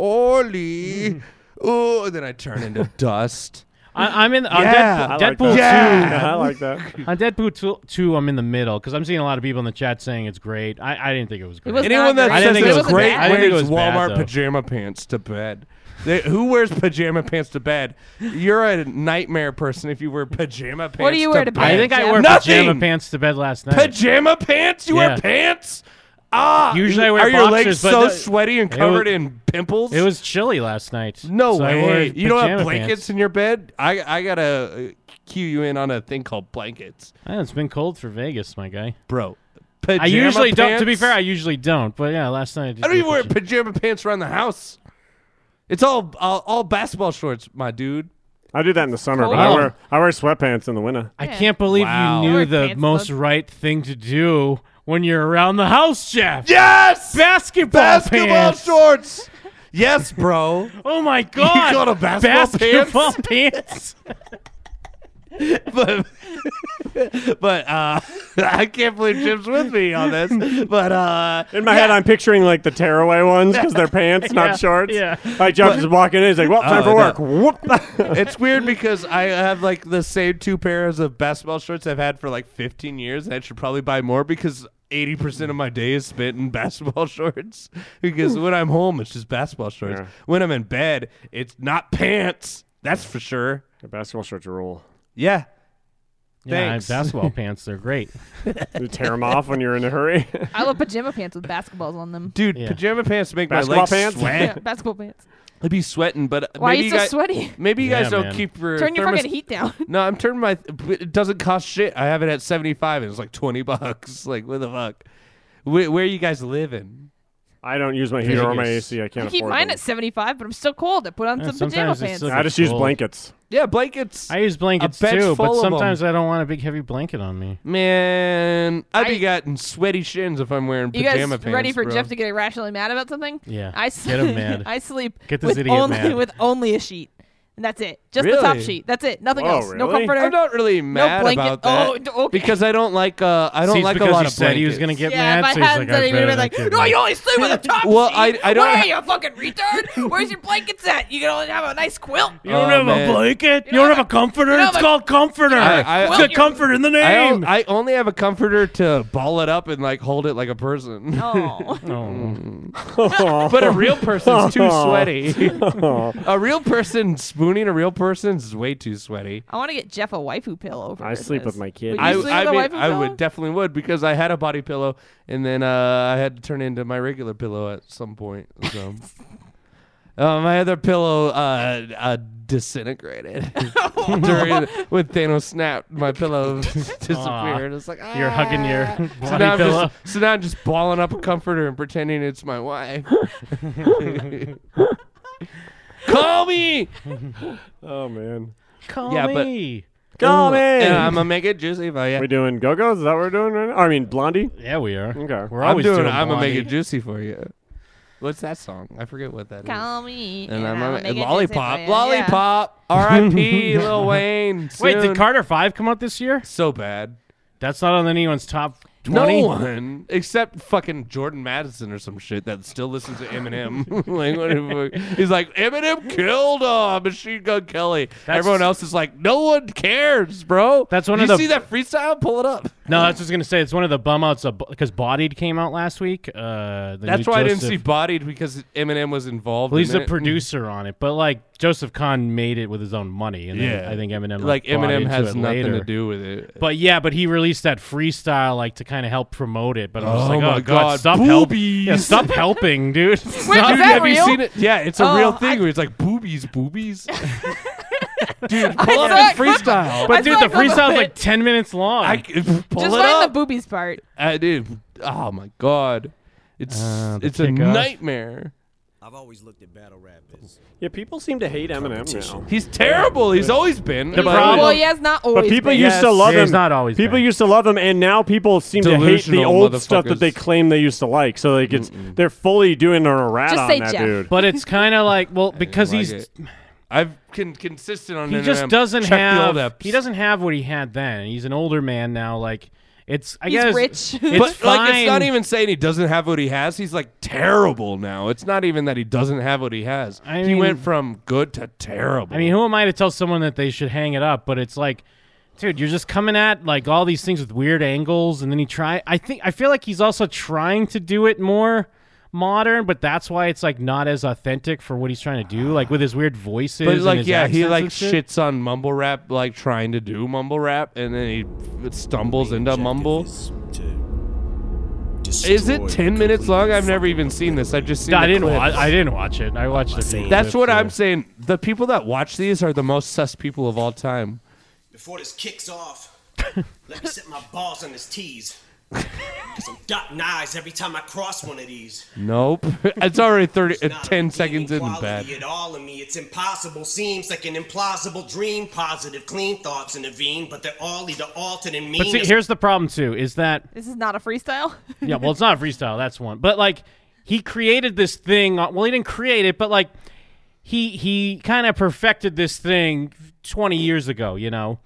Speaker 8: poorly. Ooh, and then I turn into dust.
Speaker 6: I, I'm in on
Speaker 8: Yeah.
Speaker 6: Deadpool,
Speaker 8: I like
Speaker 6: Deadpool 2.
Speaker 8: that. Yeah, I like
Speaker 4: that.
Speaker 6: on Deadpool 2, 2, I'm in the middle because I'm seeing a lot of people in the chat saying it's great. I, I didn't think it was great.
Speaker 8: was Anyone not that great.
Speaker 6: I didn't
Speaker 8: says
Speaker 6: think
Speaker 8: it
Speaker 6: it was
Speaker 8: wasn't
Speaker 6: great
Speaker 8: bad.
Speaker 6: I didn't think it
Speaker 8: wears
Speaker 6: was bad,
Speaker 8: Walmart
Speaker 6: though.
Speaker 8: pajama pants to bed. They- who wears pajama pants to bed? You're a nightmare person if you wear pajama pants.
Speaker 5: What do you wear to
Speaker 8: bed?
Speaker 5: bed,
Speaker 6: I think I
Speaker 5: Jeff?
Speaker 6: wore
Speaker 8: Nothing!
Speaker 6: pajama pants to bed last night.
Speaker 8: Pajama pants? You
Speaker 6: Yeah.
Speaker 8: wear pants? Ah,
Speaker 6: Usually I wear
Speaker 8: are your
Speaker 6: boxers,
Speaker 8: legs
Speaker 6: but
Speaker 8: so
Speaker 6: that-
Speaker 8: sweaty and
Speaker 6: it
Speaker 8: covered
Speaker 6: was-
Speaker 8: in pimples?
Speaker 6: It was chilly last night.
Speaker 8: No
Speaker 6: so I wore
Speaker 8: way. You don't have
Speaker 6: pajama
Speaker 8: blankets
Speaker 6: pants.
Speaker 8: in your bed? I I gotta uh, cue you in on a thing called blankets,
Speaker 6: Yeah, it's been cold for Vegas, my guy.
Speaker 8: bro.
Speaker 6: I
Speaker 8: Pajama
Speaker 6: usually don't. To be
Speaker 8: pants?
Speaker 6: fair, I usually don't. But yeah, last night
Speaker 8: I don't even wear
Speaker 6: pajama-
Speaker 8: pajama pants around the house. It's all all, all basketball shorts, my dude.
Speaker 4: I do that in the summer, but I
Speaker 6: Cold.
Speaker 4: wear I wear sweatpants in the winter.
Speaker 6: I can't believe
Speaker 8: Wow.
Speaker 6: you
Speaker 8: I
Speaker 6: knew
Speaker 8: wear
Speaker 6: the
Speaker 8: pants
Speaker 6: most right thing to do when you're around the house, Jeff.
Speaker 8: Yes,
Speaker 6: basketball,
Speaker 8: basketball
Speaker 6: pants.
Speaker 8: shorts. Yes, bro.
Speaker 6: Oh my god!
Speaker 8: called 'em basketball
Speaker 6: pants.
Speaker 8: but but uh, I can't believe Jim's with me on this. But uh,
Speaker 4: In my head, I'm picturing like the tearaway ones because they're pants,
Speaker 8: Yeah,
Speaker 4: not shorts.
Speaker 8: yeah.
Speaker 4: Like, Jeff is walking in, he's like, well, time
Speaker 8: Oh,
Speaker 4: for
Speaker 8: no.
Speaker 4: work. Whoop.
Speaker 8: it's weird because I have like the same two pairs of basketball shorts I've had for like 15 years, and I should probably buy more because 80% of my day is spent in basketball shorts. Because when I'm home, it's just basketball shorts.
Speaker 4: Yeah.
Speaker 8: When I'm in bed, it's not pants. That's for sure.
Speaker 4: The basketball shorts rule.
Speaker 8: Yeah.
Speaker 6: Yeah,
Speaker 8: Thanks.
Speaker 6: basketball pants. They're great.
Speaker 4: You tear them off when you're in a hurry.
Speaker 5: I love pajama pants with basketballs on them.
Speaker 8: Dude,
Speaker 6: Yeah.
Speaker 8: pajama pants make
Speaker 4: Basketball
Speaker 8: my legs
Speaker 4: pants?
Speaker 8: sweat.
Speaker 5: Yeah, basketball pants.
Speaker 8: I'd be sweating, but
Speaker 5: Why are
Speaker 8: maybe
Speaker 5: you so
Speaker 8: guys,
Speaker 5: sweaty?
Speaker 8: Maybe you
Speaker 6: Yeah,
Speaker 8: guys don't
Speaker 6: man.
Speaker 8: keep your
Speaker 5: Turn your
Speaker 8: thermos-
Speaker 5: fucking heat down.
Speaker 8: No, I'm turning my. It doesn't cost shit. I have it at 75, and it's like 20 bucks. Like, what the fuck? Where, where are you guys living?
Speaker 4: I don't use my heater or my
Speaker 8: Vegas.
Speaker 4: AC. I can't
Speaker 5: I keep
Speaker 4: afford
Speaker 5: mine
Speaker 4: them.
Speaker 5: at 75, but I'm still cold. I put on
Speaker 6: Yeah,
Speaker 5: some pajama
Speaker 6: sometimes it's
Speaker 5: pants.
Speaker 6: still-
Speaker 4: I just use
Speaker 6: Cold.
Speaker 4: blankets.
Speaker 8: Yeah, blankets.
Speaker 6: I use blankets
Speaker 8: bed's
Speaker 6: too,
Speaker 8: full
Speaker 6: but
Speaker 8: of 'em.
Speaker 6: sometimes I don't want a big heavy blanket on me.
Speaker 8: Man, I'd
Speaker 5: I-
Speaker 8: be getting sweaty shins if I'm wearing
Speaker 5: You
Speaker 8: pajama
Speaker 5: guys
Speaker 8: pants.
Speaker 5: ready for
Speaker 8: bro.
Speaker 5: Jeff to get irrationally mad about something?
Speaker 6: Yeah.
Speaker 5: I
Speaker 6: Get him mad.
Speaker 5: I sleep
Speaker 6: Get this
Speaker 5: with
Speaker 6: idiot
Speaker 5: only
Speaker 6: mad.
Speaker 5: with only a sheet. And that's it. Just the top
Speaker 8: Really?
Speaker 5: sheet. That's it. Nothing
Speaker 4: Whoa,
Speaker 5: else. No
Speaker 4: really?
Speaker 5: comforter.
Speaker 8: I'm not really mad
Speaker 5: blanket.
Speaker 8: about that
Speaker 5: Oh, d- okay.
Speaker 8: because I don't like uh I don't
Speaker 6: See, it's
Speaker 8: like a
Speaker 6: because
Speaker 8: lot
Speaker 6: he
Speaker 8: of
Speaker 6: said he was
Speaker 8: blankets.
Speaker 6: gonna get
Speaker 5: yeah,
Speaker 6: mad,
Speaker 5: if
Speaker 6: so
Speaker 5: I
Speaker 6: he's
Speaker 5: hadn't
Speaker 6: like,
Speaker 5: said
Speaker 6: I'd
Speaker 5: it, you'd
Speaker 6: rather
Speaker 5: be
Speaker 6: not
Speaker 5: like,
Speaker 6: get
Speaker 5: "No,
Speaker 6: mad."
Speaker 5: you only sleep with a top
Speaker 8: Well,
Speaker 5: sheet.
Speaker 8: I- I don't
Speaker 5: Where
Speaker 8: have-
Speaker 5: are you fucking retard? Where's your blankets at? You can only have a nice quilt.
Speaker 6: You don't
Speaker 8: Oh,
Speaker 6: have
Speaker 8: man.
Speaker 6: a blanket. You don't, have, a comforter.
Speaker 5: don't
Speaker 6: It's
Speaker 5: have a-
Speaker 6: called comforter.
Speaker 8: I- I-
Speaker 6: it's
Speaker 8: Well,
Speaker 6: got comfort in the
Speaker 8: I,
Speaker 6: name.
Speaker 8: don't- I only have a comforter to ball it up and like hold it like a person.
Speaker 5: Oh.
Speaker 8: But a real person's too
Speaker 4: Aw.
Speaker 8: sweaty. a real person spooning a real person's way too sweaty.
Speaker 5: I want to get Jeff a waifu pillow. For
Speaker 4: I sleep
Speaker 5: Christmas.
Speaker 4: with my kid.
Speaker 5: Would you
Speaker 8: I,
Speaker 5: sleep with
Speaker 8: I,
Speaker 5: a
Speaker 8: mean,
Speaker 5: waifu
Speaker 8: I
Speaker 5: pillow?
Speaker 8: would definitely would because I had a body pillow and then uh, I had to turn into my regular pillow at some point. So. Uh, my other pillow uh, uh, disintegrated during with Thanos snap. My pillow disappeared. It's like
Speaker 6: You're hugging your
Speaker 8: "Ah." so
Speaker 6: body
Speaker 8: now, I'm
Speaker 6: pillow.
Speaker 8: just, so now I'm just balling up a comforter and pretending it's my wife. Call me.
Speaker 4: Oh man,
Speaker 6: Call
Speaker 8: Yeah, but-
Speaker 6: me.
Speaker 4: come in.
Speaker 8: And I'm gonna make it juicy for you.
Speaker 4: we doing Go Go's? Is that what we're doing right now? I mean, Blondie.
Speaker 6: yeah, we are.
Speaker 4: Okay.
Speaker 6: We're
Speaker 8: I'm
Speaker 6: always
Speaker 8: doing.
Speaker 6: doing.
Speaker 8: I'm gonna make
Speaker 6: Blondie.
Speaker 8: it juicy for you. What's that song? I forget what that is.
Speaker 5: Call me.
Speaker 8: And I'm
Speaker 5: I'ma
Speaker 8: gonna-
Speaker 5: make it
Speaker 8: lollipop,
Speaker 5: juicy for you.
Speaker 8: lollipop. R.I.P. Lil Wayne.
Speaker 6: Wait,
Speaker 8: soon.
Speaker 6: did Carter Five come out this year?
Speaker 8: so bad.
Speaker 6: That's not on anyone's top twenty.
Speaker 8: No one except fucking Jordan Madison or some shit that still listens to Eminem. like, what the fuck? He's like Eminem killed uh, Machine Gun Kelly.
Speaker 6: That's-
Speaker 8: Everyone else is like, no one cares, bro.
Speaker 6: That's one of
Speaker 8: Did you
Speaker 6: the-
Speaker 8: see that freestyle. Pull it up.
Speaker 6: No, that's what I was gonna say. It's one of the bum outs because Bodied came out last week. Uh, the
Speaker 8: That's
Speaker 6: new
Speaker 8: why I didn't
Speaker 6: Joseph-
Speaker 8: see Bodied because Eminem was involved.
Speaker 6: Well, he's
Speaker 8: in
Speaker 6: a
Speaker 8: it.
Speaker 6: producer on it, but like Joseph Kahn made it with his own money, and then
Speaker 8: Yeah.
Speaker 6: I think Eminem
Speaker 8: Like,
Speaker 6: bought
Speaker 8: Eminem
Speaker 6: into it
Speaker 8: has nothing to
Speaker 6: later.
Speaker 8: do with it.
Speaker 6: But yeah, but he released that freestyle like to kind of help promote it. But I was
Speaker 8: Oh
Speaker 6: like,
Speaker 8: my
Speaker 6: oh god,
Speaker 8: God,
Speaker 6: stop helping!
Speaker 8: boobies.
Speaker 6: Yeah, stop helping, dude.
Speaker 8: Dude,
Speaker 6: Stop-
Speaker 8: have you seen it? Yeah, it's a
Speaker 6: Oh,
Speaker 8: real thing where it's like boobies, boobies. dude, pull
Speaker 5: saw a
Speaker 8: up the
Speaker 5: clip-
Speaker 8: freestyle.
Speaker 5: But I dude, saw a the clip of freestyle's, it. like,
Speaker 6: ten minutes long.
Speaker 8: I, c- pull
Speaker 5: Just
Speaker 8: it
Speaker 5: find
Speaker 8: up.
Speaker 5: the boobies part.
Speaker 8: I dude, oh my god, it's
Speaker 6: Uh, the
Speaker 8: it's a
Speaker 6: kickoff.
Speaker 8: nightmare.
Speaker 14: I've always looked at battle rap as
Speaker 4: Yeah, people seem to hate Eminem now.
Speaker 8: He's terrible. He's always been.
Speaker 4: The
Speaker 8: but-
Speaker 4: problem-
Speaker 5: Well, he has not always.
Speaker 4: But people
Speaker 5: been.
Speaker 4: used to love
Speaker 6: Yeah,
Speaker 4: him.
Speaker 6: he's not always
Speaker 4: people used to love him, and now people seem to hate the
Speaker 8: Delusional
Speaker 4: old stuff
Speaker 8: motherfuckers.
Speaker 4: that they claim they used to like. So like it's they're fully doing a rat
Speaker 5: Just
Speaker 4: on
Speaker 5: say
Speaker 4: that
Speaker 5: Jeff.
Speaker 4: dude.
Speaker 6: But it's kind of like well because
Speaker 8: like
Speaker 6: he's
Speaker 8: it. I've con- consistent on.
Speaker 6: he
Speaker 8: Eminem.
Speaker 6: just doesn't
Speaker 8: Check The
Speaker 6: have
Speaker 8: old eps.
Speaker 6: he doesn't have what he had then. He's an older man now. Like it's I
Speaker 5: He's
Speaker 6: guess
Speaker 5: rich.
Speaker 6: It's
Speaker 8: but like, it's not
Speaker 6: fine.
Speaker 8: even saying he doesn't have what he has. He's like terrible now. It's not even that he doesn't have what he has.
Speaker 6: I
Speaker 8: he
Speaker 6: mean-
Speaker 8: went from good to terrible.
Speaker 6: I mean, who am I to tell someone that they should hang it up? But it's like, dude, you're just coming at like all these things with weird angles, and then he try. I think I feel like he's also trying to do it more modern, but that's why it's like not as authentic for what he's trying to do, like with his weird voices.
Speaker 8: but
Speaker 6: and
Speaker 8: like,
Speaker 6: his
Speaker 8: yeah, he
Speaker 6: accents
Speaker 8: like
Speaker 6: and shit.
Speaker 8: shits on mumble rap, like trying to do mumble rap, and then he f- stumbles into mumble. Is it ten minutes long? I've never even seen this. I've just seen.
Speaker 6: No, I
Speaker 8: the
Speaker 6: didn't
Speaker 8: clips.
Speaker 6: watch. I didn't watch it. I watched a few.
Speaker 8: That's
Speaker 6: clips,
Speaker 8: what
Speaker 6: yeah.
Speaker 8: I'm saying. The people that watch these are the most sus people of all time.
Speaker 14: Before this kicks off, let me set my balls on this tease. Cause I'm dotting eyes every time I cross one of these.
Speaker 8: Nope, it's already 30, uh,
Speaker 14: Not a
Speaker 8: 10
Speaker 14: redeeming
Speaker 8: seconds in and bad.
Speaker 14: quality at all in me. It's impossible. Seems like an implausible dream. Positive, clean thoughts intervene, but they're all either altered and mean.
Speaker 6: But see,
Speaker 14: as-
Speaker 6: here's the problem too: is that
Speaker 5: This is not a freestyle.
Speaker 6: yeah, well, it's not a freestyle. That's one. But like, he created this thing. on- Well, he didn't create it, but like, he he kind of perfected this thing twenty years ago. You know,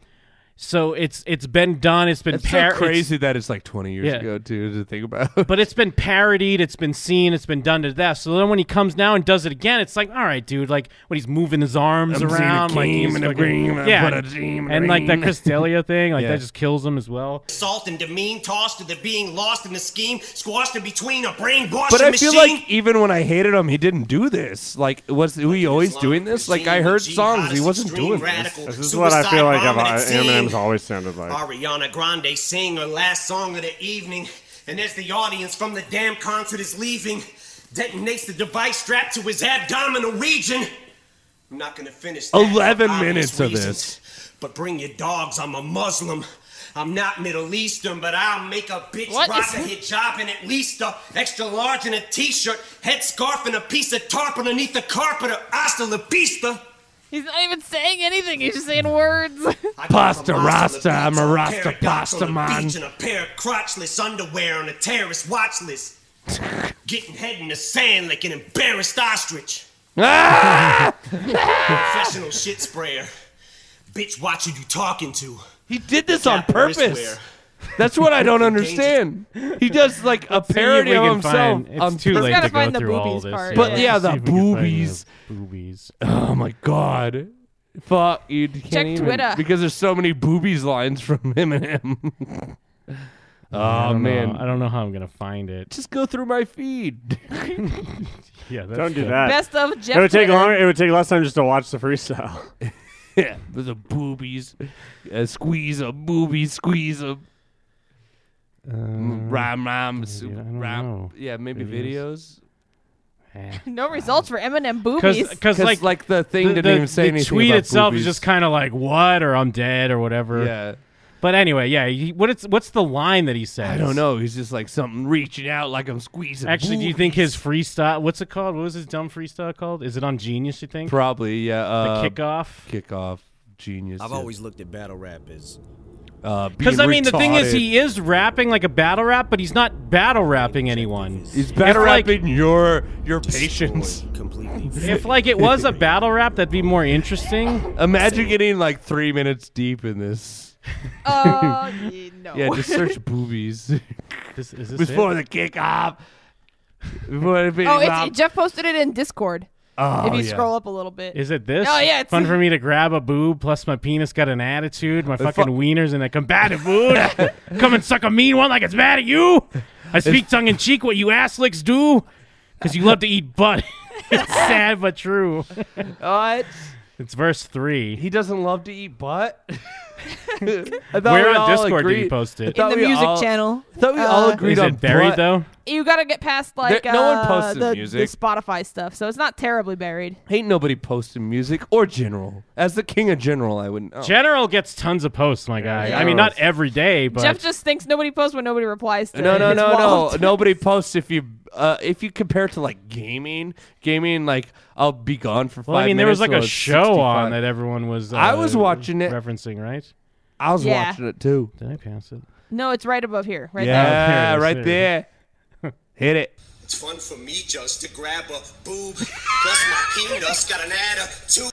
Speaker 6: so it's it's been done. It's been
Speaker 8: It's so
Speaker 6: par-
Speaker 8: crazy that it's like 20 years
Speaker 6: Yeah.
Speaker 8: ago too to think about.
Speaker 6: but it's been parodied, it's been seen, it's been done to death. So then when he comes now and does it again, it's like, all right, dude, like when he's moving his arms
Speaker 8: I'm seeing a
Speaker 6: around, like
Speaker 8: game
Speaker 6: he's
Speaker 8: and a
Speaker 6: fucking-
Speaker 8: green, I
Speaker 6: yeah,
Speaker 8: put a team in a
Speaker 6: and like that
Speaker 8: green.
Speaker 6: Cristelia thing, like
Speaker 8: Yeah.
Speaker 6: that just kills him as well.
Speaker 14: Salt and demean, tossed to the being lost in the scheme, squashed in between a brainwashed
Speaker 8: But I
Speaker 14: machine.
Speaker 8: feel like even when I hated him, he didn't do this. Like, was was he always doing this? Like, I heard songs, he wasn't doing this.
Speaker 14: Radical,
Speaker 4: This is what I feel like I've- Eminem's always sounded like.
Speaker 14: Ariana Grande sing her last song of the evening, and as the audience from the damn concert is leaving, detonates the device strapped to his abdominal region. I'm not gonna finish. That for
Speaker 8: 11
Speaker 14: obvious
Speaker 8: minutes of
Speaker 14: reasons,
Speaker 8: this.
Speaker 14: But bring your dogs. I'm a Muslim. I'm not Middle Eastern, but I'll make a bitch
Speaker 5: What
Speaker 14: rock
Speaker 5: is-
Speaker 14: a hijab and at least a extra large and a t-shirt, headscarf and a piece of tarp underneath the carpet of hasta la vista.
Speaker 5: He's not even saying anything. He's just saying words.
Speaker 8: Pasta
Speaker 14: I'm a
Speaker 8: Rasta,
Speaker 14: Mazda
Speaker 8: I'm a
Speaker 14: beats,
Speaker 8: Rasta
Speaker 14: paradox
Speaker 8: pasta
Speaker 14: on the
Speaker 8: man.
Speaker 14: beach and a pair of crotchless underwear on a terrorist watch list. Getting head in the sand like an embarrassed ostrich.
Speaker 8: Ah!
Speaker 14: Professional shit sprayer. Bitch, watch who you talking to.
Speaker 8: He did this on purpose.
Speaker 14: Wristwear.
Speaker 8: That's what I don't understand. He does like a
Speaker 6: see if
Speaker 8: parody
Speaker 6: we
Speaker 8: of
Speaker 6: can
Speaker 8: himself.
Speaker 6: find- it's
Speaker 8: on
Speaker 6: too
Speaker 8: purpose.
Speaker 6: late
Speaker 5: gotta
Speaker 6: to go
Speaker 5: find the
Speaker 6: through all
Speaker 5: boobies
Speaker 6: this.
Speaker 5: part,
Speaker 8: But yeah,
Speaker 6: let's
Speaker 8: the
Speaker 6: see if we can find the
Speaker 8: boobies.
Speaker 6: boobies.
Speaker 8: Oh my god. Fuck you! Can't
Speaker 5: Check
Speaker 8: even,
Speaker 5: Twitter.
Speaker 8: because there's so many boobies lines from Eminem.
Speaker 6: I
Speaker 8: oh
Speaker 6: don't know.
Speaker 8: man,
Speaker 6: I don't know how I'm gonna find it.
Speaker 8: just go through my feed.
Speaker 6: Yeah, that's
Speaker 4: Don't do
Speaker 6: the-
Speaker 4: that.
Speaker 5: Best of Jeff.
Speaker 4: it would take
Speaker 5: Twitter.
Speaker 4: longer. It would take less time just to watch the freestyle.
Speaker 8: yeah, with the boobies, uh, squeeze them, boobies, squeeze them. Rhyme, rhyme, su-
Speaker 6: Um, I don't
Speaker 8: rhyme.
Speaker 6: know.
Speaker 8: Yeah, maybe videos.
Speaker 5: No results for Eminem boobies.
Speaker 6: Because like
Speaker 8: like the thing
Speaker 6: the,
Speaker 8: didn't
Speaker 6: the-
Speaker 8: even say
Speaker 6: the
Speaker 8: anything
Speaker 6: tweet
Speaker 8: about
Speaker 6: itself
Speaker 8: boobies.
Speaker 6: is just kind of like what or I'm dead or whatever.
Speaker 8: yeah.
Speaker 6: But anyway, yeah. He, what it's what's the line that he says?
Speaker 8: I don't know. He's just like something reaching out, like I'm squeezing.
Speaker 6: Actually, do you
Speaker 8: boobies.
Speaker 6: think his freestyle? What's it called? What was his dumb freestyle called? Is it on Genius? You think
Speaker 8: Probably, yeah.
Speaker 6: the
Speaker 8: Uh,
Speaker 6: kickoff?
Speaker 8: kickoff genius.
Speaker 14: I've
Speaker 8: yeah.
Speaker 14: always looked at battle rap as
Speaker 8: Uh,
Speaker 6: Because
Speaker 8: being
Speaker 6: I mean, the thing is,
Speaker 8: retarded.
Speaker 6: he is rapping like a battle rap, but he's not battle rapping anyone.
Speaker 8: He's better
Speaker 6: If, like-
Speaker 8: rapping your your patience.
Speaker 14: completely.
Speaker 6: If like it was a battle rap, that'd be more interesting.
Speaker 8: Imagine getting like three minutes deep in this.
Speaker 5: Uh, yeah, no.
Speaker 8: Yeah, just search boobies
Speaker 6: This, is this it?
Speaker 8: before the kickoff. Before the
Speaker 5: oh,
Speaker 8: kickoff.
Speaker 5: it's, Jeff posted it in Discord.
Speaker 6: Oh,
Speaker 5: if you
Speaker 6: yeah.
Speaker 5: scroll up a little bit.
Speaker 6: Is it this?
Speaker 5: Oh yeah, it's
Speaker 6: fun for me to grab a boob. Plus, my penis got an attitude. My fucking wiener's in a combative mood. Come and suck a mean one like it's mad at you. I speak tongue in cheek. What you ass licks do, because you love to eat butt. it's sad but true.
Speaker 8: Oh, it's,
Speaker 6: It's verse three.
Speaker 8: he doesn't love to eat butt.
Speaker 6: Where on Discord did he post it?
Speaker 5: In the music channel.
Speaker 8: I thought we all
Speaker 5: Uh,
Speaker 8: agreed
Speaker 6: Is
Speaker 8: on
Speaker 6: it buried
Speaker 8: butt.
Speaker 6: though?
Speaker 5: You gotta get past like
Speaker 8: There- no one
Speaker 5: uh,
Speaker 8: posted
Speaker 5: the,
Speaker 8: music.
Speaker 5: the Spotify stuff, so it's not terribly buried.
Speaker 8: Ain't nobody posting music or general. As the king of general, I wouldn't. know.
Speaker 6: General gets tons of posts, my guy.
Speaker 8: Yeah.
Speaker 6: I mean, not every day, but
Speaker 5: Jeff just thinks nobody posts when nobody replies to
Speaker 8: No,
Speaker 5: it.
Speaker 8: no,
Speaker 5: It's
Speaker 8: no,
Speaker 5: wild.
Speaker 8: no. Nobody posts if you uh, if you compare it to like gaming. Gaming, like I'll be gone for five.
Speaker 6: well, I mean, there was
Speaker 8: minutes
Speaker 6: like a
Speaker 8: till
Speaker 6: show
Speaker 8: 65.
Speaker 6: on that everyone was. Uh,
Speaker 8: I was watching it.
Speaker 6: referencing, right?
Speaker 8: I was
Speaker 5: Yeah.
Speaker 8: watching it too.
Speaker 6: Did I pass it?
Speaker 5: No, it's right above here. Right there.
Speaker 8: yeah,
Speaker 6: there it is,
Speaker 8: right there.
Speaker 6: there
Speaker 8: Hit it.
Speaker 14: It's fun for me just to grab a boob. Plus my penis got an attitude.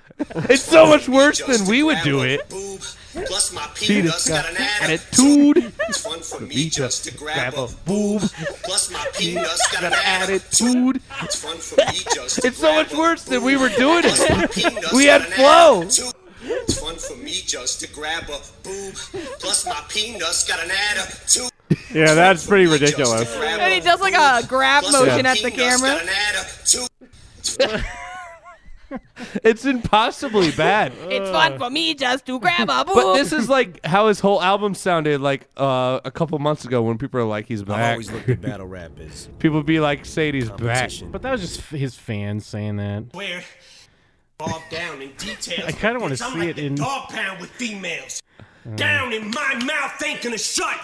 Speaker 8: It's so much worse than we would do it.
Speaker 14: Boob. Plus my
Speaker 8: Penis
Speaker 14: penis
Speaker 8: got
Speaker 14: got an
Speaker 8: attitude.
Speaker 14: It's fun for me just to grab a
Speaker 8: boob.
Speaker 14: Plus my penis got an
Speaker 8: attitude.
Speaker 14: It's fun for me just to
Speaker 8: It's so much worse than we were doing
Speaker 14: Plus my
Speaker 8: it.
Speaker 14: penis
Speaker 8: We had
Speaker 14: got an
Speaker 8: flow.
Speaker 14: attitude. It's fun for me just to grab a boob. Plus my penis got an attitude.
Speaker 4: Yeah, that's pretty ridiculous.
Speaker 5: And he does like a grab
Speaker 14: Plus my
Speaker 5: motion at the
Speaker 14: penis
Speaker 5: camera.
Speaker 14: got an attitude.
Speaker 8: It's impossibly bad.
Speaker 5: It's fun for me just to grab a boob.
Speaker 8: Uh. But this is like how his whole album sounded like uh, a couple months ago when people are like, he's back.
Speaker 15: always looked at battle rap as
Speaker 8: people be like, Sadie's back.
Speaker 6: But that was just f- his fans saying that.
Speaker 14: Where bogged down in details.
Speaker 6: I kinda wanna
Speaker 14: Bitch, I'm
Speaker 6: see
Speaker 14: like
Speaker 6: it
Speaker 14: the
Speaker 6: in- Mm.
Speaker 14: dog pound with females. down in my mouth ain't gonna shut.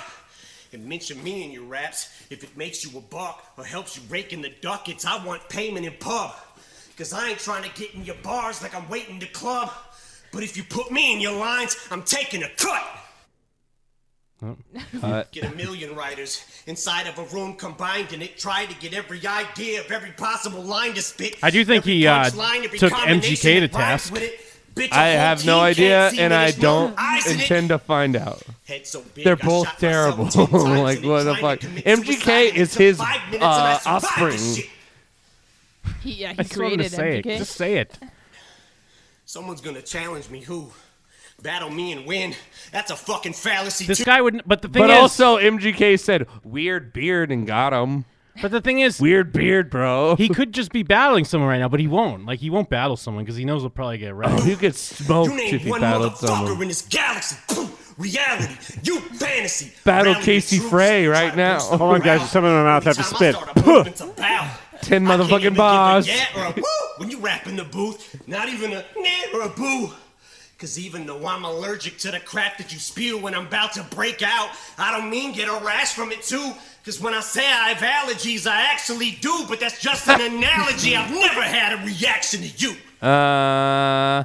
Speaker 14: And mention me in your raps if it makes you a buck or helps you rake in the ducats. I want payment in pub. Cause I ain't trying to get in your bars like I'm waiting to club. But if you put me in your lines, I'm taking a cut.
Speaker 6: Oh.
Speaker 14: Get a million writers inside of a room combined in it, try to get every idea of every possible line to spit.
Speaker 6: I do think
Speaker 14: Every
Speaker 6: he, uh,
Speaker 14: punchline, every
Speaker 6: took
Speaker 14: combination
Speaker 6: MGK
Speaker 14: that
Speaker 6: to
Speaker 14: rhymes
Speaker 6: task.
Speaker 14: with it. Bitch,
Speaker 8: I
Speaker 14: a whole
Speaker 8: have no
Speaker 14: team
Speaker 8: idea,
Speaker 14: can't see
Speaker 8: and
Speaker 14: me,
Speaker 8: I
Speaker 14: there's no
Speaker 8: don't
Speaker 14: eyes in it.
Speaker 8: intend to find out.
Speaker 14: Head so big,
Speaker 8: They're
Speaker 14: I
Speaker 8: both
Speaker 14: shot
Speaker 8: terrible.
Speaker 14: myself 10 times
Speaker 8: like
Speaker 14: and it
Speaker 8: what the
Speaker 14: tried
Speaker 8: fuck?
Speaker 14: to commit
Speaker 8: MGK is
Speaker 14: suicide. It took
Speaker 8: his
Speaker 14: five minutes and I
Speaker 8: uh,
Speaker 14: survived this
Speaker 8: offspring.
Speaker 14: shit.
Speaker 5: He, yeah, he
Speaker 6: I just want him to
Speaker 5: created
Speaker 6: say
Speaker 5: MGK.
Speaker 6: it. Just say it.
Speaker 14: Someone's gonna challenge me. Who? Battle me and win? That's a fucking fallacy.
Speaker 6: This
Speaker 14: too.
Speaker 6: guy wouldn't. But the thing
Speaker 8: But
Speaker 6: is,
Speaker 8: also, MGK said weird beard and got him.
Speaker 6: but the thing is,
Speaker 8: Weird beard, bro.
Speaker 6: he could just be battling someone right now, but he won't. Like he won't battle someone because he knows he'll probably get wrecked.
Speaker 8: He gets smoked
Speaker 14: You
Speaker 8: if
Speaker 14: name
Speaker 8: he
Speaker 14: one
Speaker 8: battled
Speaker 14: motherfucker
Speaker 8: someone.
Speaker 14: in this galaxy. Pooh, Reality, you fantasy.
Speaker 8: Battle
Speaker 14: Rally the
Speaker 8: Casey
Speaker 14: troops.
Speaker 8: Frey right now.
Speaker 4: Hold on, guys. There's something in Oh my mouth I have to
Speaker 14: Every
Speaker 4: spit.
Speaker 14: time I start a move, it's a bow.
Speaker 8: Ten
Speaker 14: I can't
Speaker 8: motherfucking
Speaker 14: even give a
Speaker 8: bars.
Speaker 14: Yeah, or a woo when you rap in the booth. Not even a nah or a boo. Cause even though I'm allergic to the crap that you spew when I'm about to break out, I don't mean get a rash from it too. Cause when I say I have allergies, I actually do, but that's just an analogy. I've never had a reaction to you.
Speaker 8: Uh,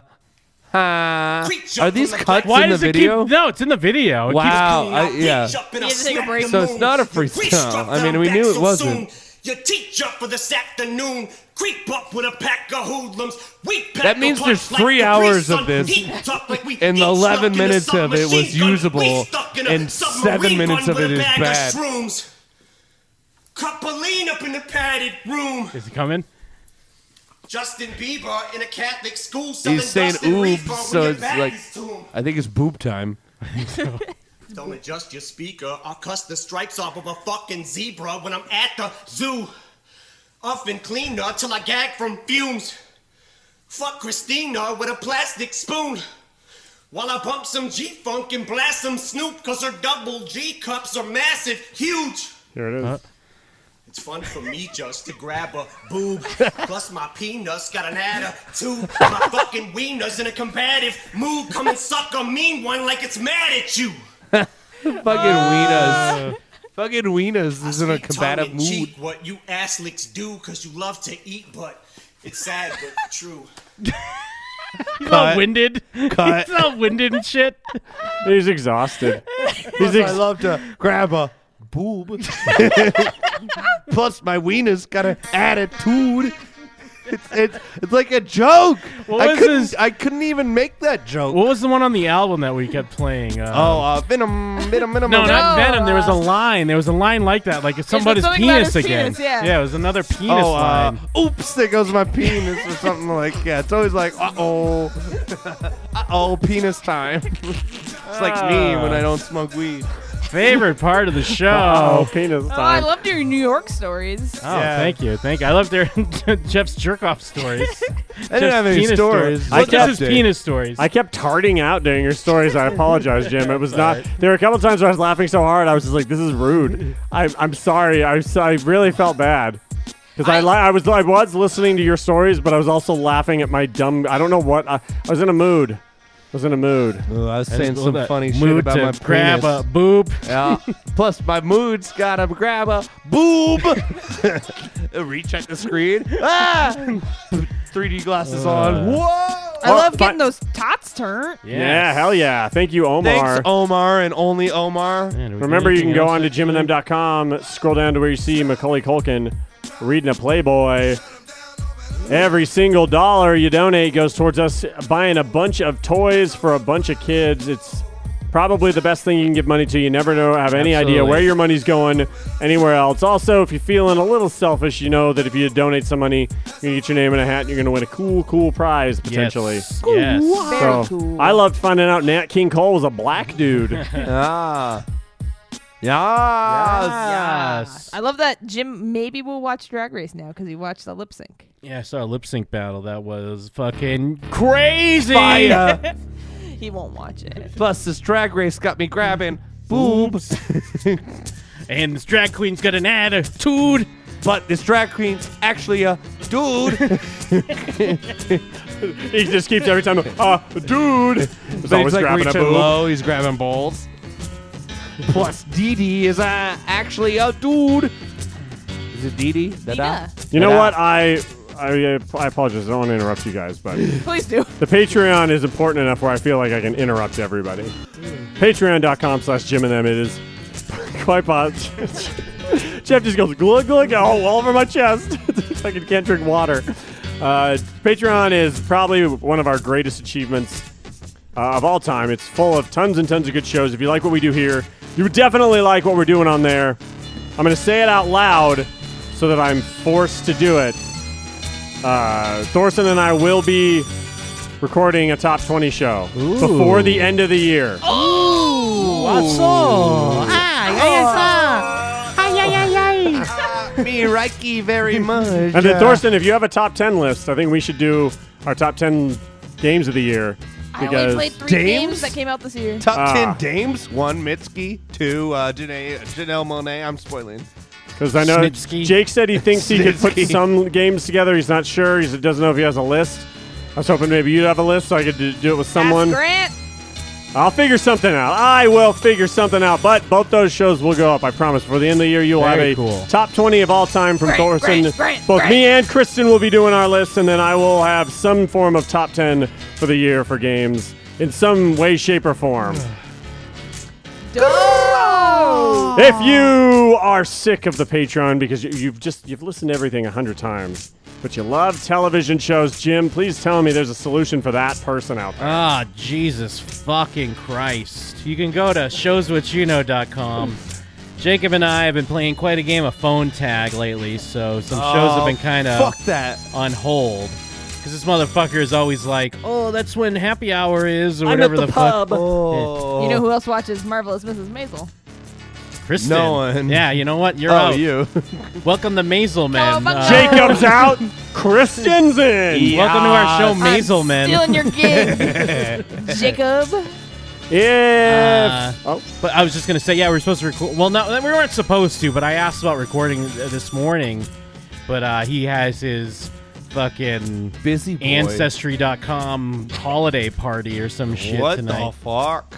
Speaker 8: ha.
Speaker 14: Creature
Speaker 8: Are these
Speaker 14: from the
Speaker 8: cuts
Speaker 6: Why
Speaker 8: in the
Speaker 6: does it
Speaker 8: video?
Speaker 6: keep? No, it's in the video. It keeps-
Speaker 8: Wow. Oh, I, yeah.
Speaker 14: Up in
Speaker 5: You
Speaker 14: a
Speaker 5: have to take a
Speaker 14: snack
Speaker 5: break.
Speaker 14: of
Speaker 8: So it's not a
Speaker 14: moons. You
Speaker 8: freestyle. I mean,
Speaker 14: reach
Speaker 8: we
Speaker 14: back
Speaker 8: knew it
Speaker 14: so
Speaker 8: wasn't.
Speaker 14: soon. Your teacher for this afternoon. Creep up with a pack of hoodlums. We pack
Speaker 8: That means
Speaker 14: a punch
Speaker 8: there's
Speaker 14: like
Speaker 8: three
Speaker 14: the
Speaker 8: hours
Speaker 14: grease
Speaker 8: of
Speaker 14: on
Speaker 8: this,
Speaker 14: heat up like we
Speaker 8: and
Speaker 14: heat stuck
Speaker 8: 11
Speaker 14: in a
Speaker 8: minutes of it was
Speaker 14: submachine gun.
Speaker 8: usable,
Speaker 14: We stuck in a
Speaker 8: and seven
Speaker 14: submarine
Speaker 8: minutes
Speaker 14: gun
Speaker 8: of
Speaker 14: with
Speaker 8: it
Speaker 14: a
Speaker 8: is
Speaker 14: bag of
Speaker 8: bad.
Speaker 14: shrooms. Cupoline up in the padded room.
Speaker 6: Is he coming?
Speaker 14: Justin Bieber in a Catholic school selling
Speaker 8: He's saying
Speaker 14: Dustin Reed
Speaker 8: oops,
Speaker 14: bar
Speaker 8: so
Speaker 14: with your
Speaker 8: it's like
Speaker 14: baddies to 'em.
Speaker 8: I think it's boob time.
Speaker 14: Don't adjust your speaker. I'll cuss the stripes off of a fucking zebra when I'm at the zoo. Off and cleaner till I gag from fumes. Fuck Christina with a plastic spoon. While I pump some G Funk and blast some Snoop, cause her double G cups are massive, huge.
Speaker 4: Here it is.
Speaker 14: It's fun for me just to grab a boob. Plus my penis got an attitude. My fucking wiener's in a combative mood. Come and suck a mean one like it's mad at you.
Speaker 8: Fucking
Speaker 6: Uh,
Speaker 8: weenus. Fucking weenus is in a
Speaker 14: Speak
Speaker 8: combative
Speaker 14: tongue in
Speaker 8: mood.
Speaker 14: cheek What you ass licks do because you love to eat, but it's sad but true.
Speaker 6: He's all winded.
Speaker 8: Cut.
Speaker 6: He's all winded and shit.
Speaker 4: He's exhausted. He's
Speaker 8: I
Speaker 4: ex-
Speaker 8: love to grab a boob. Plus, my weenus got an attitude. It's, it's, it's like a joke.
Speaker 6: What
Speaker 8: I
Speaker 6: was
Speaker 8: couldn't
Speaker 6: his-
Speaker 8: I couldn't even make that joke.
Speaker 6: What was the one on the album that we kept playing? Uh,
Speaker 8: Oh, uh, Venom, Venom, Venom.
Speaker 6: no, not
Speaker 8: Venom.
Speaker 6: Venom. There was a line. There was a line like that, like it's somebody's
Speaker 8: something about
Speaker 6: penis
Speaker 8: his
Speaker 6: again.
Speaker 8: penis, yeah.
Speaker 6: it was another penis
Speaker 8: Oh, uh,
Speaker 6: line.
Speaker 8: oops, there goes my penis or something like yeah. It's always like, uh oh, uh oh, penis time. it's like me when I don't smoke weed.
Speaker 6: Favorite part of the show.
Speaker 4: Uh-oh, penis
Speaker 5: Oh, I loved your New York stories.
Speaker 8: Uh,
Speaker 6: Oh, thank you, thank you. I love their Jeff's jerk off stories.
Speaker 8: I didn't have any stories.
Speaker 6: I guess his penis stories.
Speaker 4: I kept tarting out during your stories. I apologize, Jim. It was not. There were a couple times where I was laughing so hard, I was just like, "This is rude." I, I'm sorry. I, so- I really felt bad because I, li- I was I was listening to your stories, but I was also laughing at my dumb. I don't know what. I, I was in a mood. I was in a mood.
Speaker 8: I was saying some funny shit
Speaker 6: mood
Speaker 8: about
Speaker 6: to
Speaker 8: my
Speaker 6: grab
Speaker 8: penis.
Speaker 6: a boob.
Speaker 8: Yeah. Plus, my mood's gotta grab a boob. Recheck the screen. Ah! 3D glasses on. Whoa!
Speaker 5: I love getting those tots turned.
Speaker 4: Yeah, hell yeah. Thank you, Omar.
Speaker 8: Thanks, Omar, and only Omar.
Speaker 4: Remember, you can go on to jimandthem.com, scroll down to where you see Macaulay Culkin reading a Playboy. Every single dollar you donate goes towards us buying a bunch of toys for a bunch of kids. It's probably the best thing you can give money to. You never know, have any idea
Speaker 6: Absolutely.
Speaker 4: where your money's going anywhere else. Also, if you're feeling a little selfish, you know that if you donate some money, you're going to get your name in a hat and you're going to win a cool, cool prize potentially.
Speaker 6: Yes.
Speaker 4: So, I loved finding out Nat King Cole was a black dude.
Speaker 8: ah. Yeah.
Speaker 5: I love that Jim maybe will watch Drag Race now because he watched the lip sync.
Speaker 6: Yeah, I saw a lip sync battle. That was fucking crazy.
Speaker 8: Fire.
Speaker 5: he won't watch it.
Speaker 8: Plus, this drag race got me grabbing boobs.
Speaker 6: and this drag queen's got an attitude.
Speaker 8: But this drag queen's actually a dude.
Speaker 4: He just keeps every time, uh, dude.
Speaker 8: But
Speaker 4: He's always
Speaker 8: he's like
Speaker 4: grabbing a
Speaker 8: reaching
Speaker 4: boob.
Speaker 8: low. He's grabbing balls. Plus, Dee Dee is uh, actually a dude. Is it Dee Dee? Da-da?
Speaker 4: You know
Speaker 8: Da-da.
Speaker 4: what? I, I I apologize. I don't want to interrupt you guys, but
Speaker 5: Please do.
Speaker 4: the Patreon is important enough where I feel like I can interrupt everybody. Patreon.com slash Jim and them. It is quite possible. Jeff just goes glug glug oh, all, all over my chest. it's like I can't drink water. Uh, Patreon is probably one of our greatest achievements uh, of all time. It's full of tons and tons of good shows. If you like what we do here, you would definitely like what we're doing on there. I'm going to say it out loud so that I'm forced to do it. Uh, Thorson and I will be recording a top 20 show before the end of the year.
Speaker 16: Oh,
Speaker 8: awesome.
Speaker 16: Me, Reiki, very much.
Speaker 4: And then, Thorsten, if you have a top 10 list, I think we should do our top 10 games of the year.
Speaker 5: I only
Speaker 4: Because
Speaker 5: played three games that came out this year.
Speaker 8: Top
Speaker 4: Ah.
Speaker 8: 10 dames. One, Mitski. Two, uh, Janae, Janelle Monet. I'm spoiling.
Speaker 4: 'cause I know
Speaker 8: Snitsky.
Speaker 4: Jake said he thinks he could put
Speaker 8: Snitsky.
Speaker 4: some games together. He's not sure. He doesn't know if he has a list. I was hoping maybe you'd have a list so I could do do it with someone.
Speaker 5: Grant.
Speaker 4: I'll figure something out. I will figure something out. But both those shows will go up, I promise. For the end of the year, you'll have
Speaker 6: Very
Speaker 4: a
Speaker 6: cool.
Speaker 4: top 20 of all time from
Speaker 6: Great,
Speaker 4: Thorson.
Speaker 6: great, great,
Speaker 4: both
Speaker 6: great.
Speaker 4: me and Kristen will be doing our list, and then I will have some form of top 10 for the year for games in some way, shape, or form. If you are sick of the Patreon because you, you've just you've listened to everything a hundred times, but you love television shows, Jim, please tell me there's a solution for that person out there.
Speaker 6: Ah, Jesus fucking Christ. You can go to showswhatyouknow.com. Jacob and I have been playing quite a game of phone tag lately, so some shows have
Speaker 8: Oh,
Speaker 6: been kind of
Speaker 8: fuck that.
Speaker 6: on hold. Because this motherfucker is always like, oh, that's when happy hour is, or
Speaker 8: I'm at
Speaker 6: whatever
Speaker 8: the
Speaker 6: fuck.
Speaker 8: pub. Oh.
Speaker 5: You know who else watches Marvelous Mrs. Maisel?
Speaker 6: Yeah, Kristen.
Speaker 8: No one.
Speaker 6: Yeah, you know what? You're
Speaker 8: Oh,
Speaker 6: out.
Speaker 8: you.
Speaker 6: Welcome to Maisel Men. Uh,
Speaker 4: Jacob's out, Kristen's in.
Speaker 6: Welcome to our show,
Speaker 5: I'm
Speaker 6: Maisel Men.
Speaker 5: Stealing your gig, Jacob.
Speaker 4: If
Speaker 6: Uh, But I was just gonna say, yeah, we were supposed to record. Well, no, we weren't supposed to. But I asked about recording uh, this morning, but uh, he has his fucking
Speaker 8: busy boy.
Speaker 6: ancestry.com holiday party or some shit
Speaker 8: what
Speaker 6: tonight.
Speaker 8: the fuck?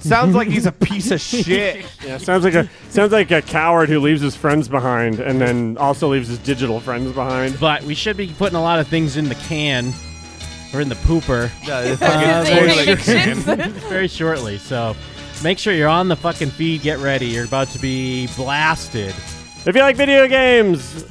Speaker 8: Sounds like he's a piece of shit.
Speaker 4: Yeah, sounds like a sounds like a coward who leaves his friends behind and then also leaves his digital friends behind.
Speaker 6: but we should be putting a lot of things in the can or in the pooper
Speaker 8: Yeah,
Speaker 6: Uh, very,
Speaker 8: very short.
Speaker 6: shortly, very shortly. So make sure you're on the fucking feed. Get ready. You're about to be blasted.
Speaker 4: If you like video games,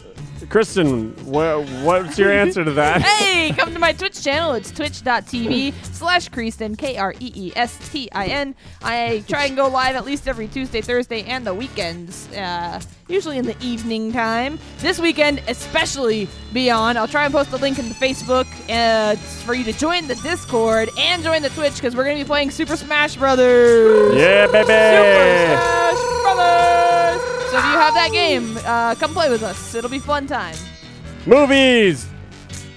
Speaker 4: Kristen, wha- what's your answer to that?
Speaker 5: hey, come to my Twitch channel. It's twitch.tv slash Kreestin, K R E E S T I N. I try and go live at least every Tuesday, Thursday, and the weekends, uh, usually in the evening time. This weekend, especially beyond, I'll try and post a link in the Facebook uh, for you to join the Discord and join the Twitch because we're going to be playing Super Smash Brothers.
Speaker 4: Yeah, baby.
Speaker 5: Super Smash Brothers. So if you have that game, uh, come play with us. It'll be fun time.
Speaker 4: Movies.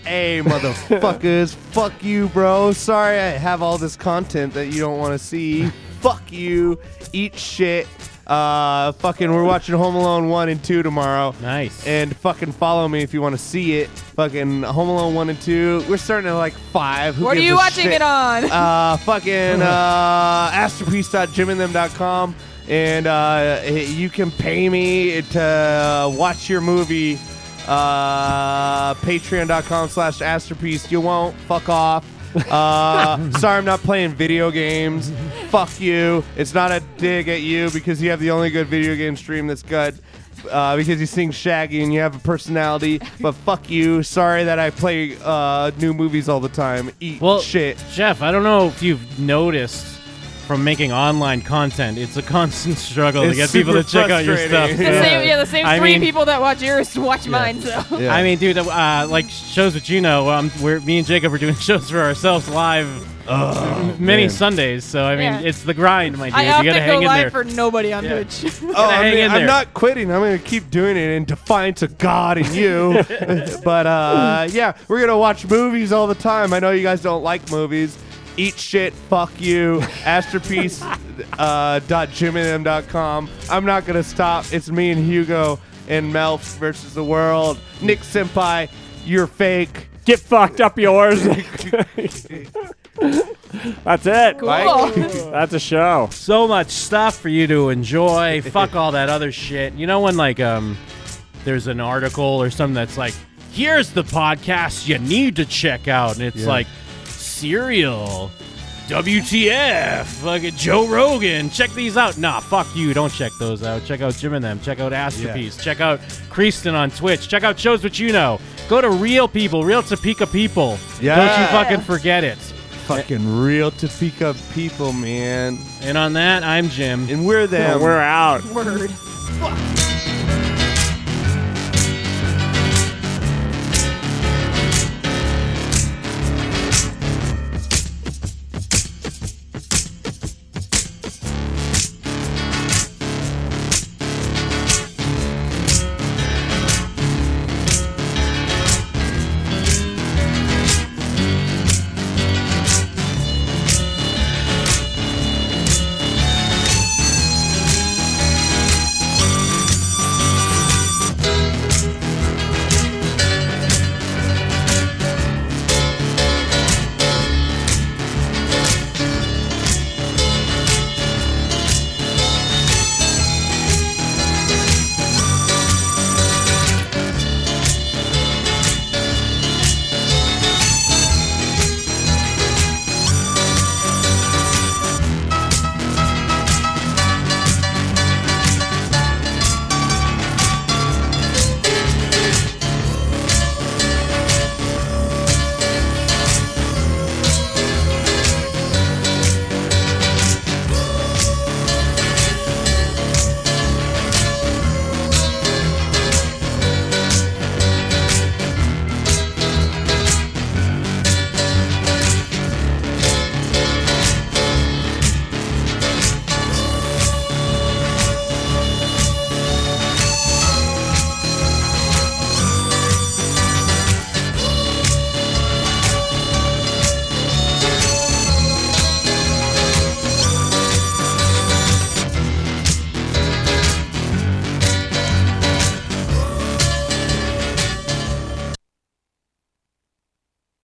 Speaker 8: Hey, motherfuckers. Fuck you, bro. Sorry I have all this content that you don't want to see. Fuck you. Eat shit. Uh, fucking, we're watching Home Alone 1 and 2 tomorrow.
Speaker 6: Nice.
Speaker 8: And fucking follow me if you want to see it. Fucking Home Alone 1 and 2. We're starting at like 5. Who
Speaker 5: What are
Speaker 8: gives
Speaker 5: you
Speaker 8: a
Speaker 5: watching
Speaker 8: shit?
Speaker 5: it on?
Speaker 8: Uh, fucking, uh, masterpiece.jimandthem.com. And uh, you can pay me to watch your movie. Uh, Patreon.com slash masterpiece. You won't. Fuck off. Uh, sorry, I'm not playing video games. Fuck you. It's not a dig at you because you have the only good video game stream that's good. Uh, because you sing Shaggy and you have a personality, but fuck you. Sorry that I play uh, new movies all the time. Eat
Speaker 6: Well,
Speaker 8: shit.
Speaker 6: Jeff, I don't know if you've noticed from making online content, it's a constant struggle to
Speaker 8: It's
Speaker 6: get people to
Speaker 8: super
Speaker 6: check out your stuff.
Speaker 8: frustrating.
Speaker 5: The same, yeah, the same
Speaker 6: I
Speaker 5: three
Speaker 6: mean-
Speaker 5: people that watch yours watch mine. So
Speaker 6: I mean, dude, uh, like shows with Gino, um, we're, me and Jacob are doing shows for ourselves live
Speaker 8: Oh,
Speaker 6: many
Speaker 8: man.
Speaker 6: Sundays. So, I mean,
Speaker 5: Yeah.
Speaker 6: it's the grind, my dude.
Speaker 5: I
Speaker 6: you
Speaker 5: often
Speaker 6: gotta
Speaker 5: go
Speaker 6: hang in there.
Speaker 5: live for nobody on Twitch.
Speaker 8: Oh, I
Speaker 6: hang
Speaker 8: mean,
Speaker 6: in
Speaker 8: I'm
Speaker 6: there.
Speaker 8: not quitting. I'm going to keep doing it in defiance of God and you. but uh, yeah, we're going to watch movies all the time. I know you guys don't like movies. Eat shit, fuck you. Masterpiece. Uh, dot jimandm.com. I'm not going to stop. It's me and Hugo and Melf versus the world. Nick Senpai, you're fake.
Speaker 4: Get fucked up yours. That's it.
Speaker 5: Cool.
Speaker 4: That's a show.
Speaker 6: so much stuff for you to enjoy. Fuck all that other shit. You know when like um there's an article or something that's like, here's the podcast you need to check out, and it's
Speaker 9: Yeah.
Speaker 6: like serial. WTF? Fucking Joe Rogan. Check these out. Nah, fuck you. Don't check those out. Check out Jim and them. Check out Astropiece. Check out Creaston on Twitch. Check out shows which you know. Go to real people, real Topeka people. Don't you
Speaker 8: Yeah.
Speaker 6: fucking forget it.
Speaker 8: Fucking real Topeka people, man.
Speaker 6: And on that, I'm Jim.
Speaker 8: And we're them.
Speaker 4: we're out.
Speaker 5: Word. Fuck.